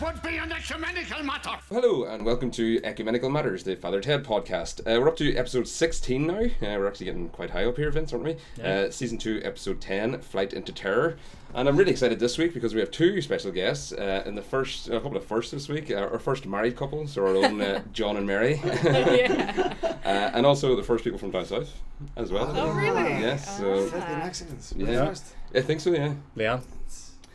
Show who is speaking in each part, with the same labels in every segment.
Speaker 1: would be an ecumenical matter.
Speaker 2: Hello and welcome to Ecumenical Matters, the Father Ted podcast. Uh, we're up to episode 16 now. Uh, we're actually getting quite high up here, Vince, aren't we? Uh, season 2, episode 10, Flight into Terror. And I'm really excited this week because we have two special guests. Uh, and the first, a couple of firsts this week, uh, our first married couple, so our own uh, John and Mary.
Speaker 3: yeah.
Speaker 2: uh, and also the first people from down south as well.
Speaker 3: Oh, really?
Speaker 2: Yes.
Speaker 3: Oh.
Speaker 2: So,
Speaker 4: Philippine accents.
Speaker 2: Yeah.
Speaker 4: Yeah. First.
Speaker 2: I think so, yeah.
Speaker 5: Leanne.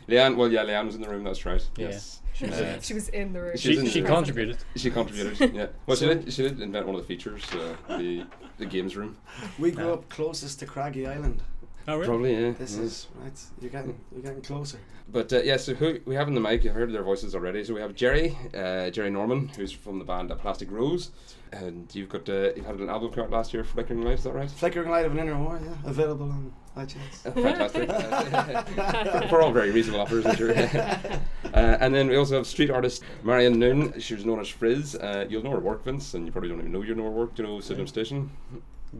Speaker 2: Leanne, well, yeah, Leanne was in the room, that's right.
Speaker 5: Yeah.
Speaker 2: Yes.
Speaker 5: Uh,
Speaker 3: she was in the room.
Speaker 2: She's in
Speaker 5: she
Speaker 2: the
Speaker 5: she
Speaker 2: room.
Speaker 5: contributed.
Speaker 2: She contributed, yeah. Well, she
Speaker 4: So-
Speaker 2: did. She did invent one of the features, uh, the the games room.
Speaker 4: We grew up closest to Craggy Island.
Speaker 5: Oh, really?
Speaker 2: Probably, yeah.
Speaker 4: This
Speaker 2: yeah.
Speaker 4: is right. You're getting you're getting closer.
Speaker 2: But uh, yeah, so who we have in the mic? You've heard their voices already. So we have Jerry, uh, Jerry Norman, who's from the band uh, Plastic Rose, and you've got uh, you've had an album come out last year, Flickering Light. Is that right?
Speaker 4: Flickering light of an inner war. Yeah, available on
Speaker 2: Oh,
Speaker 4: iTunes.
Speaker 2: fantastic. Uh, For all very reasonable offers, I'm sure. uh, and then we also have street artist Marion Noon. She was known as Frizz. Uh, you'll know her work, Vince, and you probably don't even know you know her work. Do you know Sydenham Station?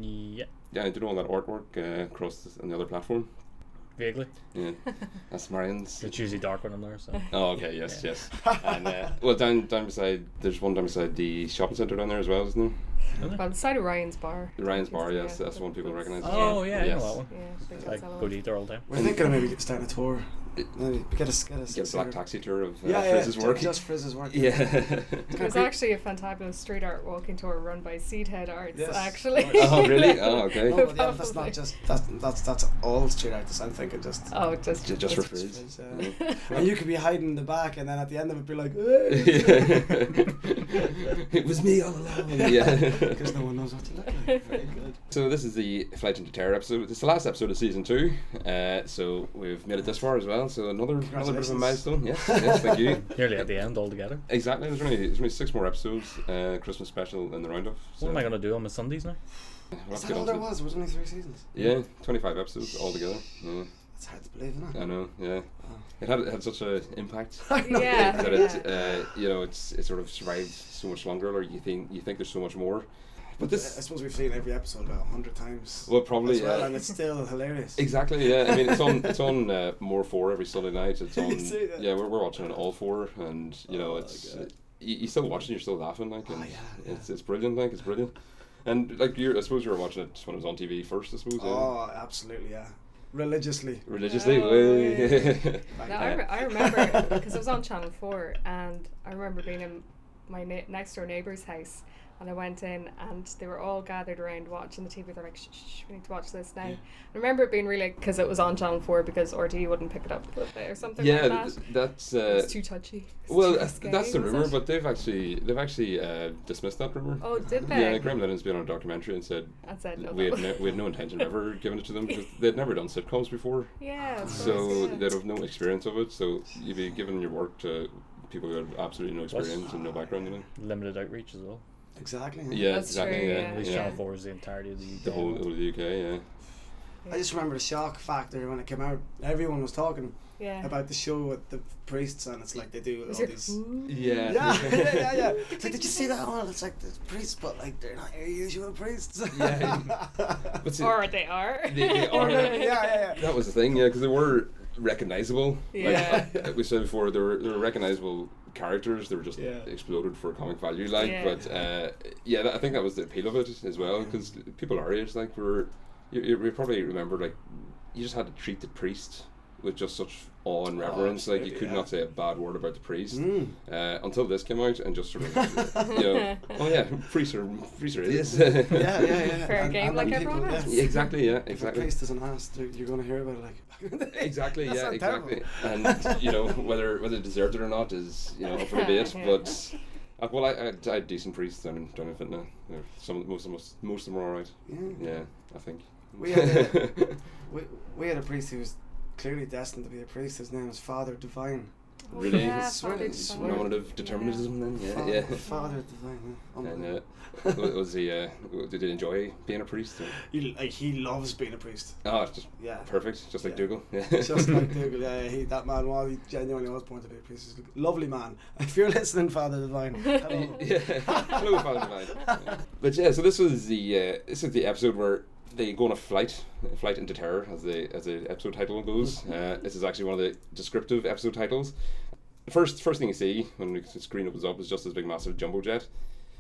Speaker 5: Yeah,
Speaker 2: Yeah, I do know all that artwork uh, across this, on the other platform.
Speaker 5: vaguely.
Speaker 2: Yeah, that's Marion's.
Speaker 5: It's usually dark when I'm there, so.
Speaker 2: Oh, okay, yes,
Speaker 5: Yeah.
Speaker 2: yes. And, uh, well, down down beside, there's one down beside the shopping centre down there as well, isn't
Speaker 3: Well, the side of Ryan's bar.
Speaker 2: there? Ryan's Bar,
Speaker 3: Yeah,
Speaker 2: yes, that's the one people
Speaker 3: that's-
Speaker 2: recognise.
Speaker 5: Oh, yeah, I
Speaker 2: Yes.
Speaker 5: know that one.
Speaker 3: Yeah, big
Speaker 5: I
Speaker 3: Godzilla
Speaker 5: go
Speaker 3: one.
Speaker 5: to eat there all the time.
Speaker 4: We're thinking of maybe starting a tour. Maybe get us get us.
Speaker 2: Get a black taxi tour of uh,
Speaker 4: Yeah, yeah.
Speaker 2: Frizz's
Speaker 4: ju-
Speaker 2: work.
Speaker 4: Just Frizz's work.
Speaker 2: yeah.
Speaker 3: There's
Speaker 4: Concrete-
Speaker 3: actually a fabulous street art walking tour run by Seedhead Arts,
Speaker 4: Yes.
Speaker 3: actually.
Speaker 2: oh, really? Oh, okay.
Speaker 4: No, but yeah, that's
Speaker 3: Probably.
Speaker 4: not just that's that's that's all straight artists. I'm thinking just.
Speaker 3: Oh, just,
Speaker 2: Ju- just for
Speaker 3: just-
Speaker 2: Frizz.
Speaker 4: Frizz, uh,
Speaker 2: Yeah.
Speaker 4: yeah. And you could be hiding in the back, and then at the end of it, be like,
Speaker 2: it was me all along.
Speaker 4: because no
Speaker 2: Yeah.
Speaker 4: one knows what you look like. Very good.
Speaker 2: so this is the Flight into Terror episode. It's the last episode of season two. Uh, so we've made it this far as well. So another, another bit of a
Speaker 4: Congratulations.
Speaker 2: milestone. Yes, yes, thank you.
Speaker 5: Nearly at the end altogether.
Speaker 2: Exactly. There's only there's only six more episodes. Uh, Christmas special and the roundup. So
Speaker 5: What am I going to do on my Sundays now?
Speaker 2: we'll have
Speaker 4: Oh Is
Speaker 2: to
Speaker 4: that
Speaker 2: get
Speaker 4: all
Speaker 2: on
Speaker 4: there
Speaker 2: to-
Speaker 4: was? It was only three seasons.
Speaker 2: Yeah, 25 episodes altogether. Yeah,
Speaker 4: It's hard to believe, isn't it?
Speaker 2: I know. Yeah,
Speaker 4: Wow.
Speaker 2: it had it had such an impact.
Speaker 3: Yeah.
Speaker 2: that
Speaker 3: yeah.
Speaker 2: it uh, you know it's it sort of survived so much longer or you think you think there's so much more but
Speaker 4: I
Speaker 2: this
Speaker 4: suppose we've seen every episode about hundred times.
Speaker 2: well probably
Speaker 4: as well,
Speaker 2: yeah.
Speaker 4: and it's still hilarious.
Speaker 2: exactly yeah I mean it's on it's on uh, more four every Sunday night it's
Speaker 4: You
Speaker 2: on
Speaker 4: see that?
Speaker 2: yeah we're, we're watching it all four and you know
Speaker 4: Oh,
Speaker 2: it's
Speaker 4: God.
Speaker 2: you, you still watching you're still laughing like
Speaker 4: Oh,
Speaker 2: and
Speaker 4: yeah,
Speaker 2: it's it's brilliant like it's brilliant and like you I suppose you were watching it when it was on TV first I suppose yeah.
Speaker 4: Oh, absolutely, yeah. Religiously.
Speaker 2: religiously
Speaker 3: Oh,
Speaker 2: way.
Speaker 3: No, I, re- I remember because it was on Channel Four, and I remember being in my na- next door neighbour's house, and I went in, and they were all gathered around watching the TV. They're like, "Shh, shh, shh, we need to watch this now." I remember it being really because it was on Channel Four because RTE wouldn't pick it up with it or something like
Speaker 2: yeah
Speaker 3: that.
Speaker 2: th- that's uh,
Speaker 3: it's too touchy. It's
Speaker 2: well
Speaker 3: too
Speaker 2: th-
Speaker 3: risque,
Speaker 2: that's the
Speaker 3: was
Speaker 2: rumor
Speaker 3: it?
Speaker 2: but they've actually they've actually uh, dismissed that rumor
Speaker 3: oh, did they?
Speaker 2: Yeah, Graham Lennon's been on a documentary and said
Speaker 3: I said no.
Speaker 2: we had,
Speaker 3: that
Speaker 2: no,
Speaker 3: was-
Speaker 2: we had no intention of ever giving it to them because they'd never done sitcoms before,
Speaker 3: yeah. of
Speaker 2: so
Speaker 3: course, yeah.
Speaker 2: they'd have no experience of it. So you'd be giving your work to people who had absolutely no experience and no background in it.
Speaker 5: Limited outreach as well.
Speaker 4: Exactly.
Speaker 2: Yeah,
Speaker 3: That's
Speaker 2: exactly.
Speaker 3: true,
Speaker 2: yeah,
Speaker 3: yeah,
Speaker 5: At least
Speaker 3: yeah.
Speaker 5: Channel 4 is the entirety of the UK.
Speaker 2: The whole of the UK. Yeah.
Speaker 4: I just remember the shock factor when it came out. Everyone was talking
Speaker 3: yeah.
Speaker 4: about the show with the priests, and it's like they do
Speaker 3: Was
Speaker 4: all
Speaker 3: your-
Speaker 4: these.
Speaker 2: Yeah.
Speaker 4: Yeah, yeah, yeah, yeah. It's like, did you see that one? It's like the priests, but like they're not your usual priests.
Speaker 2: Yeah. But see,
Speaker 3: Or they are.
Speaker 2: They- they are.
Speaker 4: yeah, yeah, yeah.
Speaker 2: that was the thing, yeah, because they were recognizable.
Speaker 3: Yeah.
Speaker 2: Like we said before, they were they were recognizable characters. They were just
Speaker 4: Yeah.
Speaker 2: exploded for comic value, like.
Speaker 3: Yeah.
Speaker 2: But uh, yeah, that, I think that was the appeal of it as well, because people our age, like, were you, you, we probably remember like you just had to treat the priest with just such awe and reverence. like you
Speaker 4: Oh, absolutely,
Speaker 2: could
Speaker 4: yeah.
Speaker 2: not say a bad word about the priest
Speaker 4: Mm.
Speaker 2: uh, until this came out, and just sort of you know, oh yeah, priests are priests are idiots.
Speaker 4: Yeah, yeah, yeah.
Speaker 3: Fair game like
Speaker 4: then
Speaker 3: everyone
Speaker 4: people-
Speaker 3: else.
Speaker 4: yeah.
Speaker 2: Exactly. Yeah.
Speaker 4: If a
Speaker 2: Exactly.
Speaker 4: priest doesn't ask, dude, you're going to hear about it like.
Speaker 2: Exactly.
Speaker 4: That
Speaker 2: yeah.
Speaker 4: sound
Speaker 2: Exactly.
Speaker 4: terrible.
Speaker 2: And you know whether whether it deserved it or not is you know up for debate.
Speaker 3: Yeah.
Speaker 2: But uh, well, I, I, I had decent priests down in down in Fitna. uh, They're Some most of them was- most of them were alright.
Speaker 4: Yeah.
Speaker 2: Yeah, I think.
Speaker 4: We had a- We, we had a priest who was clearly destined to be a priest. His name was Father Divine.
Speaker 3: Oh,
Speaker 2: really
Speaker 3: yeah,
Speaker 4: Swear-
Speaker 3: Father
Speaker 4: swear-
Speaker 3: Divine.
Speaker 2: nominative determinism. Then
Speaker 4: Father,
Speaker 2: yeah, yeah.
Speaker 4: Father Divine. Yeah.
Speaker 2: And
Speaker 4: Unbelievable.
Speaker 2: uh, w- was he? Uh, w- did he enjoy being a priest? Or?
Speaker 4: he, like, he loves being a priest.
Speaker 2: Oh, it's just
Speaker 4: Yeah.
Speaker 2: perfect, just like
Speaker 4: Yeah.
Speaker 2: Dougal. Yeah.
Speaker 4: Just like Dougal, yeah, he, that man was he genuinely was born to be a priest. He's a lovely man. If you're listening, Father Divine, hello.
Speaker 2: yeah. Hello, Father Divine. Yeah. But yeah, so this was the uh, this is the episode where they go on a flight, a flight into terror, as the as the episode title goes. Uh, this is actually one of the descriptive episode titles. the first first thing you see when the screen opens up is just this big massive jumbo jet.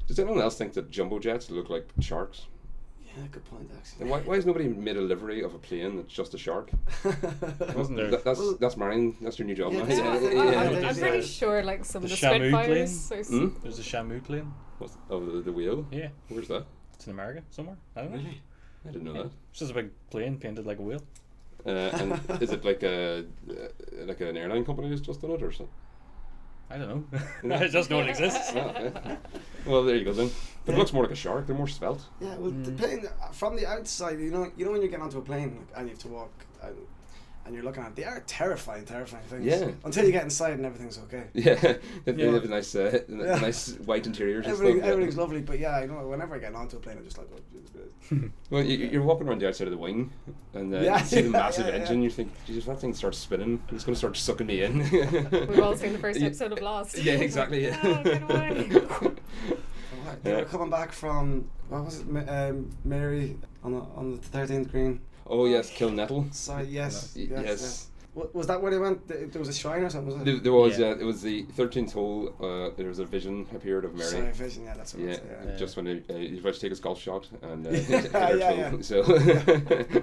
Speaker 2: Does anyone else think that jumbo jets look like sharks?
Speaker 4: Yeah, good point, actually.
Speaker 2: And why, why has nobody made a livery of a plane that's just a shark?
Speaker 6: Wasn't there?
Speaker 2: That, that's
Speaker 4: Well-
Speaker 2: that's Marion. That's your new job.
Speaker 4: Yeah,
Speaker 2: Marion.
Speaker 4: that's
Speaker 3: Yeah,
Speaker 4: what
Speaker 3: I-
Speaker 4: Yeah,
Speaker 3: I-
Speaker 4: yeah,
Speaker 3: I'm,
Speaker 4: yeah.
Speaker 3: I'm pretty sure like some of
Speaker 6: The
Speaker 3: the
Speaker 6: Shamu
Speaker 3: Spitfires. Are, s-
Speaker 2: Hmm?
Speaker 6: There's a Shamu plane.
Speaker 2: What's, oh, the, the wheel.
Speaker 6: Yeah,
Speaker 2: Where's that?
Speaker 6: it's in America somewhere. I don't know.
Speaker 4: Really?
Speaker 2: I didn't know
Speaker 6: Yeah.
Speaker 2: that.
Speaker 6: It's just a big plane painted like a wheel.
Speaker 2: Uh, and is it like a uh, like an airline company who's just done it or something?
Speaker 6: I don't know. I just know it exists.
Speaker 2: Oh, okay. Well, there you go then. But it looks more like a shark. They're more svelte.
Speaker 4: Yeah, well, the
Speaker 6: Mm.
Speaker 4: plane from the outside, you know, you know when you get onto a plane like, and you have to walk, and, and you're looking at, they are terrifying, terrifying things.
Speaker 2: Yeah.
Speaker 4: Until you get inside and everything's okay.
Speaker 2: Yeah, they, they
Speaker 6: Yeah.
Speaker 2: have a nice, uh, n-
Speaker 4: Yeah.
Speaker 2: nice white interiors. and
Speaker 4: Everything,
Speaker 2: stuff, yeah.
Speaker 4: everything's lovely, but yeah, you know, whenever I get onto a plane, I'm just like, oh,
Speaker 2: Well, you, you're walking around the outside of the wing, and uh,
Speaker 4: Yeah,
Speaker 2: you see the
Speaker 4: yeah,
Speaker 2: massive
Speaker 4: yeah, yeah.
Speaker 2: engine. You think, Jesus, that thing starts spinning. It's going to start sucking me in.
Speaker 3: We've all seen the first episode of Lost.
Speaker 2: Yeah, exactly. Yeah.
Speaker 3: Oh, get away.
Speaker 4: Alright, They
Speaker 2: Yeah.
Speaker 4: were coming back from what was it, Ma- um, Mary on the on the thirteenth green.
Speaker 2: oh yes, Kilnettle.
Speaker 4: Sorry, yes,
Speaker 2: Y-
Speaker 4: yes,
Speaker 2: yes.
Speaker 4: yes. Wa- Was that where they went? Th- There was a shrine or something. Was
Speaker 2: There,
Speaker 4: it?
Speaker 2: there was
Speaker 6: Yeah.
Speaker 2: uh, it was the thirteenth hole. Uh, there was a vision appeared of Mary.
Speaker 4: Sorry, vision. Yeah, that's what
Speaker 2: Yeah,
Speaker 4: it was.
Speaker 6: Yeah.
Speaker 2: just when he, uh, he was about to take his golf shot and uh,
Speaker 4: Yeah,
Speaker 2: hit her
Speaker 4: yeah,
Speaker 2: toe,
Speaker 4: yeah.
Speaker 2: So,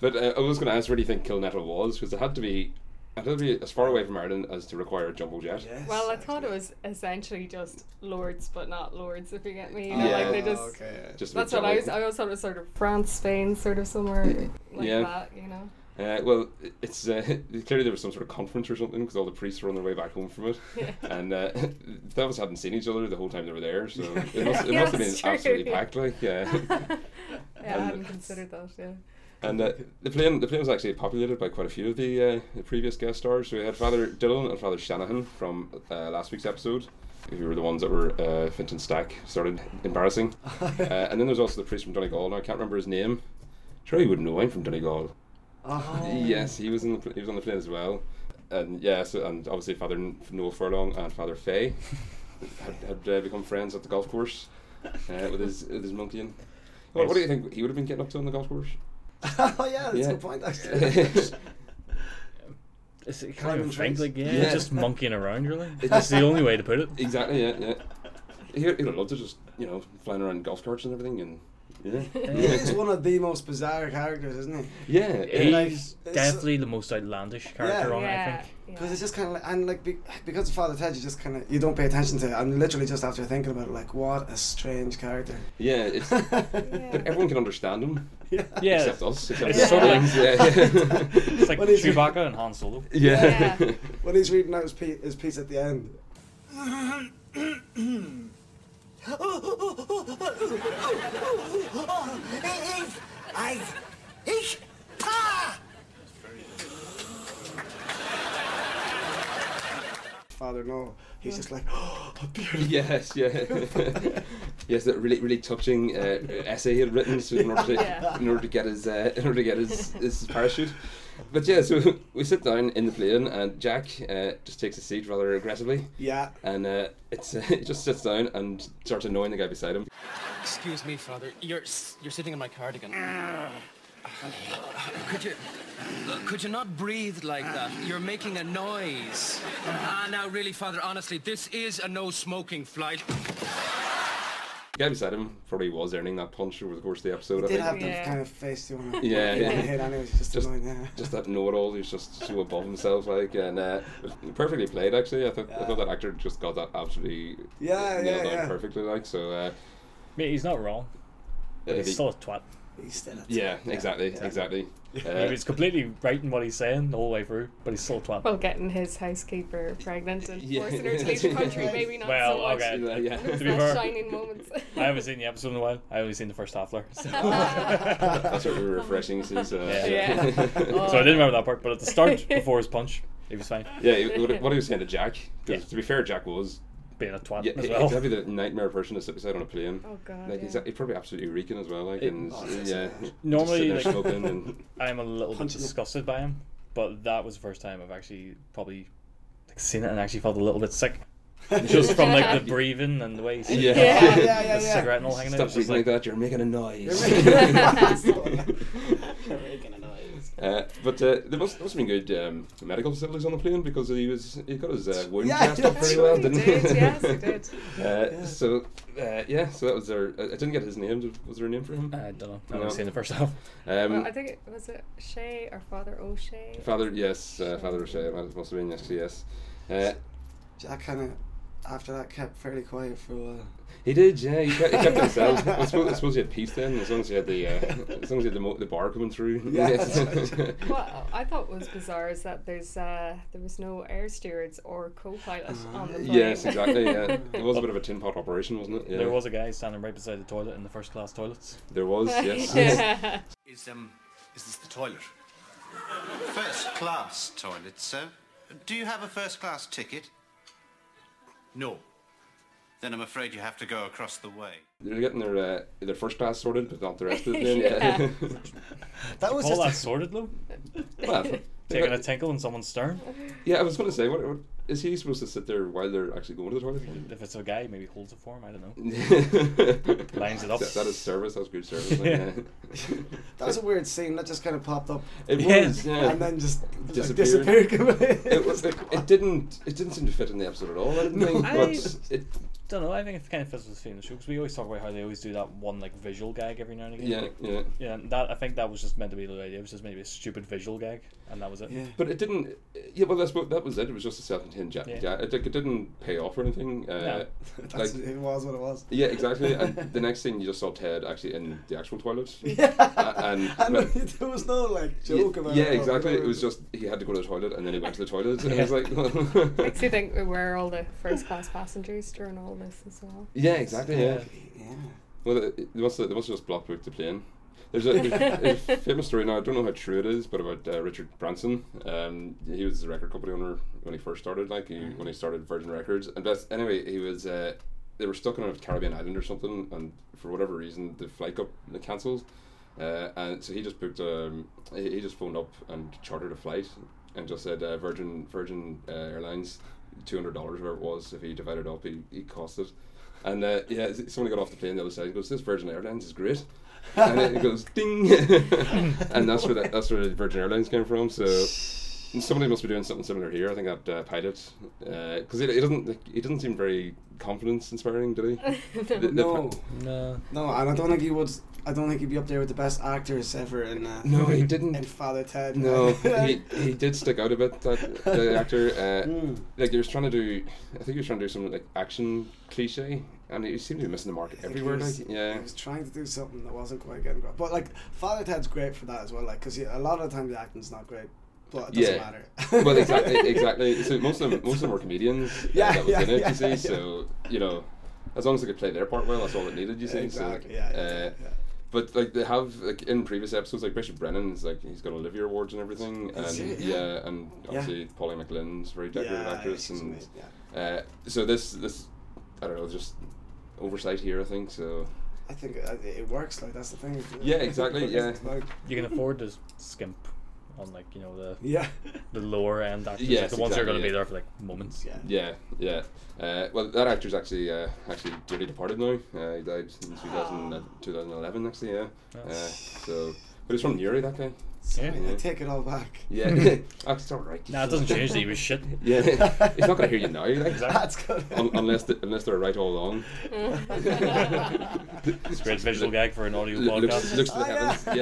Speaker 2: but uh, I was going to ask where do you think Kilnettle was because it had to be, it had to be as far away from Ireland as to require a jumbo jet.
Speaker 4: Yes,
Speaker 3: Well, I thought it
Speaker 4: actually.
Speaker 3: was essentially just lords, but not lords. If you get me, you
Speaker 4: Oh,
Speaker 3: know, like they
Speaker 2: Yeah.
Speaker 3: just.
Speaker 4: okay. yeah.
Speaker 2: Just a
Speaker 3: That's
Speaker 2: bit
Speaker 3: what I was.
Speaker 2: jolly.
Speaker 3: I always thought it was sort of France, Spain, sort of somewhere like
Speaker 2: Yeah.
Speaker 3: that. You know.
Speaker 2: Uh, well, i- it's uh, clearly there was some sort of conference or something because all the priests were on their way back home from it,
Speaker 3: Yeah.
Speaker 2: and uh, the fellas hadn't seen each other the whole time they were there, so it
Speaker 4: Yeah.
Speaker 2: must, it
Speaker 3: Yeah,
Speaker 2: must have been
Speaker 3: that's true.
Speaker 2: absolutely packed. Like, yeah.
Speaker 3: yeah, I
Speaker 2: And-
Speaker 3: hadn't considered that. Yeah.
Speaker 2: And uh, the plane, the plane was actually populated by quite a few of the, uh, the previous guest stars. So we had Father Dillon and Father Shanahan from uh, last week's episode, who were the ones that were uh, Finton Stack started embarrassing. uh, and then there's also the priest from Donegal. Now I can't remember his name. Sure, you wouldn't know him from Donegal.
Speaker 4: Oh.
Speaker 2: Yes, he was in the pl- he was on the plane as well. And yeah, so, and obviously Father N- Noel Furlong and Father Fay had, had uh, become friends at the golf course uh, with his with his monkeying. What, what do you think he would have been getting up to on the golf course?
Speaker 4: oh yeah, that's
Speaker 2: Yeah.
Speaker 4: a good point actually.
Speaker 6: It's it kind
Speaker 4: Climbing
Speaker 6: of thing,
Speaker 4: trees.
Speaker 6: like yeah,
Speaker 2: Yeah.
Speaker 6: just monkeying around really.
Speaker 2: It's
Speaker 6: That's the only way to put it.
Speaker 2: Exactly. Yeah, yeah. He, he would love to just you know flying around in golf carts and everything and yeah,
Speaker 4: he is one of the most bizarre characters, isn't he?
Speaker 2: yeah.
Speaker 6: He's
Speaker 2: yeah.
Speaker 4: like, it's-
Speaker 6: definitely the most outlandish character on.
Speaker 3: yeah.
Speaker 6: I think.
Speaker 4: Because it's just kind of like, and like be, because of Father Ted, you just kind of you don't pay attention to it. I'm literally just after thinking about it, like what a strange character.
Speaker 2: yeah it's, but everyone can understand him
Speaker 6: Yeah,
Speaker 2: except us. Except
Speaker 6: It's
Speaker 2: us.
Speaker 6: sort of like-
Speaker 2: yeah.
Speaker 6: it's like
Speaker 4: What is he-
Speaker 6: Chewbacca and Han Solo.
Speaker 2: yeah.
Speaker 3: Yeah.
Speaker 4: When he's reading out his piece, his piece at the end.
Speaker 7: Ich, ich, pa!
Speaker 4: Father Noel, he's just like, oh, beautiful.
Speaker 2: Yes, yeah, yes. That really, really touching uh, essay he had written so in order to
Speaker 3: Yeah.
Speaker 2: in order to get his uh, in order to get his, his parachute. But yeah, so we sit down in the plane, and Jack uh, just takes a seat rather aggressively,
Speaker 4: Yeah.
Speaker 2: and uh, it's uh, he just sits down and starts annoying the guy beside him.
Speaker 5: Excuse me, Father. You're s- you're sitting in my cardigan. Could you could you not breathe like that? You're making a noise. Ah, now really, Father. Honestly, this is a no smoking flight.
Speaker 2: The guy beside him probably was earning that punch over the course of the episode. I
Speaker 4: Did
Speaker 2: think.
Speaker 4: have the uh,
Speaker 3: Yeah.
Speaker 4: kind of face you want to
Speaker 2: Yeah,
Speaker 4: you want
Speaker 2: yeah.
Speaker 4: to hit anyway. It's just,
Speaker 2: Just-
Speaker 4: annoying. Yeah.
Speaker 2: just that know-it-all who's just so above himself, like, and uh, perfectly played. Actually, I thought I thought that actor just got that absolutely
Speaker 4: Yeah,
Speaker 2: nailed
Speaker 4: yeah,
Speaker 2: down
Speaker 4: yeah.
Speaker 2: perfectly, like. So uh,
Speaker 6: Mate, he's not wrong. But
Speaker 2: uh,
Speaker 6: he's
Speaker 2: the-
Speaker 6: still a twat.
Speaker 4: he's still at
Speaker 2: yeah, exactly, exactly.
Speaker 6: He
Speaker 2: Uh,
Speaker 6: was completely right in what he's saying the whole way through, but he's still a twat.
Speaker 3: Well, getting his housekeeper pregnant and
Speaker 2: Yeah.
Speaker 3: forcing her to leave the country, maybe not
Speaker 6: Well,
Speaker 3: so much.
Speaker 6: okay.
Speaker 2: yeah,
Speaker 3: Those
Speaker 6: To be
Speaker 2: yeah.
Speaker 3: are
Speaker 6: fair,
Speaker 3: shining moments.
Speaker 6: I haven't seen the episode in a while. I only seen the first half there, so, so
Speaker 2: That's what we were refreshing. So, uh,
Speaker 6: Yeah.
Speaker 3: Yeah.
Speaker 6: I didn't remember that part. But at the start, before his punch, he was fine,
Speaker 2: yeah, he- what what he was saying to Jack. 'cause
Speaker 6: Yeah.
Speaker 2: to be fair, Jack was
Speaker 6: being a twat
Speaker 2: yeah,
Speaker 6: as well.
Speaker 2: exactly the nightmare person to sit beside on a plane.
Speaker 3: Oh, God,
Speaker 2: Like he's,
Speaker 3: yeah.
Speaker 2: he's probably absolutely reeking as well. Like,
Speaker 6: It-
Speaker 2: and
Speaker 4: Oh,
Speaker 2: yeah,
Speaker 4: that's
Speaker 2: yeah,
Speaker 4: amazing.
Speaker 2: just
Speaker 6: Normally,
Speaker 2: sitting there
Speaker 6: like-
Speaker 2: smoking and
Speaker 6: I'm a little bit
Speaker 4: Punch it.
Speaker 6: disgusted by him, but that was the first time I've actually probably like, seen it and actually felt a little bit sick. Just from like the breathing and the way he's
Speaker 2: Yeah.
Speaker 6: the
Speaker 4: Yeah, yeah, yeah.
Speaker 6: cigarette and all hanging out.
Speaker 2: stuff
Speaker 6: It's just
Speaker 2: like,
Speaker 6: like,
Speaker 2: that. You're making a noise.
Speaker 4: You're making a noise.
Speaker 2: Uh, but uh, there must must have been good um, medical facilities on the plane because he was he got his uh, wound
Speaker 4: Yeah,
Speaker 2: cast up
Speaker 4: that's
Speaker 2: pretty well,
Speaker 4: right,
Speaker 2: didn't
Speaker 3: did,
Speaker 2: he?
Speaker 3: yes, he did.
Speaker 2: Uh, So uh, yeah, so that was their. I I didn't get his name. Did- Was there a name for him?
Speaker 6: Uh,
Speaker 5: I don't know. I've
Speaker 2: No.
Speaker 5: only seen the first half.
Speaker 2: Um,
Speaker 3: Well, I think it was it Shay or Father O'Shea.
Speaker 2: Father, yes, uh, Father O'Shea. It must have been yes, yes. Uh,
Speaker 4: Jack kind of, after that, kept fairly quiet for a while.
Speaker 2: He did, yeah. He kept, he kept himself. I suppose, I suppose he had peace then, as long as he had the, uh, as long as he had the, mo- the bar coming through.
Speaker 4: Yeah, that's
Speaker 3: What I thought was bizarre is that there's uh, there was no air stewards or co-pilot on the plane.
Speaker 2: Uh, yes, exactly. Yeah, it was a bit of a tin pot operation, wasn't it? Yeah.
Speaker 5: There was a guy standing right beside the toilet in the first class toilets.
Speaker 2: There was. Yes.
Speaker 3: yeah.
Speaker 8: Is, um, is this the toilet? First class toilet, sir. Do you have a first class ticket? No. Then I'm afraid you have to go across the way.
Speaker 2: They're getting their uh, their first class sorted, but not the rest of it. Then, yeah.
Speaker 4: That was
Speaker 5: All that
Speaker 4: just.
Speaker 5: sorted though.
Speaker 2: Well, if-
Speaker 5: Taking a tinkle in someone's stern.
Speaker 2: yeah, I was going to say, what, what is he supposed to sit there while they're actually going to the toilet?
Speaker 5: If it's a guy, maybe holds it for him. I don't know.
Speaker 2: Lines
Speaker 5: Lines it up.
Speaker 2: That, that is service. That's good service. like,
Speaker 5: Yeah.
Speaker 2: yeah.
Speaker 4: That was a weird scene that just kind of popped up
Speaker 2: It
Speaker 5: Yeah.
Speaker 2: was. Yeah.
Speaker 4: and then just like,
Speaker 2: Disappeared.
Speaker 4: disappeared completely.
Speaker 2: it, was, it, it didn't. It didn't seem to fit in the episode at all. I didn't think.
Speaker 5: I-
Speaker 2: But it,
Speaker 5: don't know. I think it kind of fits with the theme of the show because we always talk about how they always do that one like visual gag every now and again.
Speaker 2: yeah,
Speaker 5: Like,
Speaker 2: yeah.
Speaker 5: yeah. and That I think that was just meant to be the idea. It was just maybe a stupid visual gag, and that was it.
Speaker 4: Yeah.
Speaker 2: But it didn't. Yeah, well, that's what that was it. It was just a self-contained ja-
Speaker 5: Yeah.
Speaker 2: yeah. It, like, it didn't pay off or anything. Uh,
Speaker 4: That's,
Speaker 2: like-
Speaker 4: it was what it was.
Speaker 2: yeah, exactly. And the next thing you just saw Ted actually in the actual toilet. Uh, and,
Speaker 4: And
Speaker 2: but-
Speaker 4: there was no like
Speaker 2: yeah,
Speaker 4: joke about
Speaker 2: yeah,
Speaker 4: it.
Speaker 2: exactly. It was just he had to go to the toilet, and then he went to the toilet, and I was
Speaker 3: Makes you
Speaker 2: like,
Speaker 3: think where all the first class passengers during all this as well.
Speaker 2: yeah, exactly. Yeah.
Speaker 4: Yeah.
Speaker 2: Well, it- it- they must have, they must have just block booked the plane. There's a, there's a famous story now. I don't know how true it is, but about uh, Richard Branson. Um, he was the record company owner when he first started, like he,
Speaker 4: Mm-hmm.
Speaker 2: when he started Virgin Records. And that's anyway, he was. Uh, they were stuck on a Caribbean island or something, and for whatever reason, the flight got cancelled. Uh, and so he just booked. Um, he, he just phoned up and chartered a flight, and just said uh, Virgin Virgin uh, Airlines, two hundred dollars, whatever it was. If he divided it up, he, he cost it. And uh, yeah, s- someone got off the plane the other side. and goes, "This Virgin Airlines is great," and it goes ding, and that's where that, that's where the Virgin Airlines came from. So somebody must be doing something similar here. I think that uh, pilot, uh, because it, it doesn't like, it doesn't seem very confidence inspiring, did he? The- the
Speaker 4: No,
Speaker 2: pi-
Speaker 5: No.
Speaker 4: no, and I don't think he would. I don't think he'd be up there with the best actors ever in. Uh,
Speaker 2: no, he didn't.
Speaker 4: In Father Ted.
Speaker 2: No, he, he did stick out a bit. That the actor, uh,
Speaker 4: Hmm.
Speaker 2: like he was trying to do, I think he was trying to do some like action cliche, and he seemed to be missing the mark
Speaker 4: Like,
Speaker 2: everywhere.
Speaker 4: he was,
Speaker 2: Like, yeah,
Speaker 4: he was trying to do something that wasn't quite getting great. But like Father Ted's great for that as well. Like, cause he, a lot of the time the acting's not great, but it doesn't
Speaker 2: Yeah.
Speaker 4: matter.
Speaker 2: well, exactly, exactly. So most of them, most of them were comedians. uh,
Speaker 4: Yeah,
Speaker 2: that was
Speaker 4: yeah,
Speaker 2: in it.
Speaker 4: yeah,
Speaker 2: you see,
Speaker 4: yeah.
Speaker 2: so you know, as long as they could play their part well, that's all it needed. You see,
Speaker 4: Exactly.
Speaker 2: so,
Speaker 4: Yeah.
Speaker 2: uh,
Speaker 4: yeah, yeah.
Speaker 2: But like they have like in previous episodes, like Bishop Brennan's like he's got Olivia awards and everything,
Speaker 4: Is
Speaker 2: and
Speaker 4: he?
Speaker 2: yeah, and obviously Polly McLinn's a very decorated
Speaker 4: yeah,
Speaker 2: actress,
Speaker 4: she's
Speaker 2: and
Speaker 4: amazing, yeah.
Speaker 2: Uh, so this this I don't know just oversight here I think so
Speaker 4: I think uh, it it works. Like that's the thing.
Speaker 2: Yeah, exactly, yeah.
Speaker 4: It's like-
Speaker 5: You can afford to skimp on like you know the
Speaker 4: yeah,
Speaker 5: the lower end actors,
Speaker 2: Yes,
Speaker 5: like the ones that are going
Speaker 2: exactly,
Speaker 5: to be
Speaker 2: yeah.
Speaker 5: there for like moments.
Speaker 4: yeah.
Speaker 2: yeah yeah uh, well that actor's actually uh, actually dearly departed now uh, he died in 2000,
Speaker 5: Ah.
Speaker 2: uh, 2011 actually yeah uh, so but he's from Newry that guy
Speaker 4: Sorry,
Speaker 5: Yeah.
Speaker 4: I take it all back.
Speaker 2: yeah that's alright
Speaker 5: Nah, it doesn't change that he was shit.
Speaker 2: yeah he's not gonna hear you now like,
Speaker 5: Exactly.
Speaker 4: That's good.
Speaker 2: un- unless th- unless they're right all along
Speaker 5: It's a great visual gag for an audio
Speaker 2: Look- looks,
Speaker 5: podcast.
Speaker 2: looks to the
Speaker 4: Oh, yeah.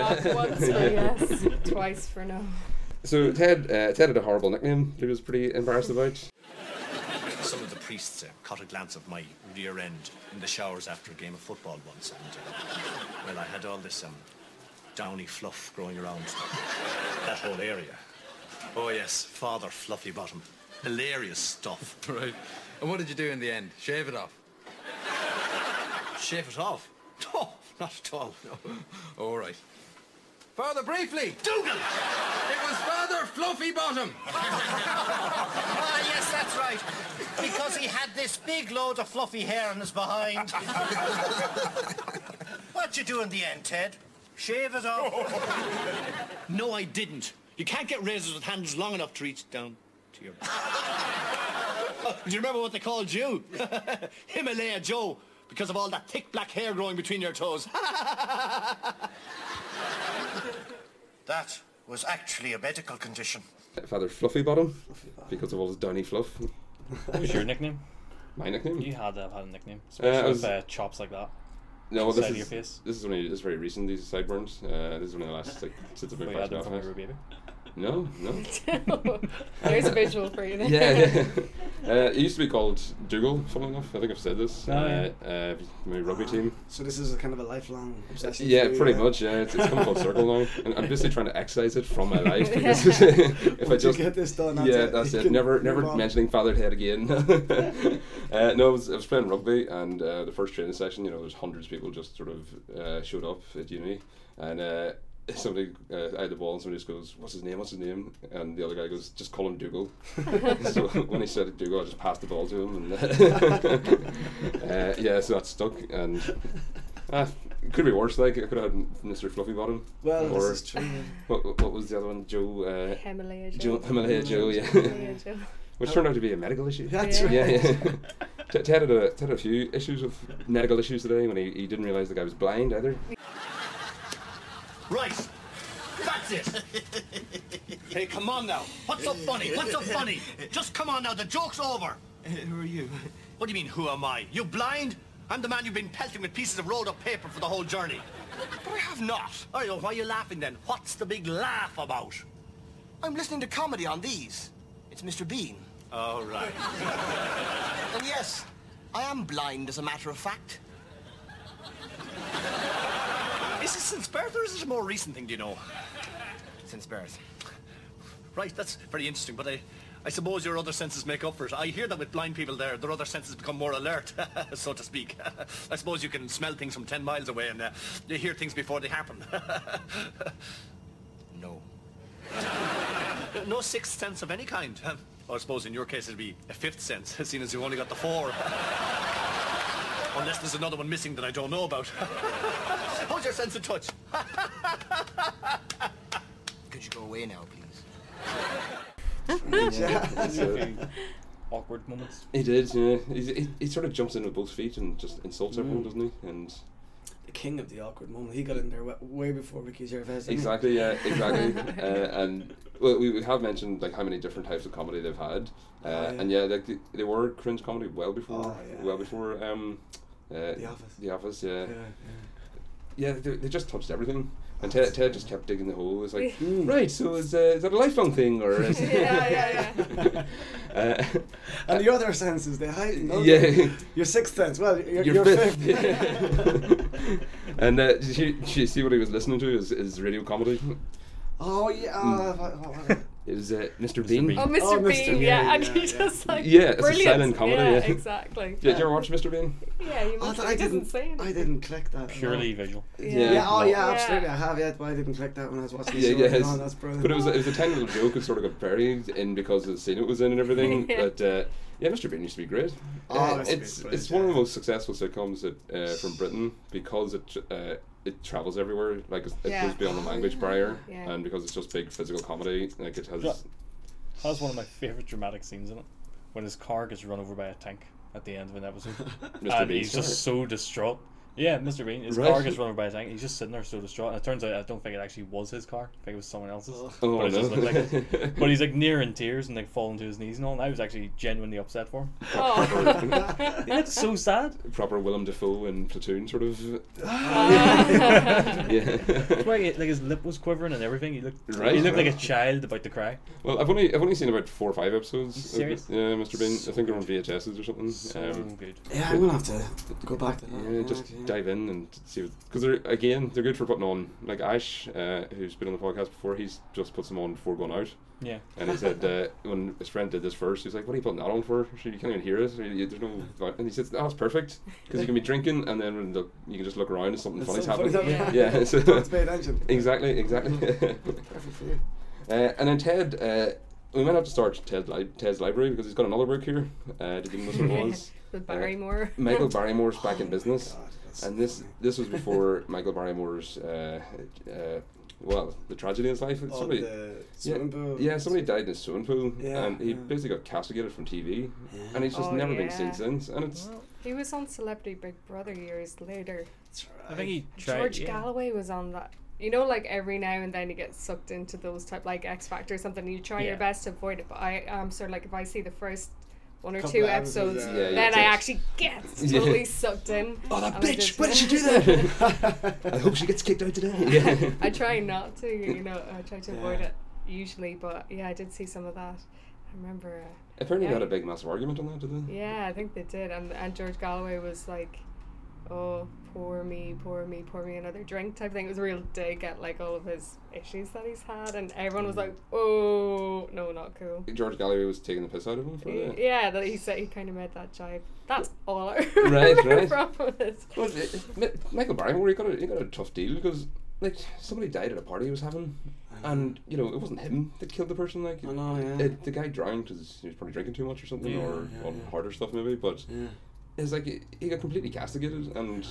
Speaker 2: heavens yeah
Speaker 3: Not once for yes, twice for no.
Speaker 2: so Ted uh, Ted had a horrible nickname that he was pretty embarrassed about
Speaker 8: Some of the priests uh, caught a glance of my rear end in the showers after a game of football once, and uh, well, I had all this um, downy fluff growing around that whole area. Oh yes, Father Fluffy Bottom, hilarious stuff.
Speaker 9: Right. And what did you do in the end? Shave it off.
Speaker 8: Shave it off? No, not at all. No.
Speaker 9: All right. Father, briefly.
Speaker 8: Dougal!
Speaker 9: It was Father Fluffy Bottom.
Speaker 8: Ah, yes, that's right. Because he had this big load of fluffy hair on his behind. What'd you do in the end, Ted? Shave it off? no, I didn't. You can't get razors with handles long enough to reach down to your. Uh, do you remember what they called you? Himalaya Joe, because of all that thick black hair growing between your toes. that
Speaker 10: was actually a medical condition.
Speaker 2: Father Fluffy Bottom because of all his downy fluff.
Speaker 5: What was your nickname?
Speaker 2: My nickname. Uh,
Speaker 5: You had to have had a nickname, especially
Speaker 2: was-
Speaker 5: with uh, chops like that.
Speaker 2: no,
Speaker 5: side
Speaker 2: this
Speaker 5: of
Speaker 2: is,
Speaker 5: your face.
Speaker 2: this is only this is very recent. These sideburns. Uh, this is only the last like since I've been
Speaker 5: But you
Speaker 2: back
Speaker 5: had
Speaker 2: to
Speaker 5: them from you were a
Speaker 2: Belfast.
Speaker 5: baby.
Speaker 2: No, no.
Speaker 3: There's a visual for you. Then.
Speaker 2: yeah, yeah. Uh, it used to be called Dougal, funnily enough. I think I've said this.
Speaker 5: Oh, yeah.
Speaker 2: uh, uh, my rugby team.
Speaker 4: So this is a kind of a lifelong obsession.
Speaker 2: Yeah,
Speaker 4: for you,
Speaker 2: pretty much. Yeah, it's, it's come full circle now, and I'm basically trying to excise it from my life. Because if I
Speaker 4: Once you
Speaker 2: just
Speaker 4: get this done, that's
Speaker 2: yeah,
Speaker 4: it.
Speaker 2: that's
Speaker 4: You
Speaker 2: it.
Speaker 4: can
Speaker 2: Never,
Speaker 4: move
Speaker 2: never
Speaker 4: on.
Speaker 2: mentioning fathered head again. uh, no, I was, I was playing rugby, and uh, the first training session, you know, there's hundreds of people just sort of uh, showed up at uni, and. Uh, Somebody, uh, I had the ball, and somebody just goes, "What's his name? What's his name?" And the other guy goes, "Just call him Dougal." so when he said Dougal, I just passed the ball to him, and uh, yeah, so that stuck. And uh, could be worse. Like I could have had Mr. Fluffy Bottom.
Speaker 4: Well,
Speaker 2: or
Speaker 4: this is true.
Speaker 2: what, what was the other one? Joe. Uh,
Speaker 3: Himalaya
Speaker 2: Joe
Speaker 3: Joe.
Speaker 2: Himalaya
Speaker 4: Mm,
Speaker 2: Joe. Yeah,
Speaker 3: Himalaya Joe.
Speaker 2: which turned out to be a medical issue.
Speaker 4: That's
Speaker 3: Yeah.
Speaker 4: right.
Speaker 2: Yeah, yeah. Ted had a Ted had a few issues with medical issues today when he, he didn't realize the guy was blind either.
Speaker 8: Right. That's it. hey, come on now. What's so funny? What's so funny? Just come on now. The joke's over. Uh, who are you? What do you mean, who am I? You blind? I'm the man you've been pelting with pieces of rolled up paper for the whole journey. But I have not. I know. Why are you laughing then? What's the big laugh about?
Speaker 10: I'm listening to comedy on these. It's Mr. Bean.
Speaker 8: All right.
Speaker 10: And yes, I am blind as a matter of fact.
Speaker 8: Is this since birth or is it a more recent thing, do you know?
Speaker 10: Since birth.
Speaker 8: Right, that's very interesting, but I, I suppose your other senses make up for it. I hear that with blind people there, their other senses become more alert, so to speak. I suppose you can smell things from 10 miles away and uh, you hear things before they happen.
Speaker 10: No.
Speaker 8: no sixth sense of any kind. Or I suppose in your case it'd be a fifth sense, seeing as you've only got the four. Unless there's another one missing that I don't know about. How's your sense of touch?
Speaker 10: Could you go away now, please?
Speaker 5: Awkward moments.
Speaker 2: He did. Yeah, he, he, he sort of jumps in with both feet and just insults everyone, doesn't he? And
Speaker 4: The king of the awkward moment. He got in there wa- way before Ricky Gervais. didn't he?
Speaker 2: Exactly, yeah, exactly. uh, and well, we, we have mentioned like how many different types of comedy they've had, uh,
Speaker 4: yeah.
Speaker 2: and yeah, like they, they were cringe comedy well before,
Speaker 4: Oh, yeah.
Speaker 2: well before um, uh,
Speaker 4: The Office.
Speaker 2: The Office, yeah,
Speaker 4: Yeah,
Speaker 2: yeah.
Speaker 4: yeah.
Speaker 2: they, they just touched everything, and Ted, Ted just kept digging the hole. It's like, right, so is, uh, is that a lifelong thing or? Is
Speaker 3: Yeah, yeah, yeah.
Speaker 2: uh,
Speaker 4: And the other senses, they heighten. don't
Speaker 2: Yeah.
Speaker 4: they? Your sixth sense. Well, your,
Speaker 2: Your
Speaker 4: your, fifth.
Speaker 2: and uh, did, you, did you see what he was listening to? Is is radio comedy?
Speaker 4: Oh yeah.
Speaker 2: Mm.
Speaker 4: uh, what- what was it?
Speaker 2: It was uh, Mr. Bean.
Speaker 5: Bean.
Speaker 3: Oh, Mr.
Speaker 4: Oh, Mr.
Speaker 3: Bean,
Speaker 4: Bean,
Speaker 3: yeah, and
Speaker 4: yeah,
Speaker 3: he
Speaker 4: yeah.
Speaker 3: just like
Speaker 2: Yeah, it's a
Speaker 3: brilliant.
Speaker 2: silent comedy,
Speaker 3: Yeah,
Speaker 2: yeah.
Speaker 3: exactly.
Speaker 2: Did you ever watch Mr. Bean?
Speaker 3: Yeah, you
Speaker 4: Oh,
Speaker 3: must.
Speaker 4: that
Speaker 3: he doesn't say anything.
Speaker 4: I didn't click that. at all.
Speaker 5: Purely visual.
Speaker 3: Yeah.
Speaker 4: Yeah. Oh yeah.
Speaker 3: Yeah.
Speaker 4: Absolutely. I have. Yeah. Why I didn't click that when I was watching.
Speaker 2: Yeah,
Speaker 4: the show.
Speaker 2: yeah,
Speaker 4: No,
Speaker 2: it's-
Speaker 4: oh, that's brilliant.
Speaker 2: But it was it was a tiny little joke that sort of got buried in because of the scene it was in and everything.
Speaker 3: Yeah.
Speaker 2: But uh, yeah, Mr. Bean used to be great.
Speaker 4: Oh,
Speaker 2: Uh,
Speaker 4: that's a
Speaker 2: it's
Speaker 4: great
Speaker 2: it's
Speaker 4: place,
Speaker 2: one of
Speaker 4: yeah.
Speaker 2: the most successful sitcoms that, uh, from Britain because it tr- uh, it travels everywhere. Like it's- it
Speaker 3: Yeah.
Speaker 2: goes beyond the
Speaker 4: Oh,
Speaker 2: language barrier,
Speaker 3: Yeah.
Speaker 2: and because it's just big physical comedy, like it has.
Speaker 5: Yeah. That was one of my favourite dramatic scenes in it. When his car gets run over by a tank at the end of an episode.
Speaker 2: Mr.
Speaker 5: and
Speaker 2: Bean's
Speaker 5: he's just so distraught. Yeah, Mr. Bean. His
Speaker 2: Right.
Speaker 5: car gets run over by a tank. He's just sitting there so distraught. And it turns out I don't think it actually was his car. I think it was someone else's.
Speaker 2: Oh,
Speaker 5: but it just
Speaker 2: no.
Speaker 5: looked like it. But he's like near in tears and like falling to his knees and all. And I was actually genuinely upset for him.
Speaker 3: Oh.
Speaker 5: Yeah, it's so sad.
Speaker 2: proper Willem Dafoe and Platoon sort of.
Speaker 4: Ah.
Speaker 2: yeah.
Speaker 5: Like, it- like his lip was quivering and everything. He looked.
Speaker 2: Right.
Speaker 5: He looked like a child about to cry.
Speaker 2: Well, I've only I've only seen about four or five episodes. of
Speaker 5: serious?
Speaker 2: it. Yeah, Mr. Bean. I think they're on VHSs or something.
Speaker 5: So
Speaker 2: um,
Speaker 5: good.
Speaker 4: Yeah, I'm gonna have to go back to that.
Speaker 2: Yeah, just
Speaker 4: okay.
Speaker 2: dive in and see because they're again they're good for putting on like Ash, uh, who's been on the podcast before. He's just puts them on before going out,
Speaker 5: Yeah.
Speaker 2: and he said uh, when his friend did this first, he was like, "What are you putting that on for? You can't even hear it. You- There's no." vi-" And he said, "That's perfect because you can be drinking and then when the, you can just look around and something funny's
Speaker 4: something
Speaker 2: happening."
Speaker 4: funny's
Speaker 2: yeah, so,
Speaker 4: Let's pay attention.
Speaker 2: exactly,
Speaker 4: Mm.
Speaker 2: exactly. uh, and then Ted. Uh, we might have to start Ted li- Ted's library because he's got another book here. Uh, to give him this what it was.
Speaker 3: With Barrymore.
Speaker 2: Uh, Michael Barrymore's back in business,
Speaker 4: Oh, God, that's
Speaker 2: and this this was before Michael Barrymore's uh, uh, well the tragedy in his life.
Speaker 4: Oh,
Speaker 2: somebody,
Speaker 4: the
Speaker 2: yeah,
Speaker 4: swimming pool.
Speaker 2: yeah, somebody died in a swimming pool,
Speaker 4: Yeah,
Speaker 2: and he
Speaker 4: yeah.
Speaker 2: basically got castigated from TV, and he's just
Speaker 3: Oh,
Speaker 2: never been
Speaker 3: yeah.
Speaker 2: seen since. And it's
Speaker 3: He was on Celebrity Big Brother years later.
Speaker 4: That's
Speaker 5: I
Speaker 4: right. Ah,
Speaker 5: think he tried.
Speaker 3: George
Speaker 5: yeah.
Speaker 3: Galloway was on that you know, like every now and then you get sucked into those type, like X Factor or something. And you try your
Speaker 5: Yeah.
Speaker 3: best to avoid it, but I am um, sort of like if I see the first one or
Speaker 4: Couple
Speaker 3: two
Speaker 4: of episodes,
Speaker 3: episodes,
Speaker 4: yeah.
Speaker 2: Yeah, yeah,
Speaker 3: then I
Speaker 2: it's-
Speaker 3: actually get totally sucked in.
Speaker 2: Oh, that
Speaker 3: and I
Speaker 2: bitch!
Speaker 3: just-
Speaker 2: Why did she do that? I hope she gets kicked out today. Yeah.
Speaker 3: I try not to, you know, I try to avoid
Speaker 4: Yeah.
Speaker 3: it usually, but yeah, I did see some of that. I remember. Uh,
Speaker 2: Apparently,
Speaker 3: Yeah.
Speaker 2: got a big massive argument on that, did they?
Speaker 3: yeah, I think they did, and and George Galloway was like, "Oh, poor me, poor me, pour me another drink" type thing. It was a real dig at like all of his issues that he's had, and everyone was like,
Speaker 2: Mm-hmm.
Speaker 3: "Oh, no, not cool."
Speaker 2: George Galloway was taking the piss out of him for that.
Speaker 3: Yeah, that he said he kind of made that jibe. That's all I
Speaker 2: Right,
Speaker 3: remember
Speaker 2: right.
Speaker 3: from it.
Speaker 2: Well, it- it- Ma- eh, Michael Barrymore, he got a, he got a tough deal because like somebody died at a party he was having, and you know it wasn't him that killed the person. Like
Speaker 4: I know, yeah.
Speaker 2: it, the guy drowned because he was probably drinking too much or something, or
Speaker 4: yeah,
Speaker 2: on
Speaker 4: yeah.
Speaker 2: harder stuff maybe. But
Speaker 4: Yeah.
Speaker 2: it's like he, he got completely castigated, and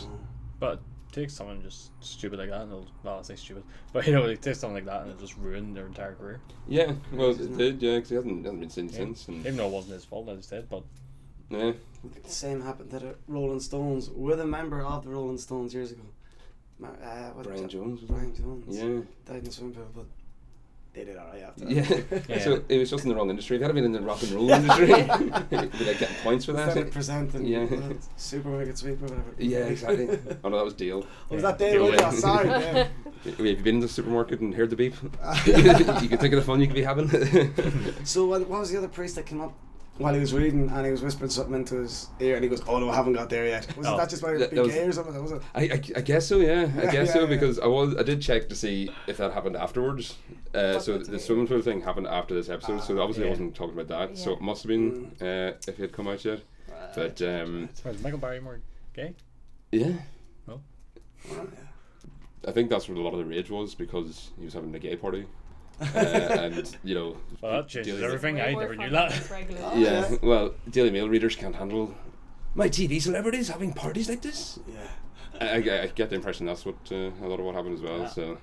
Speaker 5: But take someone just stupid like that, and it'll well, I say stupid, but you know, like, take someone like that, and it'll just ruin their entire career.
Speaker 2: yeah, well it did, yeah, because he hasn't, hasn't been seen since.
Speaker 5: Even
Speaker 2: And,
Speaker 5: though it wasn't his fault, as you said, but
Speaker 2: yeah.
Speaker 4: The same happened to the Rolling Stones with a member of the Rolling Stones years ago. Ma- Uh, what-
Speaker 2: Brian Jones, was
Speaker 4: Brian Jones.
Speaker 2: Yeah.
Speaker 4: Died in a swimming pool, but they did alright after
Speaker 2: Yeah.
Speaker 4: that.
Speaker 5: Yeah.
Speaker 2: so it was just in the wrong industry. If it had been in the rock and roll industry, it'd be like getting points for that.
Speaker 4: Instead of presenting
Speaker 2: Yeah.
Speaker 4: uh, Super Wicked Sweep or whatever.
Speaker 2: Yeah, exactly. oh
Speaker 4: oh,
Speaker 2: no, that was Dale.
Speaker 4: was that Dale?
Speaker 5: Dale,
Speaker 4: Dale.
Speaker 5: yeah.
Speaker 4: Sorry, Dale.
Speaker 2: Have you been to the supermarket and heard the beep? you can think of the fun you could be having.
Speaker 4: So what, what was the other priest that came up while he was reading and he was whispering something into his ear and he goes, "Oh no, I haven't got there yet." Was
Speaker 5: Oh.
Speaker 4: not that just by
Speaker 2: That-
Speaker 4: big
Speaker 2: that was-
Speaker 4: gay or something? That was it.
Speaker 2: I, I, I guess so, yeah. I
Speaker 4: Yeah,
Speaker 2: guess
Speaker 4: yeah,
Speaker 2: so
Speaker 4: yeah.
Speaker 2: because I was I did check to see if that happened afterwards. Uh, so
Speaker 3: Happened to
Speaker 2: the
Speaker 3: me.
Speaker 2: swimming pool thing happened after this episode, so obviously I
Speaker 5: yeah.
Speaker 2: wasn't talking about that. So
Speaker 3: Yeah.
Speaker 2: it must have been
Speaker 4: Mm.
Speaker 2: uh, if it had come out yet. But um,
Speaker 5: was Michael Barrymore gay?
Speaker 2: yeah,
Speaker 5: No.
Speaker 2: I think that's what a lot of the rage was because he was having a gay party, uh, and you know,
Speaker 5: Well, that changes
Speaker 2: Dealing with-
Speaker 5: everything. I
Speaker 3: Way more
Speaker 5: never knew
Speaker 3: fun
Speaker 5: that.
Speaker 3: than it's regular.
Speaker 2: yeah. Well, Daily Mail readers can't handle my TV celebrities having parties like this.
Speaker 4: Yeah.
Speaker 2: I, I, I get the impression that's what uh, a lot of what happened as well. So,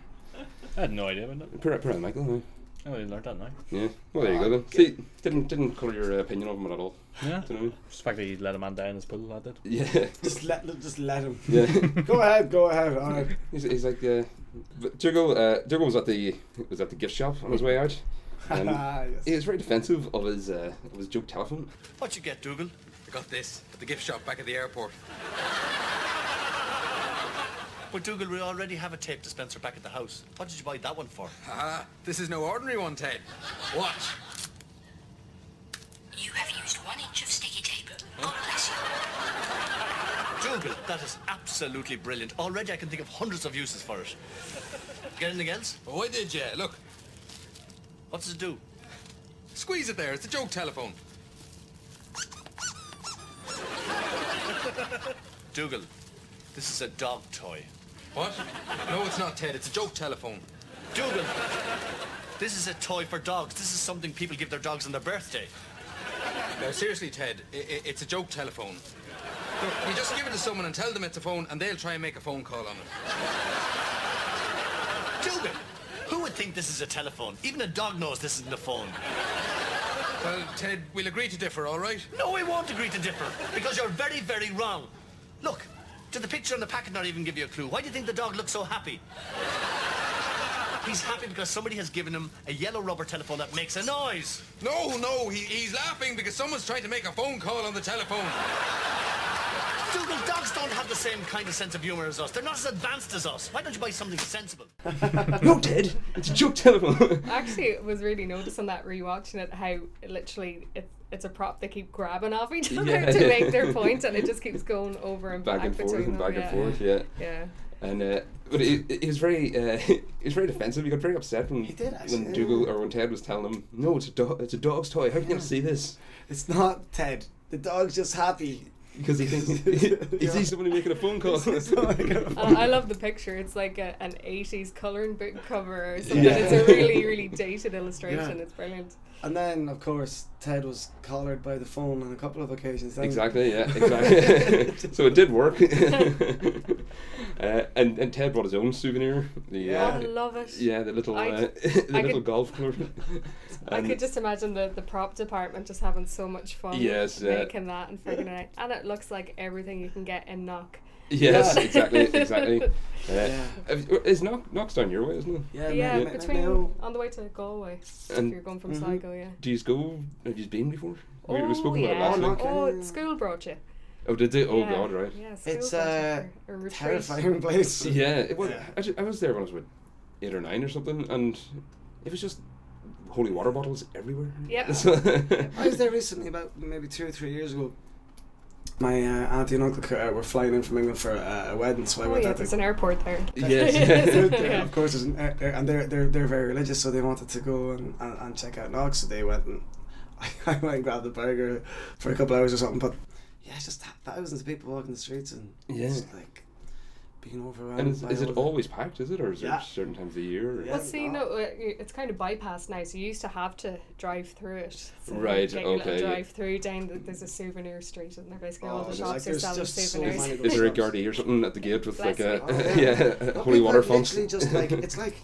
Speaker 5: I had no idea about that.
Speaker 2: poor, poor Michael. huh?
Speaker 5: I only learned that now.
Speaker 2: Yeah. Well, there you go then. See, didn't didn't colour your uh, opinion of him at all.
Speaker 5: Yeah.
Speaker 2: Do you know? what
Speaker 5: Just the fact that he let a man die in his pool, that did.
Speaker 2: I mean? Yeah.
Speaker 4: Just let just let him.
Speaker 2: Yeah.
Speaker 4: go ahead, go ahead. All right.
Speaker 2: he's, he's like uh, but Dougal, uh, Dougal was at the was at the gift shop on his way out. And
Speaker 4: Ah, yes.
Speaker 2: he was very defensive of his uh, of his joke telephone.
Speaker 8: What you get, Dougal?
Speaker 9: I got this at the gift shop back at the airport.
Speaker 8: But Dougal, we already have a tape dispenser back at the house. What did you buy that one for?
Speaker 9: Ah, this is no ordinary one, Ted. Watch.
Speaker 11: You have used one inch of sticky tape. God bless you.
Speaker 8: Oh, Dougal, that is absolutely brilliant. Already I can think of hundreds of uses for it. Get anything else?
Speaker 9: Oh, I did, yeah. Look,
Speaker 8: What does it do?
Speaker 9: squeeze it there. It's a joke telephone.
Speaker 8: Dougal, this is a dog toy.
Speaker 9: What? No, it's not, Ted. It's a joke telephone.
Speaker 8: Dougal, this is a toy for dogs. This is something people give their dogs on their birthday.
Speaker 9: Now, seriously, Ted, i- i- it's a joke telephone. Look, you just give it to someone and tell them it's a phone, and they'll try and make a phone call on it.
Speaker 8: Dougal, who would think this is a telephone? Even a dog knows this isn't a phone.
Speaker 9: Well, Ted, we'll agree to differ, all right?
Speaker 8: No, we won't agree to differ because you're very, very wrong. Look, did the picture on the packet not even give you a clue? Why do you think the dog looks so happy? He's happy because somebody has given him a yellow rubber telephone that makes a noise.
Speaker 9: No, no, he, he's laughing because someone's trying to make a phone call on the telephone.
Speaker 8: Dougal, dogs don't have the same kind of sense of humor as us. They're not as advanced as us. Why don't you buy something sensible?
Speaker 2: no, Ted, it's a joke telephone.
Speaker 3: Actually, it was really noticing that rewatching it how it literally it, it's a prop they keep grabbing off each other
Speaker 2: Yeah.
Speaker 3: to make their point, and it just keeps going over and back,
Speaker 2: back and forth
Speaker 3: between
Speaker 2: and
Speaker 3: them.
Speaker 2: back
Speaker 3: yeah.
Speaker 2: and forth. Yeah.
Speaker 3: Yeah.
Speaker 2: And uh, but he, he was very uh, he was very defensive. He got very upset when
Speaker 4: did,
Speaker 2: when
Speaker 4: actually,
Speaker 2: Dougal
Speaker 4: yeah.
Speaker 2: or when Ted was telling him, "No, it's a dog. It's a dog's toy. How can you not see this?"
Speaker 4: It's not Ted. The dog's just happy.
Speaker 2: Because he thinks he, he sees somebody making a phone call.
Speaker 3: Uh, I love the picture. It's like a, an 80s colouring book cover or something.
Speaker 2: Yeah.
Speaker 3: It's a really, really dated illustration.
Speaker 4: Yeah.
Speaker 3: It's brilliant.
Speaker 4: And then, of course, Ted was collared by the phone on a couple of occasions. Then
Speaker 2: Exactly. Yeah. Exactly. so it did work. uh, and and Ted brought his own souvenir. The
Speaker 3: Oh,
Speaker 2: uh,
Speaker 3: I love it.
Speaker 2: yeah, the little
Speaker 3: I-
Speaker 2: uh, the
Speaker 3: I
Speaker 2: little
Speaker 3: could-
Speaker 2: golf club.
Speaker 3: I could just imagine the, the prop department just having so much fun
Speaker 2: Yes, yeah.
Speaker 3: making that and figuring it out. And it looks like everything you can get in Knock.
Speaker 2: Yes,
Speaker 4: Yeah.
Speaker 2: exactly, exactly. Uh,
Speaker 4: Yeah.
Speaker 2: if- Is knock knocks down your way, isn't it?
Speaker 4: Yeah,
Speaker 3: yeah,
Speaker 4: ma- ma-
Speaker 3: between
Speaker 4: now-
Speaker 3: on the way to Galway.
Speaker 2: And-
Speaker 3: if you're going from
Speaker 2: Mhm.
Speaker 3: Sligo, yeah.
Speaker 2: Do you go? Have you been before? we,
Speaker 3: Oh,
Speaker 2: we spoke
Speaker 3: yeah.
Speaker 2: about it last week.
Speaker 3: Oh, school brought you.
Speaker 2: Oh, did they? Oh,
Speaker 3: Yeah,
Speaker 2: God, right.
Speaker 3: Yeah, school
Speaker 4: It's
Speaker 3: brought you
Speaker 4: a
Speaker 3: for a retreat.
Speaker 4: terrifying place.
Speaker 2: Yeah, it was. Actually, I was there when I was what, eight or nine or something, and it was just holy water bottles everywhere.
Speaker 3: Yep.
Speaker 2: So-
Speaker 4: I was there recently, about maybe two or three years ago. My uh, auntie and uncle uh, were flying in from England for uh, a wedding, so I
Speaker 3: Oh
Speaker 4: went
Speaker 3: yeah,
Speaker 4: out
Speaker 3: there's
Speaker 4: to
Speaker 3: an airport there.
Speaker 2: Yes.
Speaker 3: Yeah.
Speaker 4: of course, there's an, uh, uh, and they're, they're they're very religious, so they wanted to go and, and, and check out Knox. So they went and I, went and grabbed a burger for a couple hours or something. But yeah, it's just th- thousands of people walking the streets and
Speaker 2: Yeah.
Speaker 4: just like being overwhelmed.
Speaker 2: and is,
Speaker 4: by
Speaker 2: is it
Speaker 4: all the-
Speaker 2: always packed? Is it, or is
Speaker 4: Yeah.
Speaker 2: there certain times of the year? or-
Speaker 4: Yeah.
Speaker 3: Well, see, no, uh, y- it's kind of bypassed now. So you used to have to drive through it. So you
Speaker 2: Right,
Speaker 3: Get your little
Speaker 2: okay.
Speaker 3: drive through down. The, there's a souvenir street, and there basically all
Speaker 4: Oh,
Speaker 3: the
Speaker 4: there's
Speaker 3: shops
Speaker 4: like-
Speaker 3: are
Speaker 4: there's
Speaker 3: selling
Speaker 4: just so
Speaker 3: souvenirs.
Speaker 4: many
Speaker 2: Is there a
Speaker 4: Shops.
Speaker 2: guardie or something at the gate with like
Speaker 3: Bless
Speaker 2: a
Speaker 4: Oh,
Speaker 2: yeah,
Speaker 4: But
Speaker 2: holy
Speaker 4: people
Speaker 2: water
Speaker 4: are
Speaker 2: font?
Speaker 4: Literally, just like it's like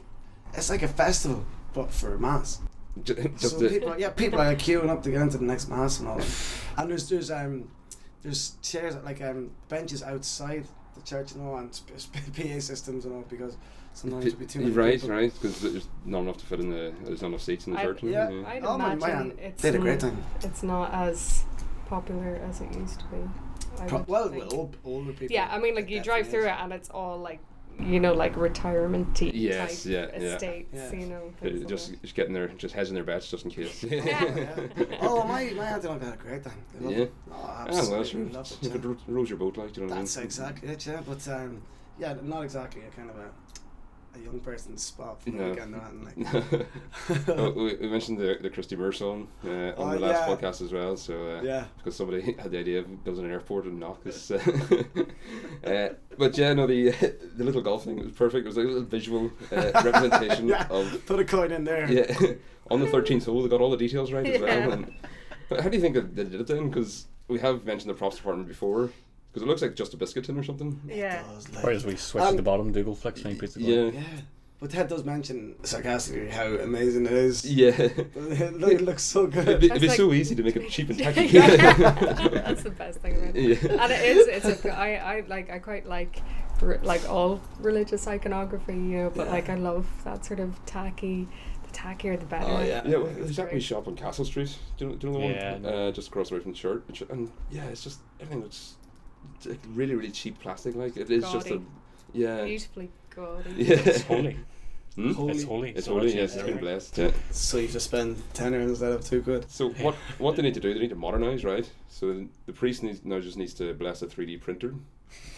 Speaker 4: it's like a festival, but for mass.
Speaker 2: Ju- just
Speaker 4: so
Speaker 2: the-
Speaker 4: people, yeah, people are queuing up to get into the next mass and all. And there's there's um there's chairs like um benches outside the church and all and sp- sp- PA systems and all because sometimes it'd be too many
Speaker 2: right,
Speaker 4: people.
Speaker 2: right, because there's not enough to fit in the. There's not enough seats in the
Speaker 3: I-
Speaker 2: church. and
Speaker 4: Yeah.
Speaker 2: everything,
Speaker 3: I'd
Speaker 4: Oh, my-
Speaker 3: imagine
Speaker 4: my aunt
Speaker 3: it's
Speaker 4: did a great
Speaker 3: not-
Speaker 4: time.
Speaker 3: It's not as popular as it used to be. I
Speaker 4: Pro-
Speaker 3: would
Speaker 4: well,
Speaker 3: think.
Speaker 4: old, older people.
Speaker 3: yeah, I mean, like you drive through it, and it's all like you know, like retirement
Speaker 2: Yes,
Speaker 3: type
Speaker 2: yeah, yeah.
Speaker 3: estates.
Speaker 4: Yeah.
Speaker 3: You know,
Speaker 2: Uh,
Speaker 3: things like
Speaker 2: Just,
Speaker 3: that.
Speaker 2: just getting their, just heads in their beds just in case.
Speaker 4: Yeah. oh, my my aunt and uncle had a great time. They loved
Speaker 2: Yeah.
Speaker 4: it. Oh,
Speaker 2: Ah, well, sure.
Speaker 4: absolutely loved it.
Speaker 2: If
Speaker 4: yeah.
Speaker 2: it ro- rolls your boat, like, do you know what I mean?
Speaker 4: That's exactly it, yeah. But um, yeah, not exactly a kind of a, a young person's spot for the
Speaker 2: No.
Speaker 4: weekend. or anything like that.
Speaker 2: oh, we, we mentioned the, the Christy Burr song uh, on
Speaker 4: Oh,
Speaker 2: the last
Speaker 4: yeah.
Speaker 2: podcast as well. So uh,
Speaker 4: Yeah.
Speaker 2: because somebody had the idea of building an airport in Knock. This, uh, uh, but yeah, no, the the little golf thing was perfect. It was like a little visual uh, representation
Speaker 4: Yeah,
Speaker 2: of
Speaker 4: Put a coin in there.
Speaker 2: Um, yeah on the thirteenth hole. They got all the details right as well.
Speaker 3: Yeah.
Speaker 2: And, but how do you think that they did it then? Because we have mentioned the props department before. Because it looks like just a biscuit tin or something.
Speaker 3: yeah.
Speaker 4: Does, like-
Speaker 5: Or as we switch
Speaker 4: Um,
Speaker 5: to the bottom, Dougal flicks and he puts it on.
Speaker 2: Yeah,
Speaker 4: Yeah. But Ted does mention sarcastically how amazing it is.
Speaker 2: yeah.
Speaker 4: it loo- it looks so
Speaker 2: It'd be,
Speaker 4: good.
Speaker 2: it'd be so easy to make it cheap and tacky.
Speaker 3: Yeah. That's the best thing about it.
Speaker 2: Yeah.
Speaker 3: And it is. It's a, I, I like. I quite like r- like all religious iconography, you know. But
Speaker 4: Yeah.
Speaker 3: like, I love that sort of tacky. The tackier, the better.
Speaker 4: Oh, yeah.
Speaker 2: Yeah, well, there's that
Speaker 3: great.
Speaker 2: wee shop on Castle Street. Do you know, do you know the
Speaker 5: Yeah, I
Speaker 2: one?
Speaker 5: know.
Speaker 2: Uh, just across the road from the church. It's- And yeah, it's just everything looks it's like really, really cheap plastic. Like it is just a
Speaker 3: Gaudy.
Speaker 2: yeah,
Speaker 3: Beautifully gaudy.
Speaker 2: yeah.
Speaker 5: It's holy.
Speaker 2: Hmm?
Speaker 4: Holy.
Speaker 5: It's holy.
Speaker 2: It's
Speaker 5: so
Speaker 2: holy.
Speaker 5: that's
Speaker 2: Yes, it's been
Speaker 5: everything.
Speaker 2: blessed. Yeah.
Speaker 4: So you just spend tenner instead of two quid.
Speaker 2: So what what they need to do? They need to modernise, right? So the- the priest needs now just needs to bless a three D printer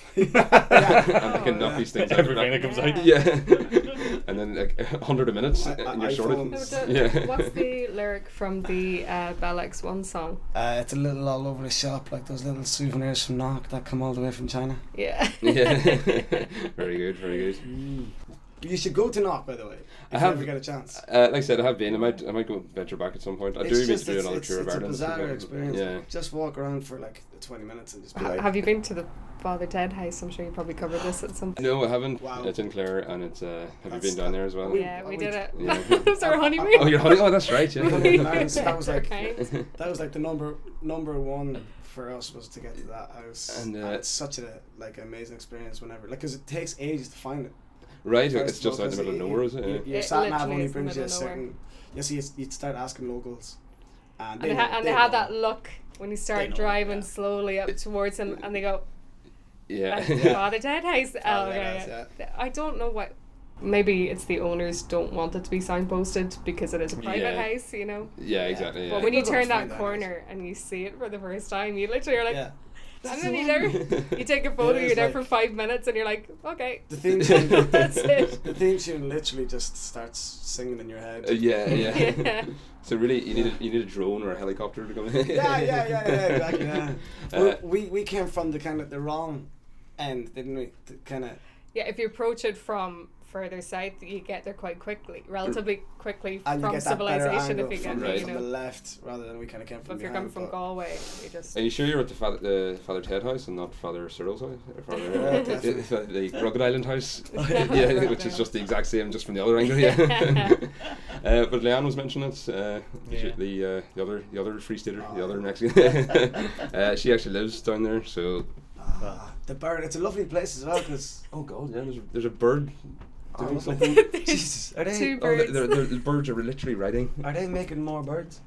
Speaker 2: and they can knock these things out. of
Speaker 5: Everything
Speaker 2: that-
Speaker 5: that comes out.
Speaker 2: Yeah, and then like hundred minutes,
Speaker 4: I-
Speaker 2: and you're
Speaker 4: I-
Speaker 2: sorted.
Speaker 3: No,
Speaker 4: iPhones.
Speaker 3: don't-
Speaker 2: Yeah.
Speaker 3: What's the lyric from the uh, Bell X One song?
Speaker 4: Uh, it's a little all over the shop, like those little souvenirs from Knock that come all the way from China.
Speaker 3: Yeah.
Speaker 2: yeah, very good, very good.
Speaker 4: You should go to Knock, by the way, if
Speaker 2: have-
Speaker 4: you ever get a chance.
Speaker 2: Uh, like I said, I have been. I might, I might go venture back at some point. I do need to do
Speaker 4: it's,
Speaker 2: another
Speaker 4: it's,
Speaker 2: tour of
Speaker 4: it's a
Speaker 2: Ireland.
Speaker 4: bizarre
Speaker 2: sometime.
Speaker 4: experience.
Speaker 2: Yeah.
Speaker 4: Just walk around for like 20 minutes and just be
Speaker 3: Ha-
Speaker 4: like,
Speaker 3: Have you been to the Father Ted house? I'm sure you probably covered this at some.
Speaker 2: No, I haven't.
Speaker 4: Wow.
Speaker 2: It's in Clare, and it's. Uh, have you
Speaker 4: That's-
Speaker 2: been down there as well?
Speaker 3: Yeah, we
Speaker 4: Oh,
Speaker 3: did
Speaker 4: we-
Speaker 3: it.
Speaker 2: Yeah.
Speaker 3: it was our honeymoon.
Speaker 2: Oh, you're honey. Oh, that's right.
Speaker 4: We-
Speaker 2: Yeah.
Speaker 4: Ireland, so that was like-
Speaker 3: Okay.
Speaker 4: That was like the number number one for us was to get to that house,
Speaker 2: And,
Speaker 4: and,
Speaker 2: uh,
Speaker 4: it's such a like amazing experience whenever, like, cause it takes ages to find it.
Speaker 2: right.
Speaker 4: First
Speaker 2: It's just
Speaker 4: of all,
Speaker 2: out in the
Speaker 4: 'cause
Speaker 2: middle of
Speaker 4: you-
Speaker 2: nowhere, is it?
Speaker 4: you-
Speaker 2: Yeah.
Speaker 4: Your
Speaker 3: It
Speaker 4: sat nav
Speaker 3: literally
Speaker 4: only
Speaker 3: is the
Speaker 4: brings you a
Speaker 3: middle of nowhere.
Speaker 4: certain. You see, you would start asking locals, and
Speaker 3: And
Speaker 4: they,
Speaker 3: they, ha-
Speaker 4: know-
Speaker 3: and they
Speaker 4: they
Speaker 3: have
Speaker 4: know.
Speaker 3: that look when you start
Speaker 4: know,
Speaker 3: driving
Speaker 4: yeah.
Speaker 3: slowly up towards them, and they go,
Speaker 2: Yeah.
Speaker 3: "That's the Father Ted house." Oh,
Speaker 4: Father Ted
Speaker 3: yeah,
Speaker 4: house,
Speaker 3: yeah. Th- I don't know what. Maybe it's the owners don't want it to be signposted because it is a private
Speaker 2: Yeah.
Speaker 3: house, you know.
Speaker 2: Yeah, Exactly. Yeah.
Speaker 3: But when you
Speaker 4: People don't
Speaker 3: turn that
Speaker 4: find that
Speaker 3: corner and you see it for the first time, you literally are like,
Speaker 4: Yeah.
Speaker 3: and then you're there, you take a photo,
Speaker 4: It
Speaker 3: you're
Speaker 4: is
Speaker 3: there
Speaker 4: like-
Speaker 3: for five minutes, and you're like, okay.
Speaker 4: The theme tune.
Speaker 3: That's it.
Speaker 4: The theme tune literally just starts singing in your head.
Speaker 2: Uh, yeah, yeah.
Speaker 3: Yeah.
Speaker 2: so really, you need a, you need a drone or a helicopter to come in.
Speaker 4: yeah, yeah, yeah, yeah, exactly. Yeah.
Speaker 2: Uh,
Speaker 4: Well, we we came from the kind of the wrong end, didn't we? The kind of
Speaker 3: Yeah, if you approach it from further south, you get there quite quickly, relatively quickly
Speaker 4: and you
Speaker 3: from
Speaker 4: get that better
Speaker 3: civilization. If
Speaker 4: angle
Speaker 3: you get,
Speaker 4: from,
Speaker 2: Right.
Speaker 3: you
Speaker 4: from the
Speaker 3: know,
Speaker 4: left rather than we kind of came from
Speaker 3: if you're coming
Speaker 4: behind.
Speaker 3: from
Speaker 4: but-
Speaker 3: Galway, you just
Speaker 2: Are you sure you're at the Father, the Father Ted house and not Father Cyril's house? Or Father, uh,
Speaker 4: definitely.
Speaker 2: the- the Rugged Island house?
Speaker 4: yeah.
Speaker 2: yeah, which is just the exact same, just from the other angle. Yeah. uh, but Leanne was mentioning it. Uh,
Speaker 5: Yeah.
Speaker 2: she, the uh,
Speaker 4: Oh.
Speaker 2: the other the other Free Stater, the other Mexican. uh, she actually lives down there, so
Speaker 4: Ah, the bird. It's a lovely place as well because
Speaker 2: oh god, yeah, there's a, there's a bird
Speaker 4: Oh,
Speaker 2: doing
Speaker 4: look.
Speaker 2: something.
Speaker 4: Jesus,
Speaker 2: Are they?
Speaker 3: Two
Speaker 2: oh, they're,
Speaker 3: birds.
Speaker 2: they're, they're- the birds are literally writing.
Speaker 4: are they making more birds?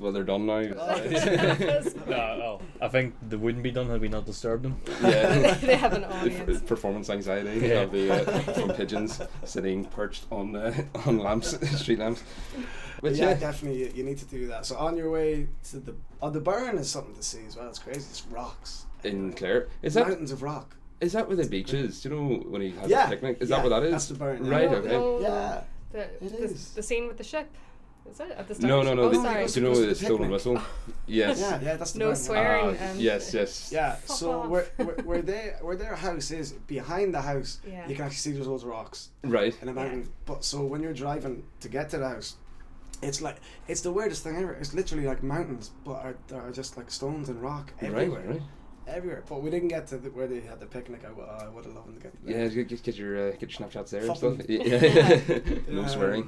Speaker 2: Well, they're done now.
Speaker 5: No, oh, I think they wouldn't be done had we not disturbed them.
Speaker 2: yeah.
Speaker 3: they have an
Speaker 2: If-
Speaker 3: audience.
Speaker 2: if performance anxiety
Speaker 5: Yeah.
Speaker 2: of the uh, from pigeons sitting perched on uh, on lamps, street lamps. But
Speaker 4: yeah,
Speaker 2: yeah,
Speaker 4: definitely. You, you need to do that. So on your way to the oh, the burn is something to see as well. It's crazy. It's rocks,
Speaker 2: in Clare, is that
Speaker 4: mountains of rock.
Speaker 2: is that where the beach is? Do you know when he has
Speaker 4: Yeah,
Speaker 2: a picnic? Is
Speaker 4: yeah,
Speaker 2: that what that is?
Speaker 4: that's the barn, yeah.
Speaker 2: Right.
Speaker 3: No,
Speaker 2: Okay.
Speaker 3: no,
Speaker 4: Yeah.
Speaker 3: The,
Speaker 4: It
Speaker 3: the,
Speaker 4: is.
Speaker 3: the scene with the ship. Is it at the start?
Speaker 2: No, no, no.
Speaker 3: Oh,
Speaker 2: the-
Speaker 3: sorry.
Speaker 2: Do you know
Speaker 4: Supposed
Speaker 2: the,
Speaker 4: to be
Speaker 2: stolen
Speaker 4: picnic.
Speaker 2: whistle? Yes.
Speaker 4: Yeah, yeah, that's the
Speaker 3: No
Speaker 4: burn.
Speaker 3: swearing. um,
Speaker 2: Ah,
Speaker 3: and
Speaker 2: yes, yes.
Speaker 4: Yeah,
Speaker 3: Fuck
Speaker 4: so
Speaker 3: off.
Speaker 4: where, where where they where their house is behind the house,
Speaker 3: Yeah.
Speaker 4: you can actually see there's loads of rocks
Speaker 2: Right.
Speaker 4: and a mountain. But so when you're driving to get to the house, it's like it's the weirdest thing ever. It's literally like mountains, but are, there are just like stones and rock
Speaker 2: Right.
Speaker 4: everywhere,
Speaker 2: Right.
Speaker 4: everywhere. But we didn't get to the, where they had the picnic. I, w- I would have loved to get to that.
Speaker 2: Yeah, get, get your uh, get your snapshots there and
Speaker 4: Fucking-
Speaker 2: stuff. Yeah. yeah. no
Speaker 4: Yeah.
Speaker 2: swearing.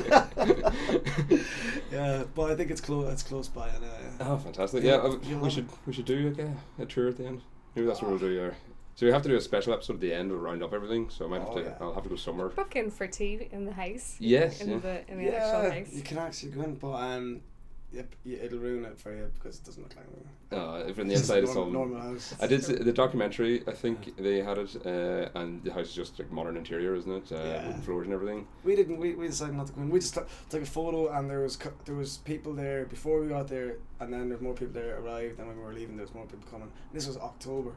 Speaker 4: yeah, but I think it's close. It's close by. And, uh,
Speaker 2: oh, fantastic! Yeah,
Speaker 4: Yeah,
Speaker 2: uh,
Speaker 4: you'll
Speaker 2: we
Speaker 4: love
Speaker 2: should we should do like a, a tour at the end. Maybe that's what we'll do. Here. So we have to do a special episode at the end. We'll round up everything. So I might have
Speaker 4: Oh,
Speaker 2: to.
Speaker 4: yeah.
Speaker 2: I'll have to go somewhere.
Speaker 3: Book in for tea in the house.
Speaker 2: Yes,
Speaker 3: In
Speaker 2: yeah.
Speaker 3: the in the actual
Speaker 4: yeah,
Speaker 3: house.
Speaker 4: you can actually go in, but um, yep, y- it'll ruin it for you because it doesn't look like it.
Speaker 2: Uh, from the
Speaker 4: It's just a
Speaker 2: inside, it's
Speaker 4: norm-
Speaker 2: all
Speaker 4: normal house.
Speaker 2: I did see the documentary. I think they had it, uh, and the house is just like modern interior, isn't it? Uh,
Speaker 4: Yeah.
Speaker 2: Wooden floors and everything.
Speaker 4: We didn't. We, we decided not to go in. We just t- took a photo, and there was cu- there was people there before we got there, and then there's more people there arrived, and when we were leaving, there was more people coming. This was October.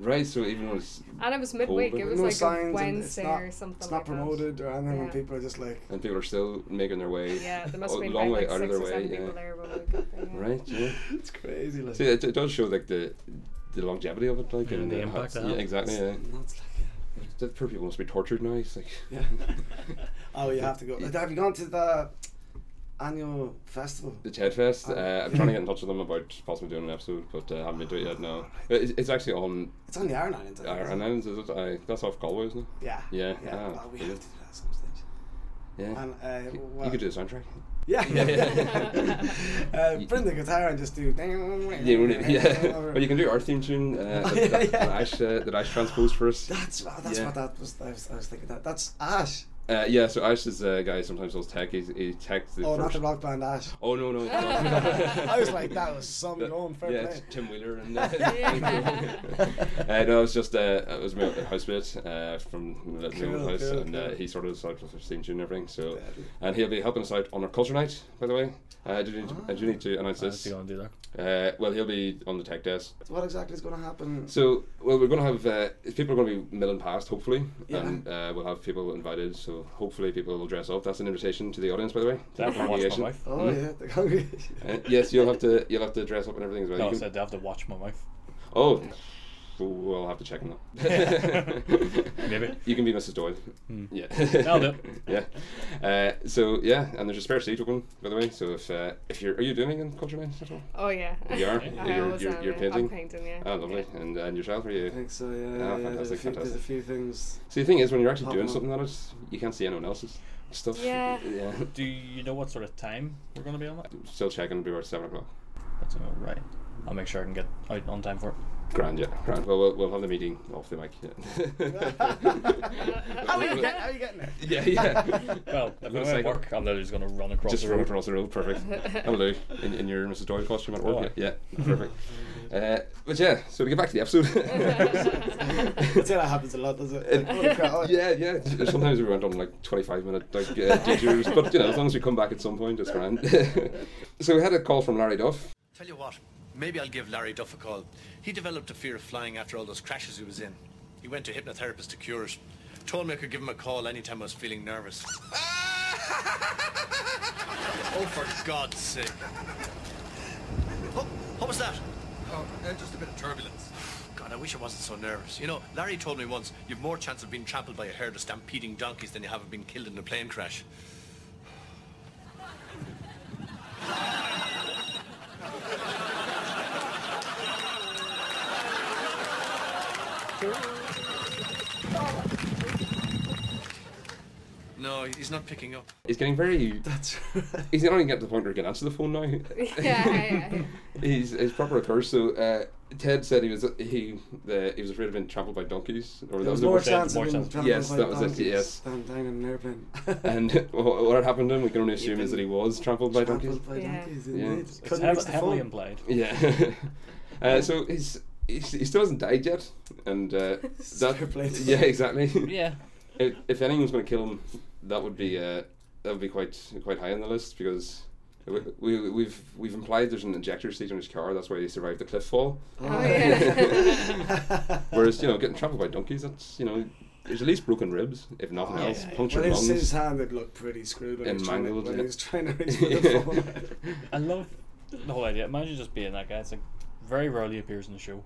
Speaker 2: Right. So even though it's
Speaker 3: And it was midweek.
Speaker 2: Cold,
Speaker 3: It
Speaker 2: but
Speaker 3: was
Speaker 4: no
Speaker 3: like
Speaker 4: signs.
Speaker 3: a
Speaker 4: and it's
Speaker 3: Wednesday
Speaker 4: not,
Speaker 3: or something.
Speaker 4: It's not
Speaker 3: like
Speaker 4: promoted or anything, and
Speaker 3: Yeah.
Speaker 4: people are just like.
Speaker 2: and people are still making their way.
Speaker 3: That. Yeah, there
Speaker 2: a
Speaker 3: must have been
Speaker 2: Oh, long
Speaker 3: about
Speaker 2: way
Speaker 3: like
Speaker 2: out of
Speaker 3: six
Speaker 2: their
Speaker 3: or seven
Speaker 2: way.
Speaker 3: people
Speaker 2: Yeah.
Speaker 3: there when we got there. yeah.
Speaker 2: Right. Yeah.
Speaker 4: It's crazy. Like,
Speaker 2: See, it, it does show like the the longevity of it, like
Speaker 5: Yeah,
Speaker 2: and
Speaker 5: the
Speaker 2: how it's-
Speaker 5: impact it
Speaker 2: Yeah,
Speaker 5: had.
Speaker 2: exactly. Yeah.
Speaker 4: Nuts, like,
Speaker 2: The poor people must be tortured now. It's like
Speaker 4: yeah. oh, you have to go. Like, have you gone to the annual festival?
Speaker 2: the TED Fest.
Speaker 4: Ah.
Speaker 2: Uh, I'm trying to get in touch with them about possibly doing an episode, but uh, haven't been to it yet. No, it's, it's actually on
Speaker 4: It's on the Iron Island. isn't it?
Speaker 2: Iron Islands. Is it? I, that's off Galway, isn't it?
Speaker 4: Yeah.
Speaker 2: Yeah,
Speaker 4: Yeah.
Speaker 2: ah,
Speaker 4: oh, we
Speaker 2: brilliant.
Speaker 4: have to do that at some stage.
Speaker 2: Yeah.
Speaker 4: And uh,
Speaker 2: You-
Speaker 4: well,
Speaker 2: you could do the soundtrack.
Speaker 4: Yeah.
Speaker 2: yeah.
Speaker 4: uh, bring the guitar and just do.
Speaker 2: Yeah, wouldn't it? yeah. Or you can do our theme tune uh,
Speaker 4: Oh,
Speaker 2: that,
Speaker 4: yeah,
Speaker 2: that-
Speaker 4: yeah.
Speaker 2: that Ash uh, that Ash transposed for us.
Speaker 4: That's wow, that's
Speaker 2: Yeah.
Speaker 4: what that was. I was, I was thinking that. That's Ash.
Speaker 2: Uh, yeah, so Ash is a guy sometimes does tech. He's, he techs the
Speaker 4: Oh, not
Speaker 2: first.
Speaker 4: the rock band Ash.
Speaker 2: oh no no.
Speaker 4: I was like, that was some going fair
Speaker 2: yeah,
Speaker 4: play.
Speaker 2: it's Tim Wheeler and. Uh,
Speaker 3: Yeah.
Speaker 2: uh, no, it was just uh, it was my housemate uh, from the
Speaker 4: Cool,
Speaker 2: house,
Speaker 4: cool,
Speaker 2: and uh,
Speaker 4: cool.
Speaker 2: he sort of decided with the theme tune and everything. So,
Speaker 4: Deadly.
Speaker 2: and he'll be helping us out on our culture night, by the way. Uh, I do need to, I do need
Speaker 4: Ah.
Speaker 2: to announce
Speaker 5: I was
Speaker 2: this.
Speaker 5: going to do that.
Speaker 2: Uh, well, he'll be on the tech desk
Speaker 4: What exactly is going to happen?
Speaker 2: So, well, we're going to have uh, people are going to be milling past, hopefully,
Speaker 4: Yeah.
Speaker 2: and uh, we'll have people invited. So, hopefully, people will dress up. That's an invitation to the audience, by the way. to the
Speaker 5: They have to watch my
Speaker 2: congregation.
Speaker 5: mouth.
Speaker 4: oh yeah, the congregation.
Speaker 2: Uh, yes, you'll have to you'll have to dress up and everything as well.
Speaker 5: No, I
Speaker 2: You can-
Speaker 5: said they have to watch my mouth.
Speaker 2: oh, we'll have to check on that.
Speaker 5: Maybe.
Speaker 2: You can be Mrs. Doyle. Yeah.
Speaker 5: I'll do
Speaker 2: yeah. Uh, so yeah, and there's a spare seat open, by the way. So if uh, if you're are you doing in culture night at all?
Speaker 3: Oh yeah.
Speaker 2: You are.
Speaker 3: I
Speaker 2: You're-
Speaker 3: always
Speaker 2: you're-
Speaker 3: am,
Speaker 2: you're
Speaker 3: yeah.
Speaker 2: painting?
Speaker 3: I'm painting. Yeah.
Speaker 2: Ah, lovely.
Speaker 3: Yeah.
Speaker 2: And and yourself, are
Speaker 4: I
Speaker 2: you?
Speaker 4: think so. Yeah, yeah,
Speaker 2: Ah,
Speaker 4: yeah, there's, a
Speaker 2: fantastic,
Speaker 4: few, there's a
Speaker 2: fantastic.
Speaker 4: few things.
Speaker 2: See, the thing is, when you're actually
Speaker 4: Pop
Speaker 2: doing
Speaker 4: up.
Speaker 2: something on it, you can't see anyone else's stuff.
Speaker 3: Yeah.
Speaker 2: Yeah.
Speaker 5: Do you know what sort of time we're going to be on that?
Speaker 2: Still checking, it'll be about 7 o'clock.
Speaker 5: That's all right. I'll make sure I can get out on time for it.
Speaker 2: Grand, yeah. Grand. Well, we'll, we'll have the meeting off the mic.
Speaker 4: How are you, get,
Speaker 2: Yeah.
Speaker 4: how you getting there?
Speaker 2: yeah, yeah.
Speaker 5: Well, if
Speaker 2: I'm
Speaker 5: I'm
Speaker 2: gonna
Speaker 5: at
Speaker 2: cycle.
Speaker 5: work, I'm literally just going to run across
Speaker 2: Just
Speaker 5: the
Speaker 2: run
Speaker 5: road.
Speaker 2: across the road, perfect. Hello, in, in your Mrs. Doyle costume at work.
Speaker 5: Oh, aye.
Speaker 2: yeah, yeah, perfect. uh, but yeah, so to get back to the episode.
Speaker 4: That's how that happens a lot, does it? Like,
Speaker 2: Uh,
Speaker 4: holy crap, oh,
Speaker 2: yeah, yeah. Sometimes we went on like 25 minute like uh, detours, but you know, as long as we come back at some point, it's grand. so we had a call from Larry Duff.
Speaker 8: Tell you what, maybe I'll give Larry Duff a call. He developed a fear of flying after all those crashes he was in. He went to a hypnotherapist to cure it. Told me I could give him a call anytime I was feeling nervous. oh, for God's sake. Oh, what was that?
Speaker 9: Oh, uh, just a bit of turbulence.
Speaker 8: God, I wish I wasn't so nervous. You know, Larry told me once, you've more chance of being trampled by a herd of stampeding donkeys than you have of being killed in a plane crash. No, he's not picking up.
Speaker 2: He's getting very
Speaker 4: That's right.
Speaker 2: He's not even getting to the point where he can answer the phone now.
Speaker 3: yeah, yeah, yeah.
Speaker 2: he's, he's proper a curse. So uh, Ted said he was he the, he was afraid of being trampled by donkeys, or that was the
Speaker 4: more
Speaker 2: word.
Speaker 4: chance
Speaker 5: more
Speaker 4: of being
Speaker 5: chance.
Speaker 4: trampled
Speaker 2: Yes,
Speaker 4: by
Speaker 2: that was it.
Speaker 4: donkeys
Speaker 2: Yes,
Speaker 4: than down in an airplane.
Speaker 2: and wh- what had happened to him, we can only assume is that he was trampled by donkeys.
Speaker 4: Trampled by
Speaker 3: Yeah.
Speaker 4: donkeys,
Speaker 2: Yeah.
Speaker 4: indeed.
Speaker 2: It's
Speaker 5: It's
Speaker 4: Couldn't
Speaker 5: heav-
Speaker 4: reach the
Speaker 5: heavily
Speaker 4: phone.
Speaker 5: implied.
Speaker 2: Yeah. uh, so he's, he's he still hasn't died yet, and uh,
Speaker 4: Fair play
Speaker 2: that
Speaker 4: to
Speaker 2: yeah
Speaker 4: him.
Speaker 2: exactly.
Speaker 5: Yeah.
Speaker 2: if, if anyone's going to kill him, that would be uh, that would be quite quite high on the list because we, we we've we've implied there's an ejector seat on his car. That's why he survived the cliff fall.
Speaker 3: Oh, yeah.
Speaker 2: Whereas you know getting trampled by donkeys, that's you know there's at least broken ribs, if nothing
Speaker 5: Oh,
Speaker 2: else,
Speaker 5: yeah.
Speaker 2: punctured
Speaker 4: Well, his, his
Speaker 2: lungs.
Speaker 4: hand had looked pretty screwed when, he
Speaker 2: And
Speaker 4: was, trying to,
Speaker 2: mangled,
Speaker 4: when
Speaker 2: yeah.
Speaker 4: he was trying to reach for the phone.
Speaker 5: I love the whole idea. Imagine just being that guy. It's like very rarely appears in the show,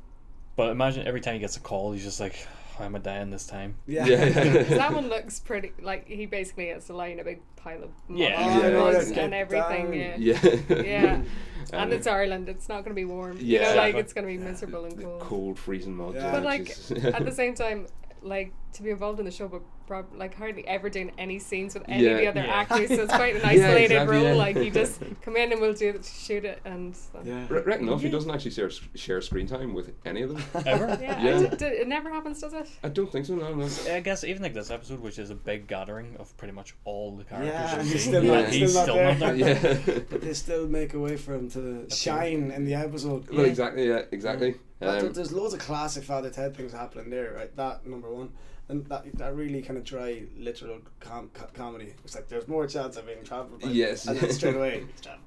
Speaker 5: but imagine every time he gets a call, he's just like, "How am I dying this time?"
Speaker 4: Yeah.
Speaker 2: Yeah, yeah.
Speaker 3: So that one looks pretty like he basically has to lie in a big pile of mud
Speaker 5: Yeah.
Speaker 3: and
Speaker 2: Yeah,
Speaker 3: mud
Speaker 2: that's
Speaker 3: and
Speaker 4: good.
Speaker 3: everything. Yeah.
Speaker 2: yeah.
Speaker 3: Yeah.
Speaker 2: Um,
Speaker 3: And it's Ireland, it's not gonna be warm.
Speaker 2: Yeah.
Speaker 3: You know, like
Speaker 5: Exactly.
Speaker 3: it's gonna be miserable and cold.
Speaker 2: cold freezing mud.
Speaker 4: Yeah.
Speaker 2: yeah,
Speaker 3: But like
Speaker 2: Jesus.
Speaker 3: at the same time, like to be involved in the show but prob- like hardly ever doing any scenes with any of the
Speaker 2: Yeah.
Speaker 3: other
Speaker 5: Yeah.
Speaker 3: actors, so it's quite an
Speaker 2: Yeah,
Speaker 3: isolated
Speaker 2: exactly,
Speaker 3: role.
Speaker 2: yeah.
Speaker 3: Like you just come in and we'll do it, shoot it and then-
Speaker 4: Yeah.
Speaker 2: Re- reckon off, he doesn't actually share share screen time with any of them.
Speaker 5: Ever?
Speaker 3: Yeah,
Speaker 2: Yeah.
Speaker 3: I d- d- it never happens, does it?
Speaker 2: I don't think so. No, no.
Speaker 5: I guess even like this episode, which is a big gathering of pretty much all the characters,
Speaker 4: Yeah,
Speaker 5: you've
Speaker 4: and he's
Speaker 5: seen,
Speaker 4: still
Speaker 2: not-
Speaker 5: and
Speaker 2: still
Speaker 5: he's
Speaker 4: not
Speaker 5: still
Speaker 4: there.
Speaker 5: not there.
Speaker 2: Yeah.
Speaker 4: But they still make a way for him to shine in the episode.
Speaker 2: Well, exactly. Yeah, exactly.
Speaker 4: That-
Speaker 2: Um,
Speaker 4: there's loads of classic Father Ted things happening there, right? That number one, and that that really kind of dry literal com- co- comedy. It's like there's more chance of being trampled. By
Speaker 2: Yes.
Speaker 4: and then straight away.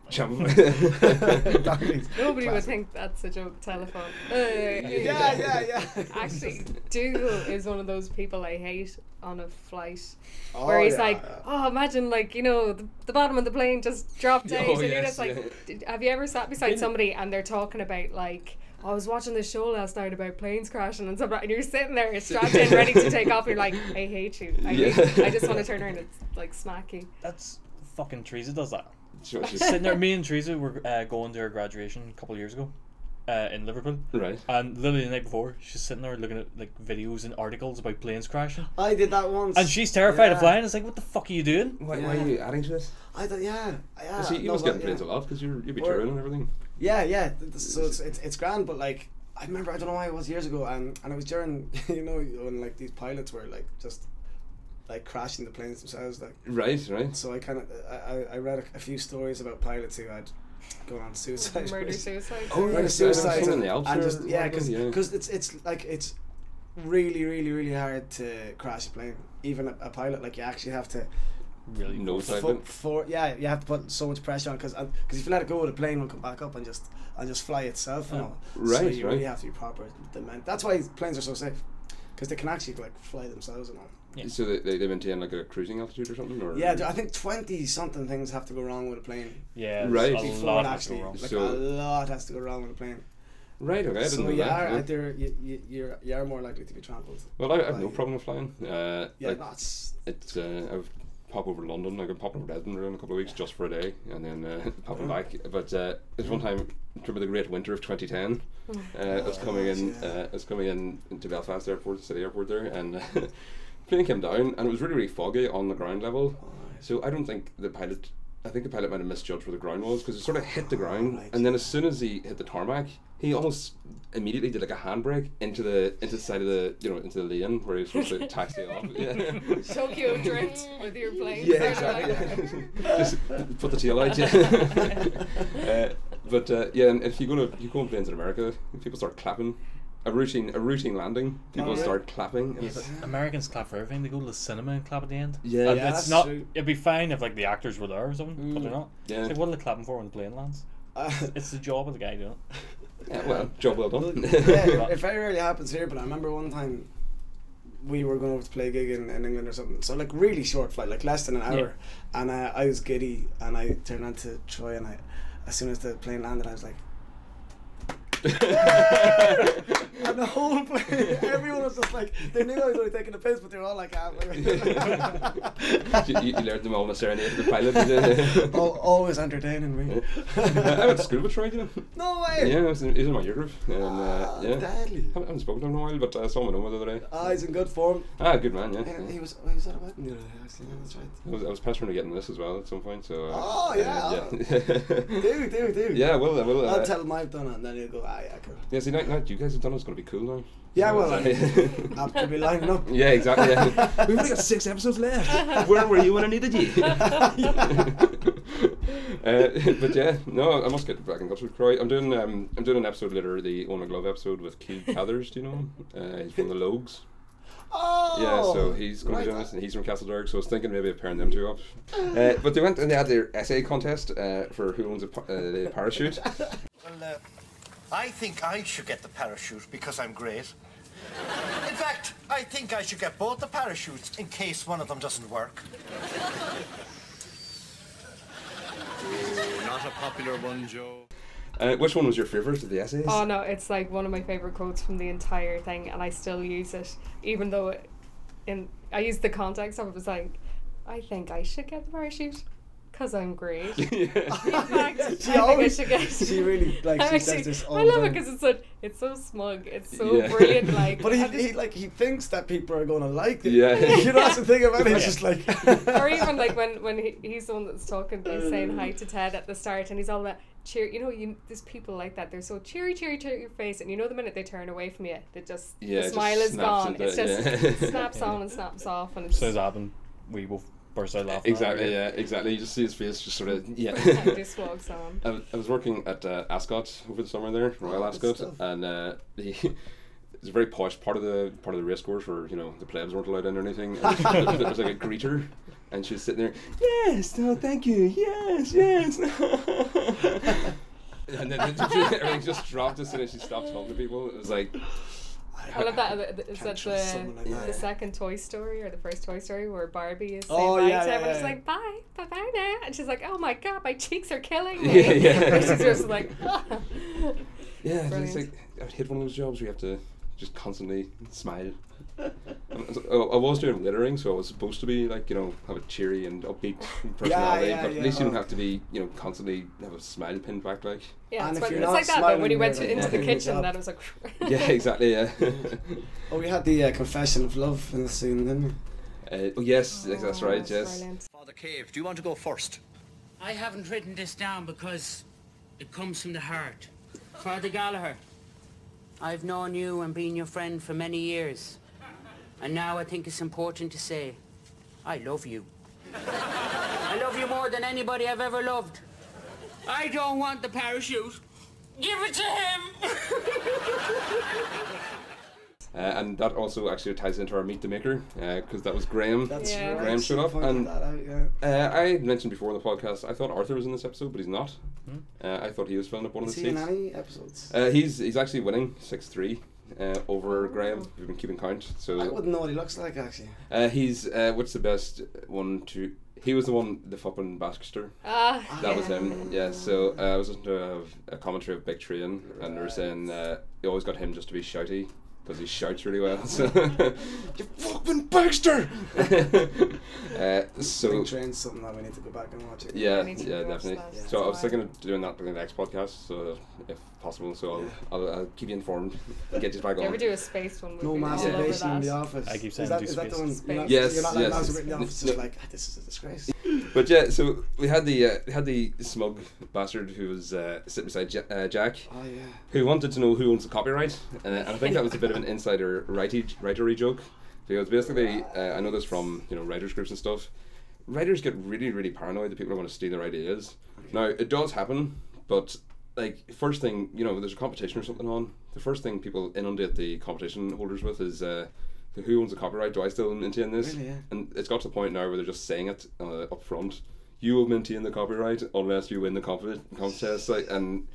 Speaker 2: Chum.
Speaker 4: Donkeys.
Speaker 3: Nobody would
Speaker 4: Classic.
Speaker 3: think that's a joke telephone.
Speaker 4: Yeah, yeah, yeah.
Speaker 3: Actually, Dougal is one of those people I hate on a flight.
Speaker 4: Oh,
Speaker 3: where he's
Speaker 4: yeah,
Speaker 3: like,
Speaker 4: yeah.
Speaker 3: oh, imagine, like, you know, the, the bottom of the plane just dropped out.
Speaker 2: Oh,
Speaker 3: and you're
Speaker 2: yes,
Speaker 3: just like,
Speaker 2: yeah.
Speaker 3: "Did- have you ever sat beside somebody and they're talking about, like, "Oh, I was watching this show last night about planes crashing and stuff, like-" and you're sitting there strapped in, ready to take off, and you're like, I hate you. I, hate
Speaker 2: Yeah.
Speaker 3: you. I just want to turn around and, like, smack you.
Speaker 5: That's fucking Teresa does that.
Speaker 2: Sure, she's-
Speaker 5: Sitting there, me and Teresa were uh, going to her graduation a couple of years ago, uh, in Liverpool,
Speaker 2: right.
Speaker 5: and literally the night before, she's sitting there looking at like videos and articles about planes crashing,
Speaker 4: I did that once.
Speaker 5: and she's terrified
Speaker 4: Yeah.
Speaker 5: of flying. It's like, what the fuck are you doing?
Speaker 2: Why, why are you adding to this?
Speaker 4: I thought, yeah, yeah.
Speaker 2: See, you
Speaker 4: Uh, no,
Speaker 2: must
Speaker 4: but-
Speaker 2: get in planes a
Speaker 4: yeah.
Speaker 2: lot because you're you'll be
Speaker 4: Or-
Speaker 2: touring and everything.
Speaker 4: Yeah, yeah. th- th- So it's, it's it's grand, but like I remember, I don't know why it was years ago, and and it was during you know when like these pilots were like just like crashing the planes themselves, like.
Speaker 2: Right, right.
Speaker 4: So I kind of I, I- I read a, a few stories about pilots who had gone on suicide.
Speaker 3: Murder, suicide.
Speaker 2: Oh, yeah.
Speaker 4: Murder
Speaker 2: Yes, I was
Speaker 4: suicide.
Speaker 2: thinking
Speaker 4: And,
Speaker 2: the Alps
Speaker 4: and
Speaker 2: or
Speaker 4: just yeah,
Speaker 2: whatever,
Speaker 4: because
Speaker 2: yeah.
Speaker 4: it's it's like it's really really really hard to crash a plane. Even a, a pilot, like you actually have to
Speaker 5: Really?
Speaker 2: No
Speaker 4: for,
Speaker 2: type of
Speaker 4: for- yeah, you have to put so much pressure on because because if you let it go, the plane will come back up and just and just fly itself. You know? So
Speaker 2: right,
Speaker 4: you really
Speaker 2: right.
Speaker 4: have to be proper. Dement- That's why planes are so safe because they can actually like fly themselves and all.
Speaker 2: So they, they, they maintain like a cruising altitude or something, or
Speaker 4: Yeah, I think twenty something things have to go wrong with a plane
Speaker 5: Yeah, there's
Speaker 2: Right.
Speaker 5: A
Speaker 2: Before
Speaker 4: before
Speaker 5: lot
Speaker 4: it
Speaker 5: has to go
Speaker 4: actually
Speaker 5: wrong.
Speaker 4: like
Speaker 2: So-
Speaker 4: a lot has to go wrong with a plane.
Speaker 2: right. Okay, I didn't
Speaker 4: So
Speaker 2: know
Speaker 4: you
Speaker 2: that.
Speaker 4: are
Speaker 2: yeah.
Speaker 4: either you, you you're you are more likely to be trampled.
Speaker 2: Well, I, I have no
Speaker 4: Like-
Speaker 2: problem with flying. Uh,
Speaker 4: Yeah,
Speaker 2: like,
Speaker 4: that's
Speaker 2: it's uh, I've pop over to London. I can pop over to Edinburgh in a couple of weeks just for a day, and then uh, popping back. But uh, it's one time. Remember the great winter of 2010? Uh, I was coming in.
Speaker 4: yeah.
Speaker 2: Uh, I was coming in into Belfast Airport, City Airport there, and plane came down, and it was really really foggy on the ground level. So I don't think the pilot. I think the pilot might have misjudged where the ground was because it sort of hit the ground,
Speaker 4: Right.
Speaker 2: and then as soon as he hit the tarmac, he almost immediately did like a handbrake into the into the side of the you know into the lane where he was supposed to taxi off. Yeah.
Speaker 3: Tokyo drift with your plane.
Speaker 2: Yeah,
Speaker 3: Sorry,
Speaker 2: exactly.
Speaker 3: like-
Speaker 2: yeah. Just put the tail out. Yeah. uh, but uh, yeah, and if you go to you go on planes in America, people start clapping. A routine a routine landing, people
Speaker 4: yeah.
Speaker 2: start clapping. And
Speaker 5: Yeah,
Speaker 2: it's,
Speaker 5: but Americans clap for everything. They go to the cinema and clap at the end.
Speaker 2: Yeah.
Speaker 5: And
Speaker 2: Yeah,
Speaker 5: it's
Speaker 4: that's
Speaker 5: not.
Speaker 4: true. Mm.
Speaker 5: It'd be fine if like the actors were there or something, but they're not.
Speaker 2: Yeah.
Speaker 5: It's like, what are they clapping for when the plane lands?
Speaker 4: uh,
Speaker 5: It's the job of the guy doing it.
Speaker 2: yeah, well, job well done.
Speaker 4: yeah, it very rarely happens here, but I remember one time we were going over to play a gig in, in England or something. So like really short flight, like less than an hour, and I, I was giddy and I turned on to Troy and I, as soon as the plane landed, I was like. And the whole plane, everyone was just like, they knew I was only taking a piss, but they were all like, ah.
Speaker 2: you, you, you learned them all in a serenade to the pilot. did you?
Speaker 4: Al- always entertaining me.
Speaker 2: I I went to school with Troy, you know.
Speaker 4: No way!
Speaker 2: Yeah, I was in, he was in my year group. And, uh,
Speaker 4: Ah,
Speaker 2: yeah.
Speaker 4: deadly.
Speaker 2: I haven't spoken to him in a while, but I saw him in Oma the other day.
Speaker 4: Ah, he's in good form.
Speaker 2: Ah, good man, yeah.
Speaker 4: And
Speaker 2: yeah.
Speaker 4: he was, he was at a wedding the other day, actually, yeah, that's right.
Speaker 2: I was, I was pestering to get in this as well at some point, so. Uh,
Speaker 4: Oh, yeah.
Speaker 2: Uh, yeah.
Speaker 4: Do, do, do.
Speaker 2: yeah, I will, I will. Uh,
Speaker 4: I'll tell him I've done it, and then he'll go, ah, Ah, yeah, cool.
Speaker 2: Yeah, see, now, now you guys have done it, it's going to be cool now.
Speaker 4: Yeah, well, I could be lining up.
Speaker 2: Yeah, exactly. yeah. We've only got six episodes left. Where were you when I needed you? uh, but yeah, no, I must get back in touch with Croy. I'm doing um, I'm doing an episode later, the Own a Glove episode with Keith Cathers. Do you know him? Uh, he's from the Logs.
Speaker 4: Oh,
Speaker 2: Yeah, so he's going to be doing this, and he's from Castledorg, so I was thinking maybe of pairing them two up.
Speaker 3: Ah.
Speaker 2: Uh, but they went and they had their essay contest uh, for who owns a, pa- uh, the parachute.
Speaker 12: Well, uh, I think I should get the parachute because I'm great. In fact, I think I should get both the parachutes in case one of them doesn't work.
Speaker 8: Not a popular one, Joe.
Speaker 2: Uh, which one was your favourite of the essays?
Speaker 3: Oh no, it's like one of my favorite quotes from the entire thing, and I still use it, even though, it, in I use the context of it was like, I think I should get the parachute, cause I'm great. In fact, I think I
Speaker 4: always-
Speaker 3: should get.
Speaker 4: she really, like,
Speaker 3: I'm
Speaker 4: she says this all
Speaker 3: I
Speaker 4: the
Speaker 3: love it
Speaker 4: time.
Speaker 3: because it's so it's so smug, it's so
Speaker 4: Yeah.
Speaker 3: brilliant. Like,
Speaker 4: But he,
Speaker 3: I just-
Speaker 4: he like he thinks that people are gonna like it.
Speaker 2: Yeah.
Speaker 4: you know that's the thing about it. It's just like
Speaker 3: or even like when when he, he's the one that's talking, he's saying hi to Ted at the start, and he's all that cheer. You know, you there's people like that. They're so cheery, cheery, cheery your face, and you know the minute they turn away from you, they just
Speaker 2: Yeah, it
Speaker 3: the
Speaker 2: just
Speaker 3: smile is
Speaker 2: snaps
Speaker 3: gone.
Speaker 2: into
Speaker 3: It's
Speaker 2: it,
Speaker 3: just
Speaker 2: yeah.
Speaker 3: snaps on and snaps off, and
Speaker 5: As
Speaker 3: it's
Speaker 5: soon as that happened, we both burst out laughing.
Speaker 2: Exactly, yeah, exactly. You just see his face just sort of, yeah.
Speaker 3: it just walks on.
Speaker 2: I, I was working at uh, Ascot over the summer there, Royal
Speaker 3: Oh, good
Speaker 2: Ascot,
Speaker 3: stuff.
Speaker 2: and uh, the, it's a very posh part of the part of the race course where you know the plebs weren't allowed in or anything. And there, was like a greeter, and she was sitting there, Yes, no, thank you. Yes, yes. and then everything just dropped as soon as she stopped talking to people. It was like,
Speaker 3: I love that. uh, th- Is that
Speaker 2: trust
Speaker 3: the,
Speaker 2: someone like that.
Speaker 3: the second Toy Story or the first Toy Story where Barbie is saying
Speaker 2: Oh,
Speaker 3: bye
Speaker 2: yeah,
Speaker 3: to
Speaker 2: yeah,
Speaker 3: everyone?
Speaker 2: yeah,
Speaker 3: She's
Speaker 2: yeah.
Speaker 3: like, bye, bye bye now. And she's like, oh my god, my cheeks are killing me.
Speaker 2: Yeah, yeah.
Speaker 3: And she's just like,
Speaker 2: Yeah,
Speaker 3: Brilliant.
Speaker 2: it's like I'd hit one of those jobs where you have to just constantly smile. I, I was doing littering, so I was supposed to be like you know have a cheery and upbeat personality,
Speaker 4: yeah,
Speaker 2: but
Speaker 4: yeah.
Speaker 2: at least you don't have to be you know constantly have a smile pinned back like.
Speaker 3: Yeah,
Speaker 4: And
Speaker 3: it's,
Speaker 4: if
Speaker 3: when,
Speaker 4: you're
Speaker 3: it's
Speaker 4: not
Speaker 3: like that though. When
Speaker 4: smiling,
Speaker 3: he went
Speaker 4: you're
Speaker 3: to, into
Speaker 2: like,
Speaker 3: the
Speaker 2: yeah.
Speaker 3: kitchen, that was like.
Speaker 2: Yeah, exactly. Yeah.
Speaker 4: Oh, we had the uh, confession of love in the scene, didn't we?
Speaker 2: uh, oh, yes, yes, that's right. yes.
Speaker 8: Father Cave, do you want to go first?
Speaker 6: I haven't written this down because it comes from the heart. Father Gallagher, I've known you and been your friend for many years. And now I think it's important to say, I love you. I love you more than anybody I've ever loved. I don't want the parachute. Give it to him!
Speaker 2: Uh, and that also actually ties into our meet the maker because that was Graham.
Speaker 4: That's Yeah. right,
Speaker 2: Graham showed
Speaker 4: she
Speaker 2: up,
Speaker 4: pointed
Speaker 2: and
Speaker 4: that out, yeah.
Speaker 2: uh, I had mentioned before in the podcast. I thought Arthur was in this episode, but he's not.
Speaker 4: Hmm.
Speaker 2: Uh, I thought he was filling up one
Speaker 4: Is
Speaker 2: of the
Speaker 4: he in
Speaker 2: seats.
Speaker 4: any episodes?
Speaker 2: Uh, he's he's actually winning six three uh, over Graham. We've been keeping count. So
Speaker 4: Oh. I wouldn't know what he looks like actually.
Speaker 2: Uh, he's uh, what's the best one to? He was the one, the fucking Baxter.
Speaker 4: Ah,
Speaker 2: that was
Speaker 4: yeah.
Speaker 2: him. Yeah. So uh, I was listening to a, a commentary of Big Train, and they were saying uh, they always got him just to be shouty because he shouts really well. So, you fucking Baxter. uh, so
Speaker 4: Big Train's something that we need to go back and watch. It.
Speaker 2: yeah, yeah, definitely. So I was thinking of doing that for the next podcast, so if possible. So I'll, I'll, I'll keep you informed. Get you back
Speaker 3: If you
Speaker 2: on.
Speaker 3: ever do a space one, we'll
Speaker 4: No
Speaker 3: be all over
Speaker 4: masturbation in
Speaker 3: that.
Speaker 4: the office.
Speaker 2: I keep
Speaker 4: is
Speaker 2: saying
Speaker 4: that,
Speaker 2: do
Speaker 4: is that the
Speaker 2: space.
Speaker 4: one? You're not,
Speaker 2: Yes,
Speaker 4: you're not
Speaker 2: yes,
Speaker 4: allowed masturbating in the
Speaker 2: it's-
Speaker 4: office.
Speaker 2: no.
Speaker 4: It's like "Ah, this is a disgrace.
Speaker 2: But yeah, so we had the uh, we had the smug bastard who was uh, sitting beside J- uh, Jack.
Speaker 4: Oh, yeah.
Speaker 2: Who wanted to know who owns the copyright, uh, and I think that was a bit of an insider righty writery joke, because basically uh, I know this from you know writers groups and stuff. Writers get really really paranoid that people are going to steal their ideas. Now it does happen, but like first thing you know, there's a competition or something on. The first thing people inundate the competition holders with is. Uh, who owns the copyright? Do I still maintain this?
Speaker 4: Really, yeah.
Speaker 2: And it's got to the point now where they're just saying it uh, up front. You will maintain the copyright unless you win the comp- contest. Like, and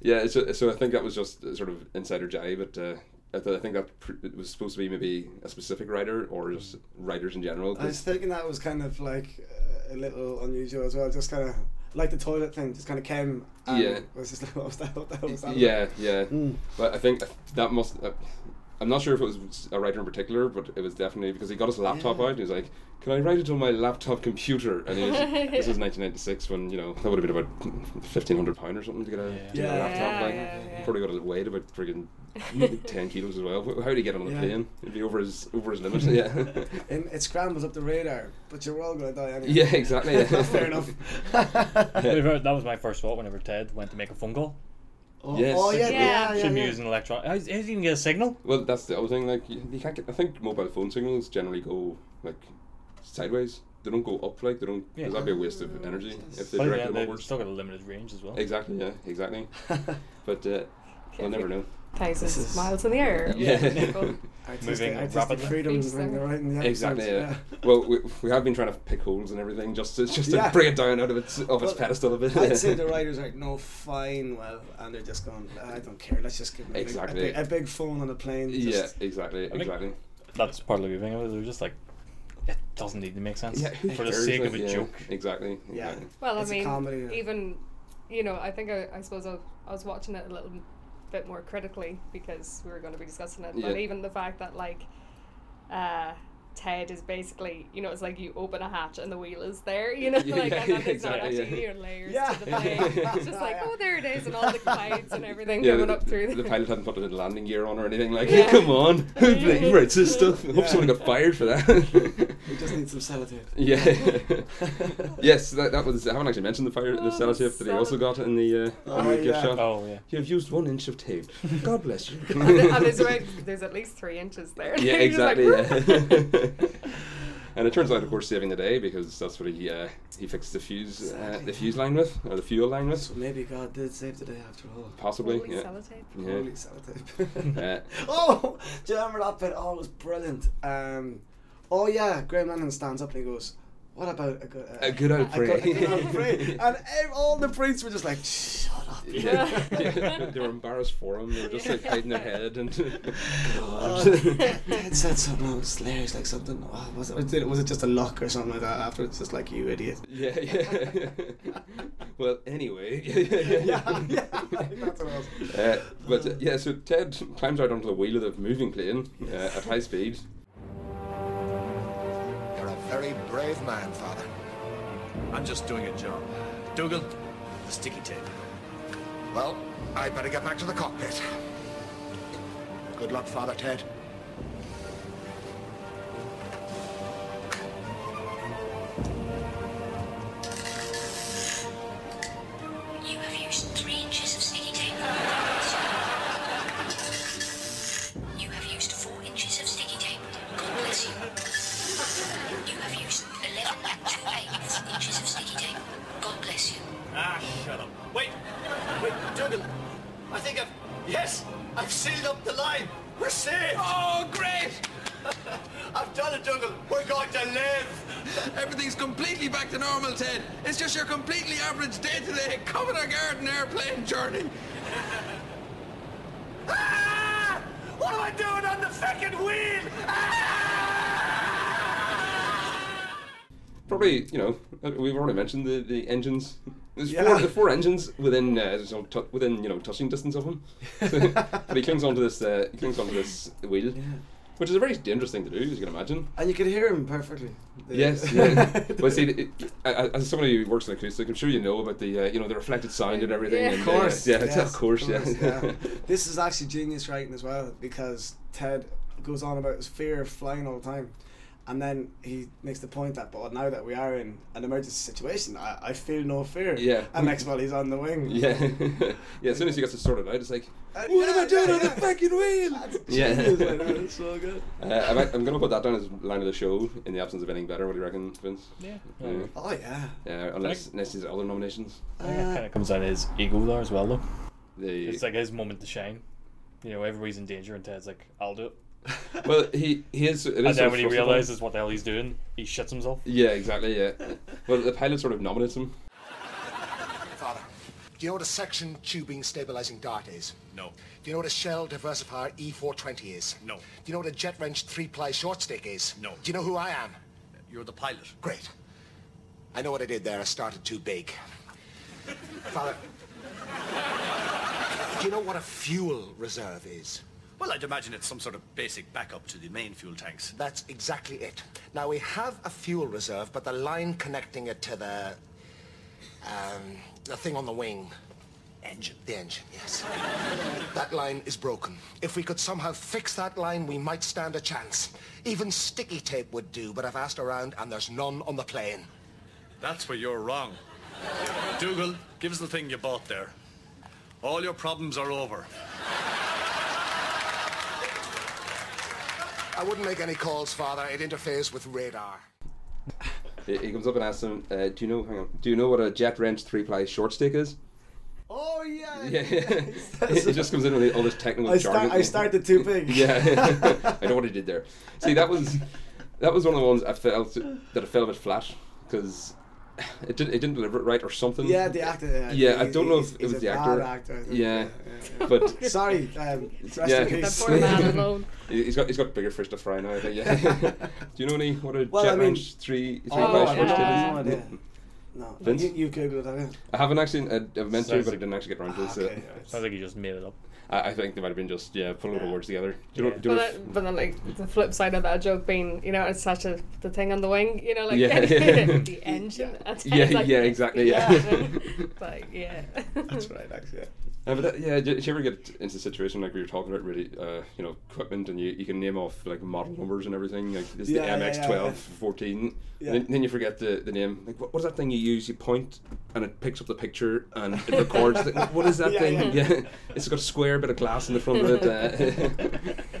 Speaker 2: yeah, so, so I think that was just a sort of insider jive. But uh, I, th- I think that pr- it was supposed to be maybe a specific writer or just writers in general.
Speaker 4: I was
Speaker 2: 'cause-
Speaker 4: thinking that was kind of like uh, a little unusual as well. Just kind of like the toilet thing, just kind of came. And
Speaker 2: Yeah.
Speaker 4: Was just like, what was that? What the hell was that?
Speaker 2: yeah, yeah.
Speaker 4: Hmm.
Speaker 2: But I think that must. Uh, I'm not sure if it was a writer in particular, but it was definitely because he got his laptop out and he was like, "Can I write it on my laptop computer?" And he was, this was 1996 when you know that would have been about 1500 pound or something to get a, to get a
Speaker 4: Yeah.
Speaker 2: laptop.
Speaker 4: Yeah,
Speaker 2: like,
Speaker 4: yeah, yeah.
Speaker 2: probably got a weight about friggin' 10 kilos as well. How would he get on the
Speaker 4: Yeah.
Speaker 2: plane? It'd be over his over his limit. Yeah.
Speaker 4: And it scrambles up the radar, but you're all gonna die anyway.
Speaker 2: Yeah, exactly, yeah.
Speaker 4: Fair enough.
Speaker 5: Whenever- that was my first thought whenever Ted went to make a phone call.
Speaker 4: Oh, oh, yeah, yeah, yeah,
Speaker 5: Should be
Speaker 4: yeah.
Speaker 5: using electron. How do you even get a signal?
Speaker 2: Well, that's the other thing. Like you, you can't get. I think mobile phone signals generally go like sideways. They don't go up. Like they don't.
Speaker 5: Yeah.
Speaker 2: Because that'd be a waste of energy if they
Speaker 5: Well,
Speaker 2: direct
Speaker 5: yeah,
Speaker 2: them
Speaker 5: they've
Speaker 2: upwards.
Speaker 5: still got a limited range as well.
Speaker 2: Exactly. Yeah. Exactly. but uh, we'll never know.
Speaker 3: Thousands of miles in the air.
Speaker 2: Yeah.
Speaker 4: Moving artistic freedom is when they're writing the
Speaker 2: exactly. Yeah.
Speaker 4: episodes,
Speaker 2: Well, we, we have been trying to pick holes and everything just to just to
Speaker 4: Yeah.
Speaker 2: bring it down out of its of its
Speaker 4: Well,
Speaker 2: pedestal a bit.
Speaker 4: I'd say the writers are no fine well, and they're just going. I don't care. Let's just give them a big-
Speaker 2: Exactly.
Speaker 4: a, big, a, big, phone on a plane. Just,
Speaker 2: yeah. Exactly.
Speaker 5: think-
Speaker 2: Exactly.
Speaker 5: That's partly the thing of it. They're just like, it doesn't need to make sense
Speaker 2: Yeah. who
Speaker 5: for the
Speaker 2: cares,
Speaker 5: sake
Speaker 2: like,
Speaker 5: of a
Speaker 2: yeah,
Speaker 5: joke.
Speaker 2: Exactly. Exactly.
Speaker 3: Well, I
Speaker 4: It's a
Speaker 3: mean,
Speaker 4: comedy, yeah.
Speaker 3: even you know, I think I, I suppose I, I was watching it a little bit more critically because we were going to be discussing it.
Speaker 2: Yeah.
Speaker 3: But even the fact that like uh, Ted is basically, you know, it's like you open a hatch and the wheel is there, you know,
Speaker 2: Yeah,
Speaker 3: like
Speaker 2: yeah,
Speaker 3: and that there's not
Speaker 2: exactly,
Speaker 3: actually
Speaker 2: yeah.
Speaker 3: you know, layers
Speaker 4: Yeah.
Speaker 3: to the plane. It's just like oh, there it is, and all the clouds and everything
Speaker 2: Yeah,
Speaker 3: coming
Speaker 2: the,
Speaker 3: up through.
Speaker 2: the pilot hadn't put a landing gear on or anything. Like,
Speaker 3: Yeah.
Speaker 2: come on, who blame writes this stuff? I hope someone got fired for that.
Speaker 4: We just need some sellotape.
Speaker 2: yeah. yes, that, that was. I haven't actually mentioned the fire, the sellotape that he also got in the, uh,
Speaker 4: Oh,
Speaker 2: in the gift
Speaker 4: yeah.
Speaker 2: shop.
Speaker 5: Oh, yeah.
Speaker 2: You have used one inch of tape. God bless you.
Speaker 3: and there- and there's, about, there's at least three inches there.
Speaker 2: yeah,
Speaker 3: You're just like,
Speaker 2: exactly.
Speaker 3: "Whoop."
Speaker 2: yeah. and it turns out, of course, saving the day because that's what he uh, he fixed the fuse uh, the fuse line with or the fuel line with.
Speaker 4: So maybe God did save the day after all.
Speaker 2: Possibly,
Speaker 3: Holy
Speaker 2: yeah.
Speaker 3: sellotape.
Speaker 2: Yeah.
Speaker 4: Holy sellotape.
Speaker 2: Uh,
Speaker 4: oh, do you remember that bit? Oh, it was brilliant. Um, oh yeah, Graham Lennon stands up and he goes, "What about a good uh,
Speaker 2: A good old
Speaker 4: a good- a
Speaker 2: pray."
Speaker 4: good old pray? and ev- all the priests were just like, "Shut up."
Speaker 2: Yeah. they were embarrassed for him. They were just like hiding their head and.
Speaker 4: Oh, Ted said something else. Layers like something. Oh, was it? Was it, was it just a lock or something like that? After it's just like you idiot.
Speaker 2: yeah, yeah. well, anyway. yeah,
Speaker 4: yeah. I think that's what it was.
Speaker 2: Uh, but uh, yeah, so Ted climbs out onto the wheel of the moving plane uh, at high speed.
Speaker 8: You're a very brave man, Father. I'm just doing a job. Dougal, the sticky tape. Well, I'd better get back to the cockpit. Good luck, Father Ted.
Speaker 11: You have used three inches of sticky tape. You have used four inches of sticky tape. God bless you. You have used 11 and 2 eighths inches of sticky tape. God bless you.
Speaker 8: Ah, shut up. Wait, wait, Dougal. I think I've. Yes, I've sealed up the line. We're safe. Oh, great! I've done it, Dougal. We're going to live.
Speaker 9: Everything's completely back to normal, Ted. It's just your completely average day-to-day Commodore Garden airplane journey.
Speaker 8: Ah! What am I doing on the fucking wheel?
Speaker 2: Probably, you know, uh, we've already mentioned the, the engines. There's
Speaker 4: Yeah.
Speaker 2: four, the four engines within uh, sort of tou- within you know touching distance of him. So, but he clings onto this uh, he clings onto this wheel, which is a very dangerous thing to do, as you can imagine.
Speaker 4: And you could hear him perfectly.
Speaker 2: Yes. Yeah. well, see, it, I- I- as somebody who works in acoustic, I'm sure you know about the uh, you know the reflected sound and everything.
Speaker 3: Yeah.
Speaker 2: and,
Speaker 4: Of
Speaker 2: uh,
Speaker 4: course.
Speaker 2: yeah,
Speaker 4: yes,
Speaker 2: of course, yeah.
Speaker 4: this is actually genius writing as well because Ted goes on about his fear of flying all the time. And then he makes the point that, but now that we are in an emergency situation, I, I feel no fear.
Speaker 2: Yeah.
Speaker 4: And next while he's on the wing.
Speaker 2: yeah, yeah. As soon as he gets it sorted out, it's like,
Speaker 4: Uh,
Speaker 2: what am
Speaker 4: yeah,
Speaker 2: I doing
Speaker 4: yeah,
Speaker 2: on the
Speaker 4: yeah.
Speaker 2: fucking wheel?
Speaker 4: Yeah.
Speaker 2: Yeah.
Speaker 4: That's so "Oh, good.
Speaker 2: Uh, I'm, I'm gonna put that down as line of the show in the absence of anything better. What do you reckon, Vince?
Speaker 5: Yeah.
Speaker 2: Yeah.
Speaker 4: Oh yeah.
Speaker 2: Yeah, unless unless there's other nominations.
Speaker 5: I think that kind of comes down to his ego there as well, though.
Speaker 2: The-
Speaker 5: It's like his moment to shine. You know, everybody's in danger, and Ted's like, "I'll do it."
Speaker 2: well, he he is. It is
Speaker 5: and
Speaker 2: sort
Speaker 5: then
Speaker 2: of
Speaker 5: when he
Speaker 2: frustrating.
Speaker 5: realizes what the hell he's doing, he shits himself.
Speaker 2: Yeah, exactly. Yeah. well, the pilot sort of nominates him.
Speaker 13: Father, do you know what a section tubing stabilizing dart is?
Speaker 8: No.
Speaker 13: Do you know what a shell diversifier E420 is?
Speaker 8: No.
Speaker 13: Do you know what a jet wrench three-ply short stick is?
Speaker 8: No.
Speaker 13: Do you know who I am?
Speaker 8: You're the pilot.
Speaker 13: Great. I know what I did there. I started too big. Father, do you know what a fuel reserve is?
Speaker 8: Well, I'd imagine it's some sort of basic backup to the main fuel tanks.
Speaker 13: That's exactly it. Now, we have a fuel reserve, but the line connecting it to the... Um, the thing on the wing.
Speaker 8: Engine.
Speaker 13: The engine, yes. that line is broken. If we could somehow fix that line, we might stand a chance. Even sticky tape would do, but I've asked around and there's none on the plane.
Speaker 8: That's where you're wrong. Dougal, give us the thing you bought there. All your problems are over.
Speaker 13: I wouldn't make any calls, Father. It interferes with radar.
Speaker 2: He he comes up and asks him, uh, "Do you know? Hang on, do you know what a jet wrench three ply short stick is?"
Speaker 4: Oh yeah.
Speaker 2: Yeah, he just comes in with all this technical
Speaker 4: I,
Speaker 2: jargon.
Speaker 4: start, I started too big.
Speaker 2: yeah, I know what he did there. See, that was that was one of the ones I felt that I fell a bit flat because it did it didn't deliver it right or something.
Speaker 4: Yeah, the actor. uh,
Speaker 2: Yeah, I
Speaker 4: he-
Speaker 2: don't know
Speaker 4: he's-
Speaker 2: if it
Speaker 4: he's
Speaker 2: was
Speaker 4: a
Speaker 2: the
Speaker 4: bad
Speaker 2: actor.
Speaker 4: actor, I think,
Speaker 2: yeah,
Speaker 4: yeah.
Speaker 2: but
Speaker 4: sorry, um, rest
Speaker 2: yeah,
Speaker 4: in peace.
Speaker 2: He- he's got he's got bigger fish to fry now. I think. Yeah. Do you know any what a
Speaker 4: Well,
Speaker 2: jet
Speaker 4: I mean-
Speaker 2: wrench three three
Speaker 4: Oh,
Speaker 2: ply short
Speaker 4: yeah.
Speaker 2: stick is?
Speaker 4: No idea. No,
Speaker 2: Vince?
Speaker 4: you, you googled it, haven't you?
Speaker 2: I haven't actually. uh, I, I meant to,
Speaker 5: Sounds
Speaker 2: but I
Speaker 5: like-
Speaker 2: didn't actually get around to it. So.
Speaker 4: Ah, okay.
Speaker 5: Sounds like you just made it up.
Speaker 2: I, I think they might have been just yeah, put a lot of words together. Do you know, do you
Speaker 3: But,
Speaker 2: know
Speaker 3: uh, but then, like the flip side of that joke being, you know, it's such a the thing on the wing, you know, like
Speaker 2: Yeah.
Speaker 3: the engine. That's
Speaker 2: Yeah,
Speaker 3: like-
Speaker 2: yeah, exactly, yeah.
Speaker 3: like yeah.
Speaker 4: That's right, actually.
Speaker 2: Uh, but that, yeah, do you ever get into a situation like we were talking about, really, uh, you know, equipment, and you, you can name off like model numbers and everything, like this is
Speaker 4: Mm-hmm. Yeah, yeah,
Speaker 2: the MX
Speaker 4: yeah,
Speaker 2: 12,
Speaker 4: yeah.
Speaker 2: 14,
Speaker 4: Yeah.
Speaker 2: and then, then you forget the, the name. Like, what, what's that thing you use? You point and it picks up the picture and it records. the, what is that
Speaker 4: Yeah,
Speaker 2: thing?
Speaker 4: yeah.
Speaker 2: Yeah. it's got a square bit of glass in the front of it. Uh,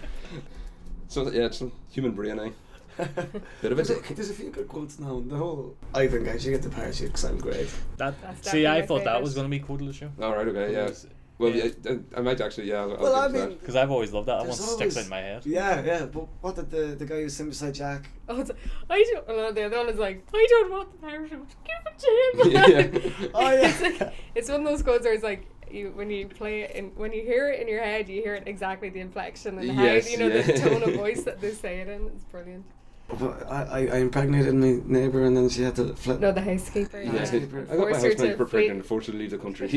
Speaker 2: so, yeah, it's a human brain, eh? Bit of a
Speaker 4: There's
Speaker 2: dick.
Speaker 4: a, there's a few good quotes now. The whole I think I should get the parachute because I'm great.
Speaker 5: That
Speaker 4: That's
Speaker 5: see,
Speaker 4: definitely
Speaker 5: I
Speaker 4: my
Speaker 5: thought that
Speaker 4: favourite.
Speaker 5: was going to be quote of the show.
Speaker 2: All Oh, right, okay, yeah. Well, yeah. I, I might actually, yeah. I'll, I'll give
Speaker 4: Well, I
Speaker 2: it to that.
Speaker 4: mean-
Speaker 5: because I've always loved that. That one
Speaker 4: There's always-
Speaker 5: sticks in my head.
Speaker 4: Yeah, yeah. But what did the the guy who sitting beside Jack?
Speaker 3: Oh, it's, I don't. Oh, no, the other one is like, I don't want the parachute. Give it to
Speaker 4: Yeah.
Speaker 3: him.
Speaker 4: Oh, yeah.
Speaker 3: It's, like, it's one of those quotes where it's like. You, when you play it and when you hear it in your head, you hear it exactly the inflection and
Speaker 2: Yes,
Speaker 3: how you know
Speaker 2: yeah.
Speaker 3: the tone of voice that they say it in. It's brilliant.
Speaker 4: I, I, I impregnated my neighbour and then she had to flip.
Speaker 3: No, the housekeeper.
Speaker 2: Yeah. I
Speaker 3: Yeah.
Speaker 2: got my
Speaker 3: Forced her
Speaker 2: housemate
Speaker 3: to
Speaker 2: for pregnant
Speaker 3: flee-
Speaker 2: and forced her to leave the country.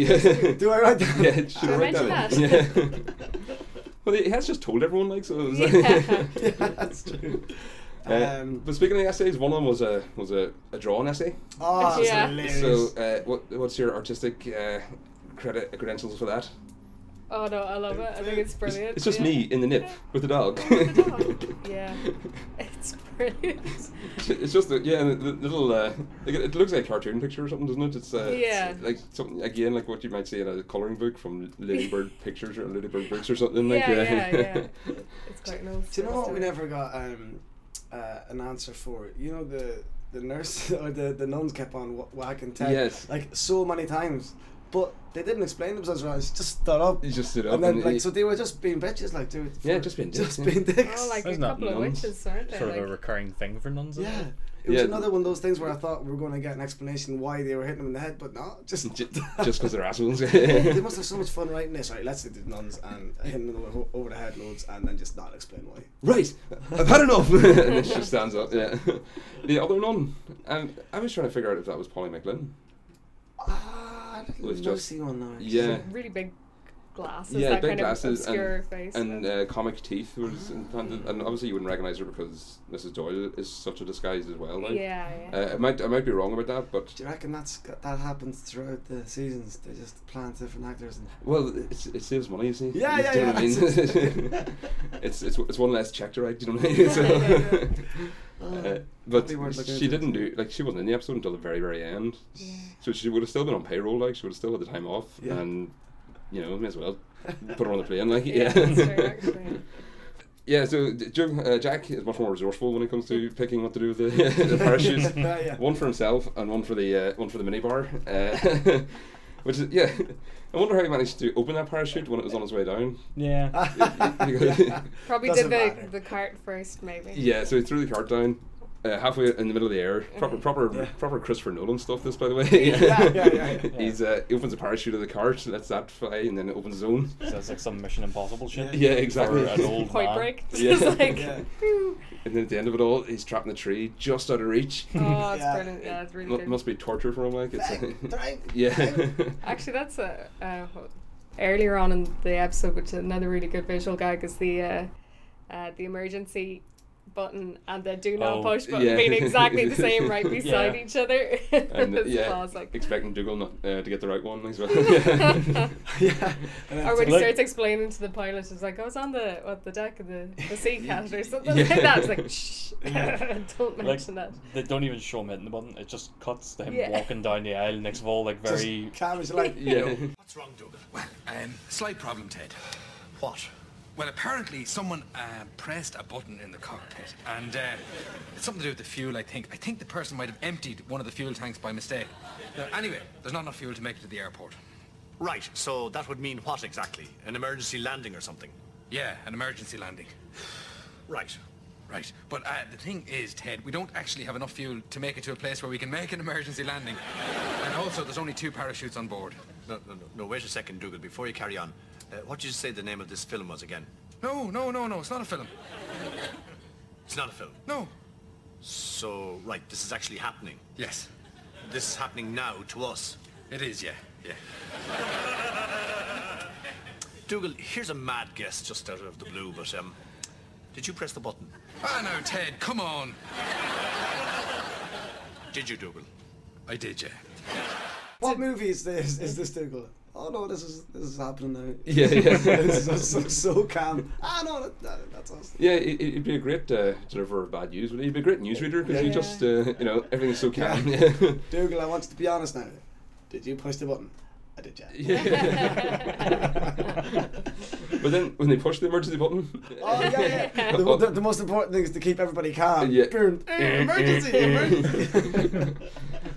Speaker 4: Do I write that?
Speaker 2: Yeah, should
Speaker 3: I
Speaker 2: have write that. in.
Speaker 3: mentioned
Speaker 2: Yeah. well, he has just told everyone, like, so it was
Speaker 3: Yeah.
Speaker 4: that's true.
Speaker 2: Uh,
Speaker 4: Um,
Speaker 2: but speaking of essays, one of them was a was a, a drawn essay.
Speaker 4: Oh, that's
Speaker 3: Yeah.
Speaker 4: hilarious.
Speaker 2: So, uh, what what's your artistic uh, credit credentials for that?
Speaker 3: Oh no, I love it. I think
Speaker 2: It's,
Speaker 3: it's brilliant.
Speaker 2: it's just
Speaker 3: yeah.
Speaker 2: me in the nip with the dog.
Speaker 3: Yeah, it's brilliant.
Speaker 2: it's just the, yeah, the, the little uh, like it, it looks like a cartoon picture or something, doesn't it? It's uh, it's
Speaker 3: Yeah.
Speaker 2: like something again, like what you might see in a coloring book from Ladybird Pictures or Ladybird Books or something like
Speaker 3: yeah,
Speaker 2: that.
Speaker 3: yeah, yeah. It's quite an old.
Speaker 4: Do you
Speaker 3: sort
Speaker 4: know
Speaker 3: of
Speaker 4: what
Speaker 3: story.
Speaker 4: we never got um, uh, an answer for? You know the the nurse or the, the nuns kept on wh- whacking Ted
Speaker 2: Yes.
Speaker 4: like so many times, but they didn't explain themselves right. She just stood up.
Speaker 2: He just stood up
Speaker 4: And then
Speaker 2: and
Speaker 4: like
Speaker 2: he-
Speaker 4: so they were just being bitches like dude.
Speaker 2: Yeah,
Speaker 4: for-
Speaker 2: just being dicks,
Speaker 4: just
Speaker 2: yeah.
Speaker 4: being dicks.
Speaker 3: Oh, like a
Speaker 5: Isn't that
Speaker 3: couple of
Speaker 5: nuns?
Speaker 3: witches, aren't they?
Speaker 5: Sort of
Speaker 3: like,
Speaker 5: a recurring thing for nuns. isn't it?
Speaker 4: yeah. It was
Speaker 2: Yeah.
Speaker 4: another one of those things where I thought we were going to get an explanation why they were hitting him in the head, but no, just
Speaker 2: Ju- just because they're assholes.
Speaker 4: they must have so much fun writing this. Right, let's do the nuns and hitting them over, over the head loads, and then just not explain why.
Speaker 2: right, I've had enough. and then she just stands up. Yeah. The other nun, um, I was trying to figure out if that was Polly McLean.
Speaker 4: Ah, I didn't
Speaker 2: Was
Speaker 4: know
Speaker 2: just-
Speaker 4: see one now. actually.
Speaker 2: Yeah.
Speaker 3: really big glasses.
Speaker 2: yeah,
Speaker 3: that
Speaker 2: big
Speaker 3: kind
Speaker 2: glasses
Speaker 3: of obscure
Speaker 2: and,
Speaker 3: face.
Speaker 2: and uh, comic teeth was implanted, and obviously you wouldn't recognize her because Mrs. Doyle is such a disguise as well. Like.
Speaker 3: yeah, yeah.
Speaker 2: Uh, I might I might be wrong about that, but
Speaker 4: Do you reckon that's that happens throughout the seasons? They just plant different actors. And
Speaker 2: well, it's, it saves money, you see.
Speaker 4: Yeah,
Speaker 2: You
Speaker 4: yeah,
Speaker 2: know
Speaker 4: yeah,
Speaker 2: what I mean?
Speaker 4: that's
Speaker 2: it's, it's it's one less check to write. Do you know what I mean? So,
Speaker 4: Yeah,
Speaker 2: uh,
Speaker 4: Probably weren't
Speaker 2: but
Speaker 4: looking
Speaker 2: she
Speaker 4: into it.
Speaker 2: didn't do like she wasn't in the episode until the very very end,
Speaker 3: Yeah.
Speaker 2: so she would have still been on payroll. Like she would have still had the time off,
Speaker 4: Yeah.
Speaker 2: and you know, may as well put her on the plane. Like
Speaker 3: Yeah,
Speaker 2: yeah.
Speaker 3: that's fair, actually.
Speaker 2: Yeah, so J- Jim, uh, Jack is much more resourceful when it comes to picking what to do with the, the parachutes.
Speaker 4: Yeah, yeah.
Speaker 2: One for himself and one for the uh, one for the minibar. Uh, which is yeah, I wonder how he managed to open that parachute when it was on its way down.
Speaker 5: Yeah.
Speaker 2: Because-
Speaker 3: Probably
Speaker 4: Doesn't
Speaker 3: did the,
Speaker 4: matter.
Speaker 3: the cart first, maybe.
Speaker 2: yeah, so he threw the cart down. Uh, halfway in the middle of the air, proper, proper, proper Christopher Nolan stuff. This, by the way,
Speaker 4: Mm-hmm. Yeah, yeah, yeah, yeah.
Speaker 2: He's uh, he opens the parachute of the cart, lets that fly, and then it opens his own.
Speaker 5: So it's like some Mission Impossible shit.
Speaker 2: Yeah, exactly.
Speaker 5: For an old
Speaker 3: Point
Speaker 5: man.
Speaker 3: Break. It's
Speaker 2: Yeah.
Speaker 3: like, oh,
Speaker 4: Yeah.
Speaker 3: whew.
Speaker 2: And then at the end of it all, he's trapped in a tree, just out of reach.
Speaker 3: oh, it's
Speaker 4: Yeah.
Speaker 3: brilliant. Yeah, it's really
Speaker 2: Mu-
Speaker 3: good.
Speaker 2: must be torture for him, like it's.
Speaker 4: Drink,
Speaker 2: yeah.
Speaker 3: Actually, that's a, uh, earlier on in the episode, which is another really good visual gag is the uh, uh, the emergency button and the do not push
Speaker 2: Oh,
Speaker 3: button
Speaker 2: yeah.
Speaker 3: being exactly the same right beside
Speaker 2: Yeah.
Speaker 3: each other.
Speaker 2: And
Speaker 3: it's
Speaker 2: yeah,
Speaker 3: classic.
Speaker 2: expecting Dougal not, uh, to get the right one as well. yeah.
Speaker 3: Or when he starts explaining to the pilot, it's like, I was on the what the deck of the, the sea cat or something
Speaker 5: Yeah.
Speaker 3: like that. It's like, shh, don't
Speaker 5: Like,
Speaker 3: mention that.
Speaker 5: They don't even show him hitting the button. It just cuts to him
Speaker 3: Yeah.
Speaker 5: walking down the aisle. Next of all, like
Speaker 4: Just
Speaker 5: very
Speaker 4: cameras are like,
Speaker 5: yeah.
Speaker 14: What's wrong, Dougal? Well, um, slight problem, Ted. What? Well, apparently someone uh, pressed a button in the cockpit, and uh, it's something to do with the fuel. I think. I think the person might have emptied one of the fuel tanks by mistake. Now, anyway, there's not enough fuel to make it to the airport.
Speaker 8: Right, so that would mean what exactly? An emergency landing or something?
Speaker 14: Yeah, an emergency landing.
Speaker 8: Right.
Speaker 14: Right, but uh, the thing is, Ted, we don't actually have enough fuel to make it to a place where we can make an emergency landing. And also, there's only two parachutes on board.
Speaker 8: No, no, no, no, wait a second, Dougal, before you carry on. Uh, what did you say the name of this film was again?
Speaker 14: No, no, no, no, it's not a film.
Speaker 8: It's not a film.
Speaker 14: No.
Speaker 8: So, right, this is actually happening.
Speaker 14: Yes.
Speaker 8: This is happening now to us.
Speaker 14: It is, yeah.
Speaker 8: Yeah. Dougal, here's a mad guess just out of the blue, but um, did you press the button?
Speaker 14: Ah, no, Ted, come on.
Speaker 8: Did you, Dougal?
Speaker 14: I did, yeah.
Speaker 4: What movie is this? Is this Dougal? Oh no, this is this is happening now.
Speaker 2: Yeah, yeah.
Speaker 4: this is so, so calm. Ah no, that, that, that's us.
Speaker 2: Yeah, he- he- he'd be a great uh, deliverer of bad news. wouldn't he? He'd be a great newsreader because
Speaker 4: Yeah.
Speaker 2: he
Speaker 4: Yeah.
Speaker 2: just, uh, you know, everything's so calm. Yeah.
Speaker 4: Yeah. Dougal, I want you to be honest now. Did you push the button? I did, yeah.
Speaker 2: but then when they push the emergency button,
Speaker 4: Oh yeah, yeah. The, the, the most important thing is to keep everybody calm.
Speaker 2: Yeah.
Speaker 4: Boom. Eh, emergency, emergency.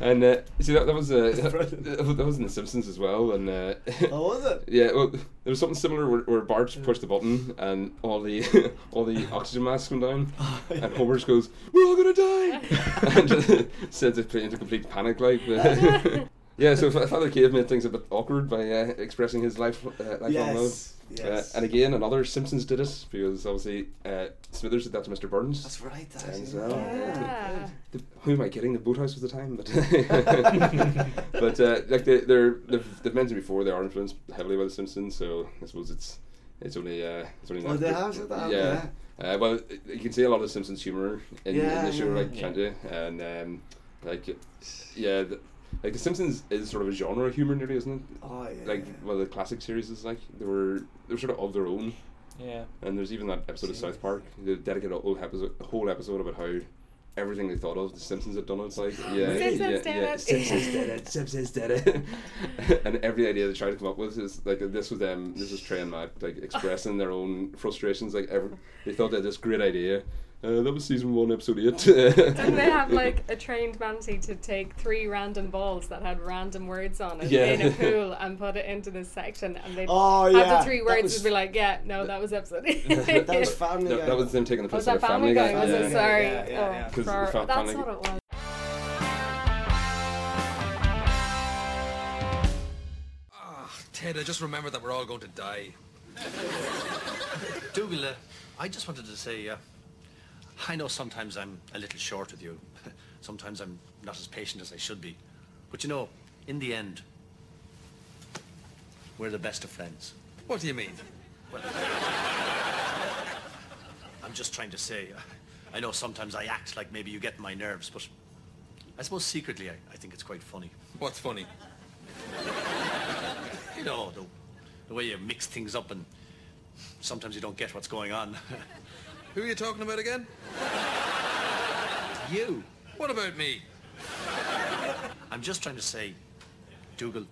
Speaker 2: and uh, see that, that was uh, that, that was in The Simpsons as well, and uh,
Speaker 4: oh, was it?
Speaker 2: yeah, well, there was something similar where, where Bart pushed the button and all the all the oxygen masks come down,
Speaker 4: Oh,
Speaker 2: and Homer just goes, "We're all gonna die," and just sends it into complete panic, like. but- Yeah, so Fa- Father Cave made things a bit awkward by uh, expressing his life, uh, lifelong
Speaker 4: Yes,
Speaker 2: love.
Speaker 4: yes.
Speaker 2: Uh, and again, another Simpsons did it because obviously uh, Smithers did that to Mr. Burns.
Speaker 4: That's right, that
Speaker 2: And,
Speaker 4: is-
Speaker 2: uh,
Speaker 3: Ah.
Speaker 4: yeah.
Speaker 2: the- who am I kidding? The boathouse was the time, but but uh, like they, they're they've, they've mentioned before, they are influenced heavily by the Simpsons. So I suppose it's it's only uh, it's only
Speaker 4: Oh,
Speaker 2: nat-
Speaker 4: they have said that,
Speaker 2: yeah. Uh, well, you can see a lot of Simpsons humor in, in
Speaker 4: Yeah,
Speaker 2: the show,
Speaker 4: yeah.
Speaker 2: like can't you? And um, like yeah, the, like the Simpsons is sort of a genre of humor, nearly, isn't it?
Speaker 4: Oh, yeah,
Speaker 2: Like
Speaker 4: yeah.
Speaker 2: well, the classic series is like they were they were sort of of their own.
Speaker 5: Yeah.
Speaker 2: And there's even that episode of South Park. They dedicated a whole episode, a whole episode about how everything they thought of the Simpsons had done. It's like yeah,
Speaker 3: Simpsons
Speaker 2: yeah,
Speaker 3: did
Speaker 2: yeah,
Speaker 3: it.
Speaker 2: Simpsons did it. Simpsons did it. and every idea they tried to come up with is like this was them. This is Trey and Matt like expressing their own frustrations. Like every, they thought they had this great idea. Uh, that was season one, episode eight.
Speaker 3: Didn't they have like a trained manatee to take three random balls that had random words on it
Speaker 2: Yeah.
Speaker 3: in a pool and put it into this section and they'd
Speaker 4: Oh,
Speaker 3: have
Speaker 4: yeah,
Speaker 3: the three
Speaker 4: that
Speaker 3: words
Speaker 4: was-
Speaker 3: and be like, yeah, no, that was episode.
Speaker 4: that was Family
Speaker 2: No,
Speaker 4: Guy.
Speaker 2: that was them taking the
Speaker 3: Was
Speaker 2: piss out
Speaker 3: that
Speaker 2: of Family Guy.
Speaker 3: Family Guy? Was
Speaker 2: yeah.
Speaker 3: it? Sorry.
Speaker 4: yeah, yeah, yeah.
Speaker 3: Oh,
Speaker 2: 'Cause
Speaker 3: crap.
Speaker 2: Fa-
Speaker 3: that's
Speaker 2: Family-
Speaker 3: what it was.
Speaker 14: Ted, I just remembered that we're all going to die.
Speaker 8: Dougal, uh, I just wanted to say, uh, I know sometimes I'm a little short with you. sometimes I'm not as patient as I should be. But you know, in the end, we're the best of friends.
Speaker 14: What do you mean?
Speaker 8: I'm just trying to say, uh, I know sometimes I act like maybe you get on my nerves, but I suppose secretly I, I think it's quite funny.
Speaker 14: What's funny?
Speaker 8: You know, the, the way you mix things up and sometimes you don't get what's going on.
Speaker 14: Who are you talking about again?
Speaker 8: you.
Speaker 14: What about me?
Speaker 8: I'm just trying to say, Dougal,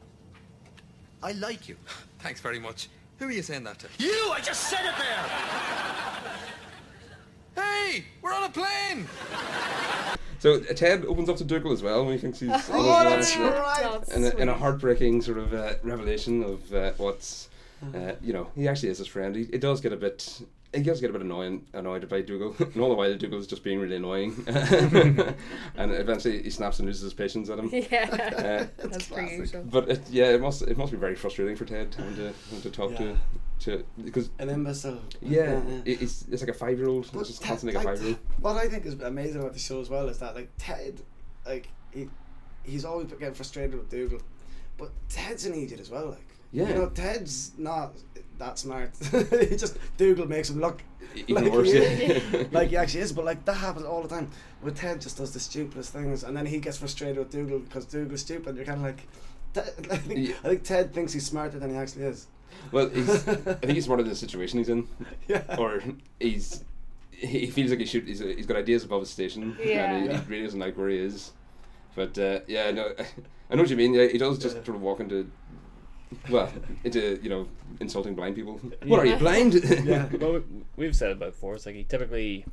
Speaker 8: I like you.
Speaker 14: Thanks very much. Who are you saying that to?
Speaker 8: You! I just said it there!
Speaker 14: Hey, we're on a plane!
Speaker 2: So uh, Ted opens up to Dougal as well when he thinks he's
Speaker 14: Oh,
Speaker 2: all over
Speaker 14: that's
Speaker 2: the
Speaker 14: right.
Speaker 2: place.
Speaker 14: That's
Speaker 2: And a, and a
Speaker 14: sweet.
Speaker 2: heartbreaking sort of uh, revelation of uh, what's, uh, you know, he actually is his friend. He, it does get a bit, he does get a bit annoying, annoyed by Dougal, and all the while Dougal's just being really annoying. and eventually he snaps and loses his patience at him.
Speaker 3: Yeah.
Speaker 2: Uh,
Speaker 3: That's pretty usual.
Speaker 2: but it, yeah, it must it must be very frustrating for Ted having to, having to talk
Speaker 4: Yeah.
Speaker 2: to to because
Speaker 4: An imbecile.
Speaker 2: yeah,
Speaker 4: Yeah, yeah.
Speaker 2: it- it's it's like a five year old.
Speaker 4: But
Speaker 2: It's just
Speaker 4: Ted-
Speaker 2: constantly like a
Speaker 4: like,
Speaker 2: five year old.
Speaker 4: What I think is amazing about the show as well is that like Ted, like he, he's always been getting frustrated with Dougal, but Ted's an idiot as well. Like
Speaker 2: Yeah.
Speaker 4: You know, Ted's not that smart. he just Dougal makes him look
Speaker 2: E-, Even worse,
Speaker 4: he,
Speaker 2: yeah.
Speaker 4: like he actually is. But like that happens all the time. With Ted, just does the stupidest things, and then he gets frustrated with Dougal because Dougal's stupid. And you're kind of like, Ted, I, think, I think Ted thinks he's smarter than he actually is.
Speaker 2: Well, he's, I think he's smarter than the situation he's in.
Speaker 4: Yeah.
Speaker 2: Or he's he feels like he should. He's, he's got ideas above his station, and he,
Speaker 4: Yeah.
Speaker 2: he really doesn't like where he is. But uh, yeah, no, I know what you mean. Yeah, he does just sort of walk into, well, into you know insulting blind people. What are you blind?
Speaker 5: well, we- we've said it before. It's like he typically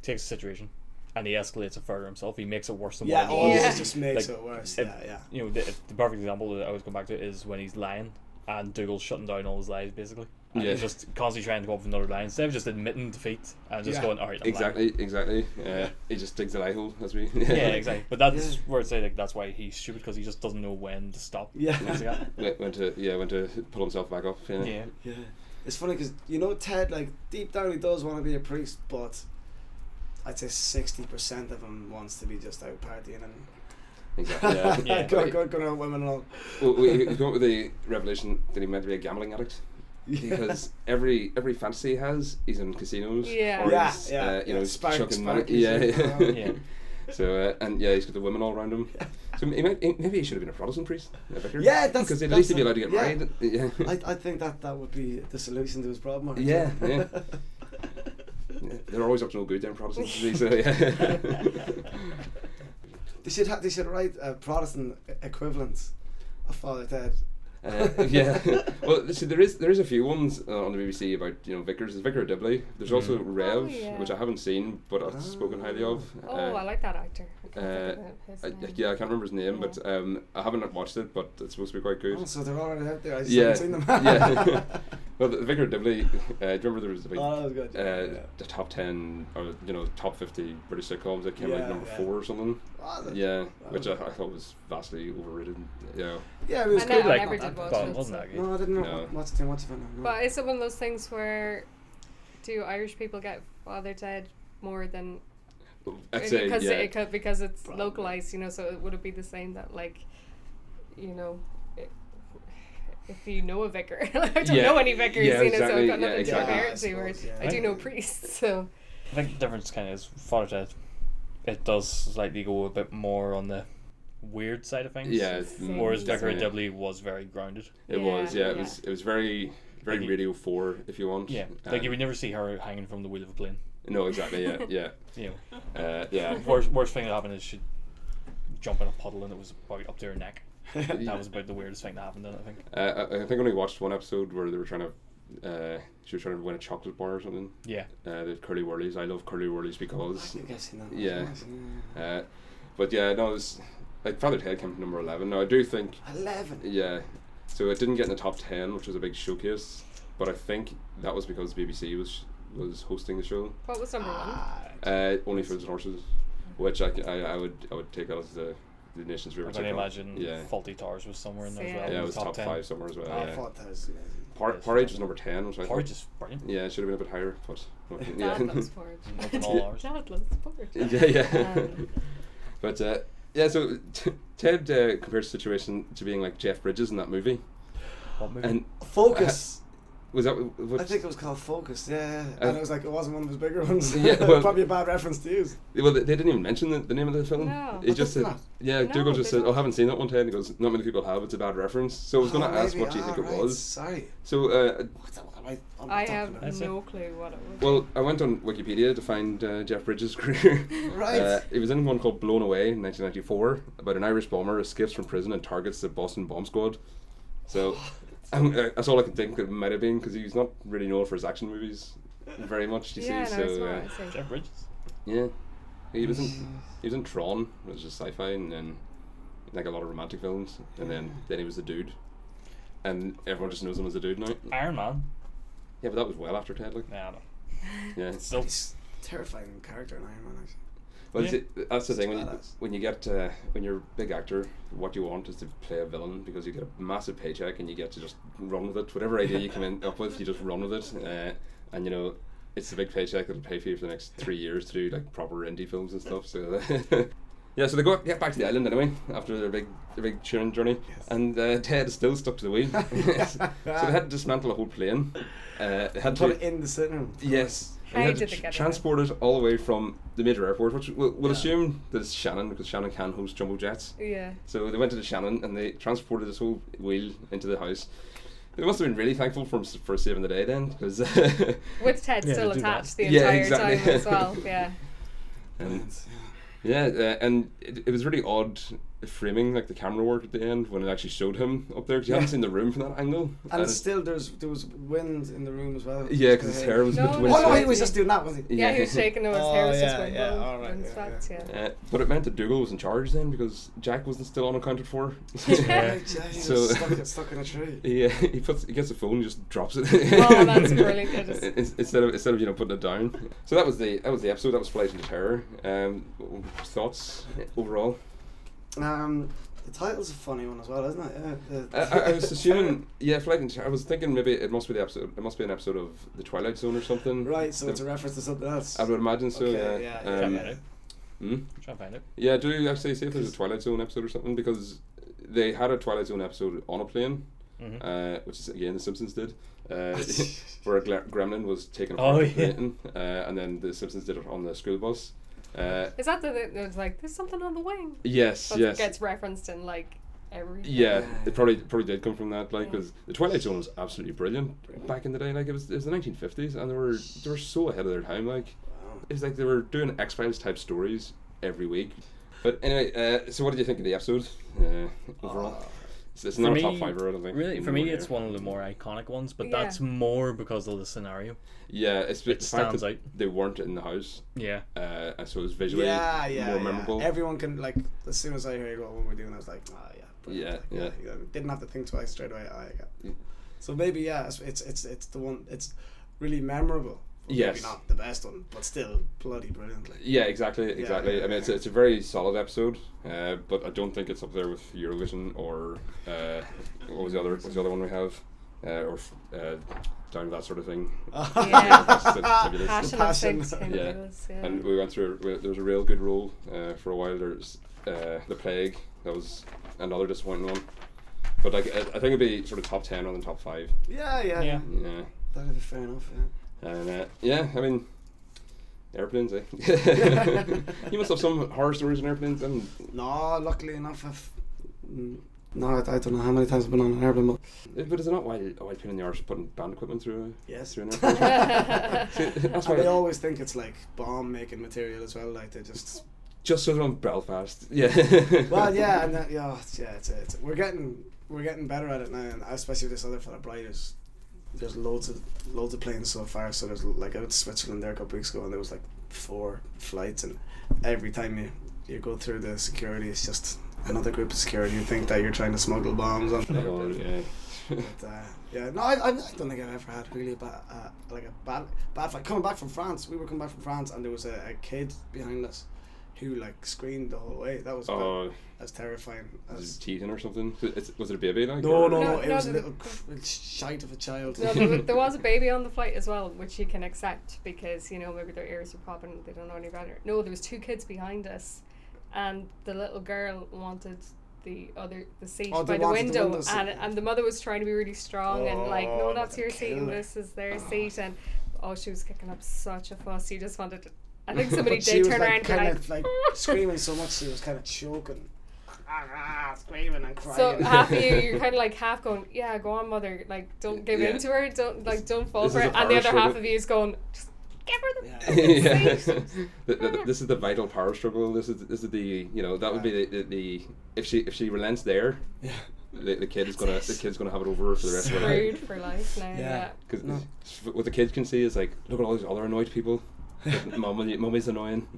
Speaker 5: takes a situation and he escalates it further himself. He makes it worse than
Speaker 4: Yeah,
Speaker 5: what it
Speaker 4: always
Speaker 5: is.
Speaker 4: just makes it worse.
Speaker 5: if-
Speaker 4: Yeah, yeah.
Speaker 5: You know, the, if the perfect example that I always go back to is when he's lying and Dougal's shutting down all his lies basically. And
Speaker 2: Yeah.
Speaker 5: he's just constantly trying to go up with another lie instead of just admitting defeat and just going, all right, I'm lying."
Speaker 2: exactly, exactly. Uh, he just digs the eye hole. That's me.
Speaker 5: yeah, exactly. But that's where I'd say like that's why he's stupid because he just doesn't know when to stop. Things like that.
Speaker 2: went, went to yeah, went to pull himself back off. Yeah.
Speaker 5: Yeah.
Speaker 4: Yeah. It's funny because you know Ted, like deep down, he does want to be a priest, but I'd say sixty percent of him wants to be just out partying and
Speaker 2: Exactly, yeah. Yeah.
Speaker 4: go, go, go out women and all.
Speaker 2: Well, we, we come up with the revelation that he meant to be a gambling addict.
Speaker 4: Yeah.
Speaker 2: Because every every fantasy he has, he's in casinos.
Speaker 4: Yeah.
Speaker 2: Or
Speaker 4: Yeah,
Speaker 2: he's,
Speaker 4: yeah,
Speaker 2: uh, you know,
Speaker 4: yeah.
Speaker 2: he's
Speaker 4: Spark-
Speaker 2: chucking money.
Speaker 4: Sparky's
Speaker 2: Yeah.
Speaker 4: in
Speaker 5: Oh,
Speaker 2: yeah.
Speaker 4: town. Yeah.
Speaker 2: So uh, and yeah, he's got the women all around him. So he might, he- maybe he should have been a Protestant priest. A vicar.
Speaker 4: Yeah, that's
Speaker 2: because at
Speaker 4: that's
Speaker 2: least he'd
Speaker 4: a-
Speaker 2: be allowed to get
Speaker 4: yeah.
Speaker 2: married. Yeah.
Speaker 4: I, I think that that would be the solution to his problem. actually.
Speaker 2: Yeah, yeah. Yeah, They're always up to no good, then Protestants. aren't they? So, yeah.
Speaker 4: they should ha- they should write a Protestant e- equivalent of Father Ted.
Speaker 2: Uh, yeah. well, see, there is there is a few ones uh, on the BBC about you know vicars. There's Vicar of Dibley. There's also Rev,
Speaker 3: Mm. Oh, yeah.
Speaker 2: which I haven't seen, but I've spoken highly of.
Speaker 3: Oh,
Speaker 2: Uh,
Speaker 3: I like that actor. I can't
Speaker 2: uh,
Speaker 3: think of his
Speaker 2: I-
Speaker 3: name.
Speaker 2: yeah, I can't remember his name, but um, I haven't watched it, but it's supposed to be quite good.
Speaker 4: Oh, so they're already out there. I just
Speaker 2: yeah,
Speaker 4: haven't seen them. Oh,
Speaker 2: yeah. well, the Vicar of Dibley. Uh, do you remember there was a big,
Speaker 4: Oh, that was good,
Speaker 2: Uh, the top ten or you know top fifty British sitcoms that came out
Speaker 4: Yeah,
Speaker 2: number
Speaker 4: yeah.
Speaker 2: four or something.
Speaker 4: Oh, that-
Speaker 2: yeah,
Speaker 4: that
Speaker 2: which I,
Speaker 4: was-
Speaker 2: I thought was vastly overrated. Yeah.
Speaker 4: Yeah, it was
Speaker 3: I
Speaker 4: good.
Speaker 3: never- I Like, never did watch
Speaker 2: but
Speaker 3: it,
Speaker 2: wasn't
Speaker 3: so-
Speaker 2: that good?
Speaker 4: No, I didn't
Speaker 2: No.
Speaker 4: know what's it. What's it? No.
Speaker 3: But is it one of those things where do Irish people get Father Ted more than
Speaker 2: I'd
Speaker 3: it-
Speaker 2: say,
Speaker 3: because
Speaker 2: yeah.
Speaker 3: it, could- because it's localized, you know? So it would it be the same that like, you know. It, if you know a vicar, I don't
Speaker 5: Yeah.
Speaker 3: know any vicars,
Speaker 5: Yeah,
Speaker 3: you know, so
Speaker 5: exactly,
Speaker 3: I've got
Speaker 5: yeah,
Speaker 3: nothing
Speaker 5: exactly.
Speaker 3: to
Speaker 5: Yeah, I
Speaker 3: compare it to. Whereas
Speaker 5: suppose,
Speaker 3: I
Speaker 5: yeah.
Speaker 3: do know priests, so
Speaker 5: I think the difference kind of is Father Ted. It does slightly go a bit more on the weird side of things.
Speaker 2: Yeah, it's Mm.
Speaker 5: Whereas Vicar of
Speaker 2: definitely-
Speaker 5: Dibley was very grounded.
Speaker 2: It was, yeah, It was, it was very, very Radio Four, if you want.
Speaker 5: Yeah, like you
Speaker 2: And-
Speaker 5: would never see her hanging from the wheel of a plane.
Speaker 2: No, exactly. Yeah, yeah.
Speaker 5: you
Speaker 2: know, uh, yeah.
Speaker 5: Worst, worst thing that happened is she jumped in a puddle and it was about up to her neck. that was about the weirdest thing that happened. Then I think.
Speaker 2: Uh, I, I think I only watched one episode where they were trying to, uh, she was trying to win a chocolate bar or something.
Speaker 5: Yeah.
Speaker 2: Uh, the curly whirlies. I love curly whirlies because.
Speaker 4: think I've seen that one,
Speaker 2: Yeah.
Speaker 4: yes,
Speaker 2: Uh, but yeah, no, it was like Father Ted came to number eleven. Now I do think.
Speaker 4: 11?
Speaker 2: Yeah. So it didn't get in the top ten, which was a big showcase. But I think that was because BBC was was hosting the show.
Speaker 3: what was number one?
Speaker 2: Uh, only foods and horses, which I, c- I- I would I would take out as the the nation's
Speaker 5: I
Speaker 2: favorite.
Speaker 5: can
Speaker 2: sitcom.
Speaker 5: imagine
Speaker 2: Yeah.
Speaker 5: Faulty Towers was somewhere in there as
Speaker 2: Yeah,
Speaker 5: well.
Speaker 2: it was top,
Speaker 5: 10.
Speaker 2: five somewhere as well.
Speaker 4: Ah, Oh,
Speaker 5: Yeah.
Speaker 2: yeah.
Speaker 4: was amazing.
Speaker 2: Por- porridge was number ten. Which I
Speaker 5: Porridge
Speaker 2: thought-
Speaker 5: is brilliant.
Speaker 2: Yeah, it should have been a bit higher, but no,
Speaker 3: Dad
Speaker 2: yeah.
Speaker 3: loves porridge.
Speaker 5: Nothing all ours.
Speaker 3: Dad loves porridge.
Speaker 2: yeah, yeah.
Speaker 3: Um,
Speaker 2: but uh, yeah, so t- Ted uh, compares the situation to being like Jeff Bridges in that movie.
Speaker 5: What movie?
Speaker 2: And
Speaker 4: Focus.
Speaker 2: Uh, was that? wh- What,
Speaker 4: I think it was called Focus. Yeah, yeah.
Speaker 2: Uh,
Speaker 4: and it was like it wasn't one of his bigger ones.
Speaker 2: Yeah, well-
Speaker 4: probably a bad reference to use.
Speaker 2: Well, they, they didn't even mention the, the name of the film.
Speaker 4: No.
Speaker 2: it
Speaker 4: But
Speaker 2: just
Speaker 4: that's
Speaker 2: said,
Speaker 4: not-
Speaker 2: yeah.
Speaker 4: No,
Speaker 2: Dougal just
Speaker 4: they
Speaker 2: said, "Oh, I haven't seen that one." Ted and he goes, "Not many people have. It's a bad reference." So I was going
Speaker 4: Oh,
Speaker 2: to ask,
Speaker 4: maybe.
Speaker 2: "What do you think
Speaker 4: Ah,
Speaker 2: it
Speaker 4: right.
Speaker 2: was?"
Speaker 4: Sorry.
Speaker 2: So, uh,
Speaker 3: I have
Speaker 2: That's it.
Speaker 3: no clue what it was.
Speaker 2: well, I went on Wikipedia to find uh, Jeff Bridges' career.
Speaker 3: Right.
Speaker 2: Uh, it was in one called "Blown Away" in 1994 about an Irish bomber escapes from prison and targets the Boston bomb squad. So. um, uh, that's all I can think it might have been because he's not really known for his action movies very much. You
Speaker 3: Yeah,
Speaker 2: see,
Speaker 3: no, it's
Speaker 2: so
Speaker 3: not,
Speaker 2: uh,
Speaker 3: it's like-
Speaker 5: Jeff Bridges.
Speaker 2: Yeah, he was in he was in Tron, which was just sci-fi, and then like a lot of romantic films, and then then he was the dude, and everyone just knows him as the dude now.
Speaker 5: Iron Man.
Speaker 2: Yeah, but that was well after Ted. Like,
Speaker 5: nah, no.
Speaker 2: yeah,
Speaker 5: Still,
Speaker 4: Terrifying character in Iron Man. Actually.
Speaker 2: well,
Speaker 4: Yeah.
Speaker 2: see, that's the thing when you,
Speaker 4: Badass.
Speaker 2: when you get uh, when you're a big actor, what you want is to play a villain because you get a massive paycheck and you get to just run with it. Whatever idea you come in up with, you just run with it, uh, and you know. It's a big paycheck that'll pay for you for the next three years to do like proper indie films and stuff. So Yeah, so they go get back to the island anyway after their big their big cheering journey, and uh, Ted is still stuck to the wheel. so they had to dismantle a whole plane. Uh, they had
Speaker 4: Put
Speaker 2: to
Speaker 4: it in the sitting room.
Speaker 2: Yes.
Speaker 4: How
Speaker 2: They had to
Speaker 4: did they get it?
Speaker 2: transport it all the way from the major airport, which we'll, we'll assume that it's Shannon because Shannon can host jumbo jets.
Speaker 3: Yeah.
Speaker 2: So they went to the Shannon and they transported this whole wheel into the house. They must have been really thankful for, for saving the day then, because
Speaker 3: With Ted
Speaker 2: Yeah,
Speaker 3: still
Speaker 2: they do that.
Speaker 3: attached the
Speaker 2: Yeah,
Speaker 3: entire
Speaker 2: exactly.
Speaker 3: time as well. Yeah.
Speaker 2: And yeah, uh, and it, it was really odd framing, like the camera work at the end when it actually showed him up there. 'cause you haven't
Speaker 4: Yeah.
Speaker 2: seen the room from that angle.
Speaker 4: And
Speaker 2: it's
Speaker 4: still, there's there was wind in the room as well.
Speaker 2: Yeah, 'cause his hair was a bit No, windy.
Speaker 4: Oh no, he was just doing that, was he?
Speaker 3: Yeah, he was shaking his
Speaker 4: Oh,
Speaker 3: hair was just
Speaker 4: yeah,
Speaker 3: went
Speaker 4: yeah,
Speaker 3: well,
Speaker 4: all right,
Speaker 3: and
Speaker 4: yeah,
Speaker 3: fact, yeah.
Speaker 2: uh, but it meant that Dougal was in charge then because Jack wasn't still unaccounted for.
Speaker 4: Yeah, he was stuck- stuck in a tree.
Speaker 2: Yeah, he puts he gets the phone, and just drops it.
Speaker 4: Oh, that's brilliant, I just-
Speaker 2: In- instead of instead of you know putting it down. So that was the that was the episode. That was Flight into Terror. Um, w- thoughts overall.
Speaker 4: Um, the title's a funny one as well, isn't it? Yeah,
Speaker 2: I,
Speaker 4: the-
Speaker 2: I, I was assuming, yeah, Flight into Terror. I was thinking maybe it must be the episode. It must be an episode of The Twilight Zone or something.
Speaker 4: Right, so
Speaker 2: The-
Speaker 4: it's a reference to something else.
Speaker 2: I would imagine so.
Speaker 4: Okay,
Speaker 2: yeah.
Speaker 4: yeah, yeah.
Speaker 2: Um,
Speaker 4: Try and find
Speaker 2: Hmm?
Speaker 5: Try and find it.
Speaker 2: Yeah, do you actually see if there's a Twilight Zone episode or something? Because they had a Twilight Zone episode on a plane,
Speaker 5: Mhm.
Speaker 2: uh, which is again The Simpsons did, uh, where a gle- gremlin was taken
Speaker 5: Oh,
Speaker 2: apart oh,
Speaker 5: yeah.
Speaker 2: uh, and then The Simpsons did it on the school bus. Uh,
Speaker 3: Is that the the- there's like there's something on the wing?
Speaker 2: Yes,
Speaker 3: That
Speaker 2: yes.
Speaker 3: Gets referenced in like every.
Speaker 2: yeah, it probably probably did come from that, like, because the Twilight Zone was absolutely brilliant back in the day. Like, it was it was the 1950s, and they were they were so ahead of their time. Like, it's like they were doing X Files type stories every week. But anyway, uh, so what did you think of the episode uh, overall? it's, it's not a top fiver, I don't think.
Speaker 5: Really, for
Speaker 2: anymore,
Speaker 5: me,
Speaker 2: yeah.
Speaker 5: it's one of the more iconic ones, but
Speaker 2: Yeah.
Speaker 5: that's more because of the scenario.
Speaker 2: Yeah, it's
Speaker 5: it
Speaker 2: the fact
Speaker 5: stands
Speaker 2: that
Speaker 5: out.
Speaker 2: they weren't in the house.
Speaker 5: Yeah.
Speaker 2: uh, and so it was visually
Speaker 4: yeah, yeah,
Speaker 2: more
Speaker 4: yeah.
Speaker 2: memorable.
Speaker 4: Everyone can like as soon as I heard what we're doing, I was like, ah, yeah,
Speaker 2: Yeah,
Speaker 4: brilliant.
Speaker 2: yeah.
Speaker 4: Like, you know, didn't have to think twice straight away. Ah, yeah. So maybe yeah, it's it's it's, it's the one. It's really memorable. Well,
Speaker 2: Yes.
Speaker 4: Maybe not the best one, but still bloody brilliantly.
Speaker 2: Yeah, exactly, exactly.
Speaker 4: yeah,
Speaker 2: I mean, it's, it's a very solid episode, uh, but I don't think it's up there with Eurovision or uh, what was the other what was the other one we have, uh, or f- uh, down to that sort of thing.
Speaker 4: Yeah.
Speaker 3: Passion and Passion. Fabulous, yeah.
Speaker 2: and we went through. We, there was a real good role uh, for a while. There's uh, the plague. That was another disappointing one, but like I, I think it'd be sort of top ten rather than top five.
Speaker 4: Yeah, yeah,
Speaker 5: Yeah.
Speaker 2: Yeah.
Speaker 4: That'd be fair enough. Yeah.
Speaker 2: And uh, yeah, I mean, airplanes. Eh? you must have some horror stories in airplanes. And
Speaker 4: No, luckily enough, I've. mm, No, I, I don't know how many times I've been on an airplane, but
Speaker 2: Eh, but is it not why why putting the Irish putting band equipment through? A,
Speaker 4: Yes.
Speaker 2: through an airplane? See,
Speaker 4: and
Speaker 2: that's why
Speaker 4: they always think it's like bomb making material as well. Like they just
Speaker 2: just so they're on Belfast. Yeah.
Speaker 4: well, yeah, and that, yeah, it's- yeah. It's, it's we're getting we're getting better at it now, and especially with this other fella, Bright. There's, there's loads of loads of planes so far. So there's like I went to Switzerland there a couple weeks ago, and there was like four flights, and every time you you go through the security, it's just another group of security who think that you're trying to smuggle bombs on.
Speaker 2: Oh, yeah.
Speaker 4: But, uh, yeah, no, I, I, I don't think I've ever had really a bad, uh, like a bad, bad fight. Coming back from France, we were coming back from France, and there was a, a kid behind us who like screamed the whole way. That was
Speaker 2: Oh.
Speaker 4: bad. as terrifying
Speaker 2: Was
Speaker 4: as.
Speaker 2: it teething or something? It's, was it a baby? Like,
Speaker 4: No,
Speaker 2: or-
Speaker 4: no, no,
Speaker 3: No,
Speaker 4: it
Speaker 3: no,
Speaker 4: was a
Speaker 3: the-
Speaker 4: little cr- shite of a child.
Speaker 3: No, there, was, there was a baby on the flight as well, which you can accept because you know maybe their ears are popping, they don't know any better. No, there was two kids behind us, and the little girl wanted the other the seat
Speaker 11: Oh, they
Speaker 3: by the
Speaker 11: wanted the
Speaker 3: window,
Speaker 11: window seat.
Speaker 3: and and the mother was trying to be really strong and like,
Speaker 11: Oh,
Speaker 3: no, that's
Speaker 11: mother
Speaker 3: your seat, and
Speaker 11: killer.
Speaker 3: this is their seat, and oh, she was kicking up such a fuss. You just wanted. To, I think somebody
Speaker 4: But she
Speaker 3: did
Speaker 4: was,
Speaker 3: turn
Speaker 4: like,
Speaker 3: around
Speaker 4: kind
Speaker 3: and
Speaker 4: of like screaming so much she was kind of choking. Ah, screaming and crying.
Speaker 3: So half of you, you're kind of like half going, yeah, go on, mother. Like, don't give
Speaker 4: Yeah.
Speaker 3: in to her. Don't like, don't fall
Speaker 2: This
Speaker 3: for
Speaker 2: is
Speaker 3: it.
Speaker 2: a
Speaker 3: And the
Speaker 2: power
Speaker 3: other half
Speaker 2: struggle.
Speaker 3: of you is going, just give her the.
Speaker 2: yeah. The- the- this is the vital power struggle. This is this is the you know that would be the, the, the if she if she relents there,
Speaker 4: yeah.
Speaker 2: the, the kid is gonna the kid's gonna have it over for the rest of her life.
Speaker 3: Screwed for life now. Yeah.
Speaker 2: Because what the kids can see is like, look at all these other annoyed people. Mummy, mummy's annoying.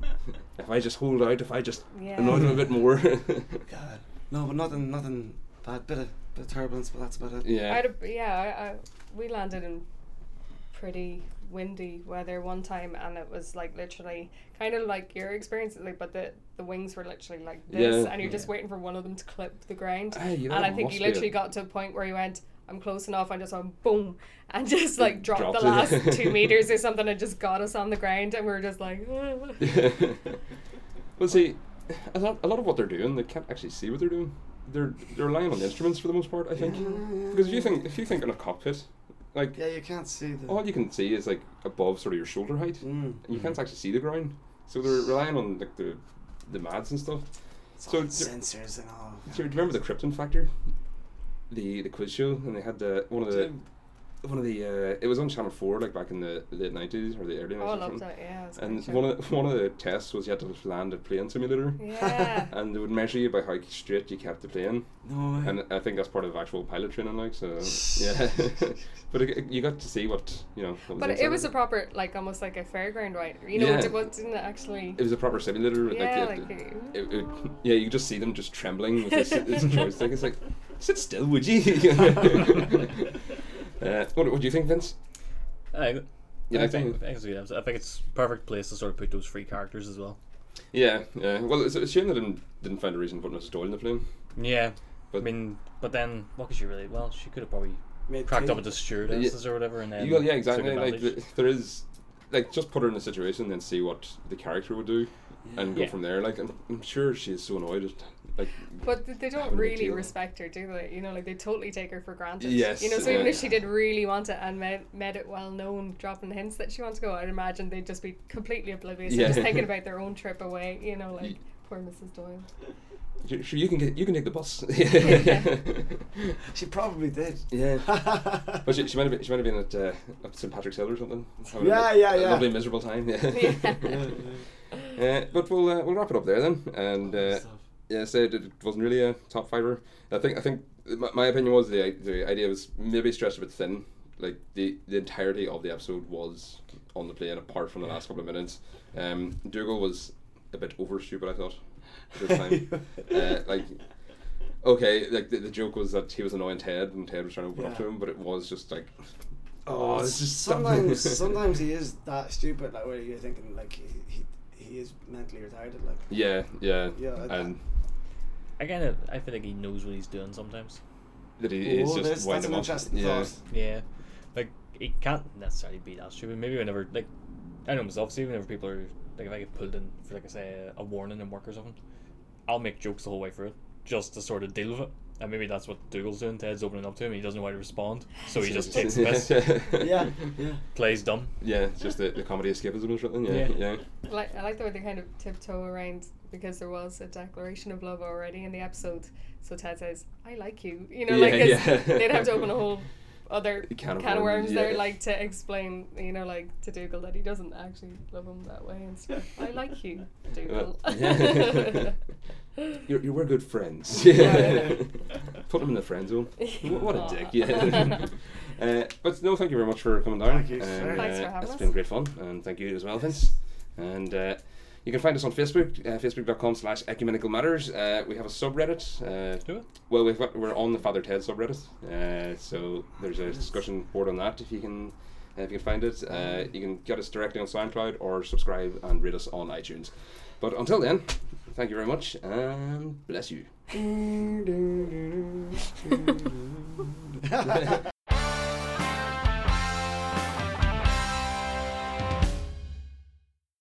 Speaker 2: If I just hold out, if I just
Speaker 4: Yeah.
Speaker 2: annoy them a bit more.
Speaker 4: God, no, but nothing, nothing bad. Bit of bit of turbulence, but that's about it.
Speaker 2: Yeah.
Speaker 3: I had a, yeah, I, I, we landed in pretty windy weather one time, and it was like literally kind of like your experience, like but the the wings were literally like this,
Speaker 2: Yeah.
Speaker 3: and you're just waiting for one of them to clip the ground.
Speaker 2: Aye, you know,
Speaker 3: and I
Speaker 2: that
Speaker 3: think
Speaker 2: must
Speaker 3: you
Speaker 2: be
Speaker 3: literally
Speaker 2: it.
Speaker 3: got to a point where you went. I'm close enough. and just went boom, and just like dropped,
Speaker 2: dropped
Speaker 3: the
Speaker 2: it.
Speaker 3: last two meters or something, and just got us on the ground, and we were just like,
Speaker 2: well, see, a lot, a lot of what they're doing, they can't actually see what they're doing. They're they're relying on instruments for the most part, I think. Because if you think if you think in a cockpit, like
Speaker 4: yeah, you can't see the. mm,
Speaker 2: all you can see is like above sort of your shoulder height, and you can't
Speaker 3: Mm.
Speaker 2: actually see the ground. So they're relying on like the the mads and stuff. so do-
Speaker 4: sensors and all.
Speaker 2: do you remember the Krypton Factor? The the quiz show, and they had the one of the one of the uh, it was on Channel Four like back in the late nineties or the early
Speaker 3: Oh, I
Speaker 2: nineties.
Speaker 3: loved that, yeah, it was a
Speaker 2: and
Speaker 3: great show.
Speaker 2: one of the, one of the tests was you had to land a plane simulator.
Speaker 3: Yeah.
Speaker 2: and they would measure you by how straight you kept the plane.
Speaker 4: No way.
Speaker 2: And I think that's part of actual pilot training, like so. Yeah. but it, you got to see what you know. What
Speaker 3: But
Speaker 2: inside
Speaker 3: it was
Speaker 2: it.
Speaker 3: a proper, like almost like a fairground ride. You know,
Speaker 2: Yeah.
Speaker 3: it was- didn't actually.
Speaker 2: It was a proper simulator.
Speaker 3: Yeah,
Speaker 2: like,
Speaker 3: like, eh,
Speaker 2: it, it, it, yeah, you could just see them just trembling with this, this joystick. It's like, sit still, would you? uh, what, what do you think, Vince?
Speaker 5: I,
Speaker 2: You
Speaker 5: I
Speaker 2: like
Speaker 5: think,
Speaker 2: that?
Speaker 5: I, think it's a good episode. I think it's a perfect place to sort of put those free characters as well.
Speaker 2: Yeah, yeah. Well, it's a shame they didn't, didn't find a reason to put Mrs. Doyle in the film.
Speaker 5: Yeah,
Speaker 2: But
Speaker 5: I mean, but then what could she really? Well, she could have probably
Speaker 4: Made
Speaker 5: cracked
Speaker 4: tea.
Speaker 5: up with the stewardesses or whatever, and then
Speaker 2: well, yeah,
Speaker 5: took
Speaker 2: exactly. Like
Speaker 5: advantage.
Speaker 2: th- there is, like, just put her in a situation, then see what the character would do, and go
Speaker 5: Yeah.
Speaker 2: from there. Like, I'm, I'm sure she's so annoyed, at, like.
Speaker 3: But th- they don't
Speaker 2: having to
Speaker 3: really
Speaker 2: deal-
Speaker 3: respect her, do they? You know, like they totally take her for granted.
Speaker 2: Yes,
Speaker 3: You know, so even
Speaker 2: yeah.
Speaker 3: if she did really want it and made, made it well known, dropping hints that she wants to go, I'd imagine they'd just be completely oblivious, and
Speaker 2: Yeah.
Speaker 3: just thinking about their own trip away. You know, like poor Mrs. Doyle.
Speaker 2: You- Sure, you can get you can take the bus.
Speaker 4: She probably did.
Speaker 2: Yeah. but she, she might have been, she might have been at uh, up St Patrick's Hill or something. having a
Speaker 4: Yeah,
Speaker 2: lo-
Speaker 4: yeah,
Speaker 2: a
Speaker 4: yeah.
Speaker 2: Lovely miserable time. Yeah.
Speaker 4: Yeah.
Speaker 2: Uh, but we'll uh, we'll wrap it up there then, and uh, yeah, so it it wasn't really a top fiver. I think I think my, my opinion was the i- the idea was maybe stretched a bit thin. Like the, the entirety of the episode was on the plane, apart from the last couple of minutes. Um, Dougal was a bit over stupid, I thought. This time, uh, like okay, like the, the joke was that he was annoying Ted, and Ted was trying to open up
Speaker 4: Yeah.
Speaker 2: to him, but it was just like, oh, it's just
Speaker 4: sometimes sometimes he is that stupid like where you're thinking like he, he, he is mentally retarded like
Speaker 2: yeah, yeah,
Speaker 4: Yeah, I-
Speaker 2: and
Speaker 5: I kind of I feel like he knows what he's doing sometimes.
Speaker 2: that he is just winding him up. Yeah,
Speaker 5: Yeah, like it can't necessarily be that stupid. Maybe whenever like I know myself, see whenever people are like if I get pulled in for like I say a warning in work or something, I'll make jokes the whole way through it just to sort of deal with it. And maybe that's what Dougal's doing. Ted's opening up to him. He doesn't know how to respond, so he just takes the piss.
Speaker 4: Yeah, yeah.
Speaker 5: Plays dumb.
Speaker 2: yeah, it's just the, the comedy escapism or something. Yeah,
Speaker 5: Yeah.
Speaker 2: yeah,
Speaker 3: Like I like the way they kind of tiptoe around because there was a declaration of love already in the episode. So Ted says, "I like you," you know,
Speaker 2: Yeah,
Speaker 3: like 'cause
Speaker 2: yeah.
Speaker 3: they'd have to open a whole other
Speaker 2: Can
Speaker 3: can
Speaker 2: of
Speaker 3: of, worms
Speaker 2: worms,
Speaker 3: there,
Speaker 2: yeah.
Speaker 3: like to explain, you know, like to Dougal that he doesn't actually love him that way and stuff. I like you, Dougal.
Speaker 2: yeah. you're, you're, we're good friends.
Speaker 3: Yeah.
Speaker 2: Put him in the friend zone. Wh- What a dick,
Speaker 3: Aw.
Speaker 2: yeah. uh, but no, thank you very much for coming down. Um, uh,
Speaker 4: Thank you, sir.
Speaker 3: Thanks for having
Speaker 2: It's
Speaker 3: us.
Speaker 2: been great fun, and thank you as well, Vince. And uh, you can find us on Facebook, uh, facebook.com slash ecumenical matters. Uh, we have a subreddit. Uh,
Speaker 5: Do it.
Speaker 2: Well, we've got, we're on the Father Ted subreddit, uh, so there's a discussion board on that if you can. If you can find it, uh, you can get us directly on SoundCloud or subscribe and rate us on iTunes. But until then, thank you very much and bless you.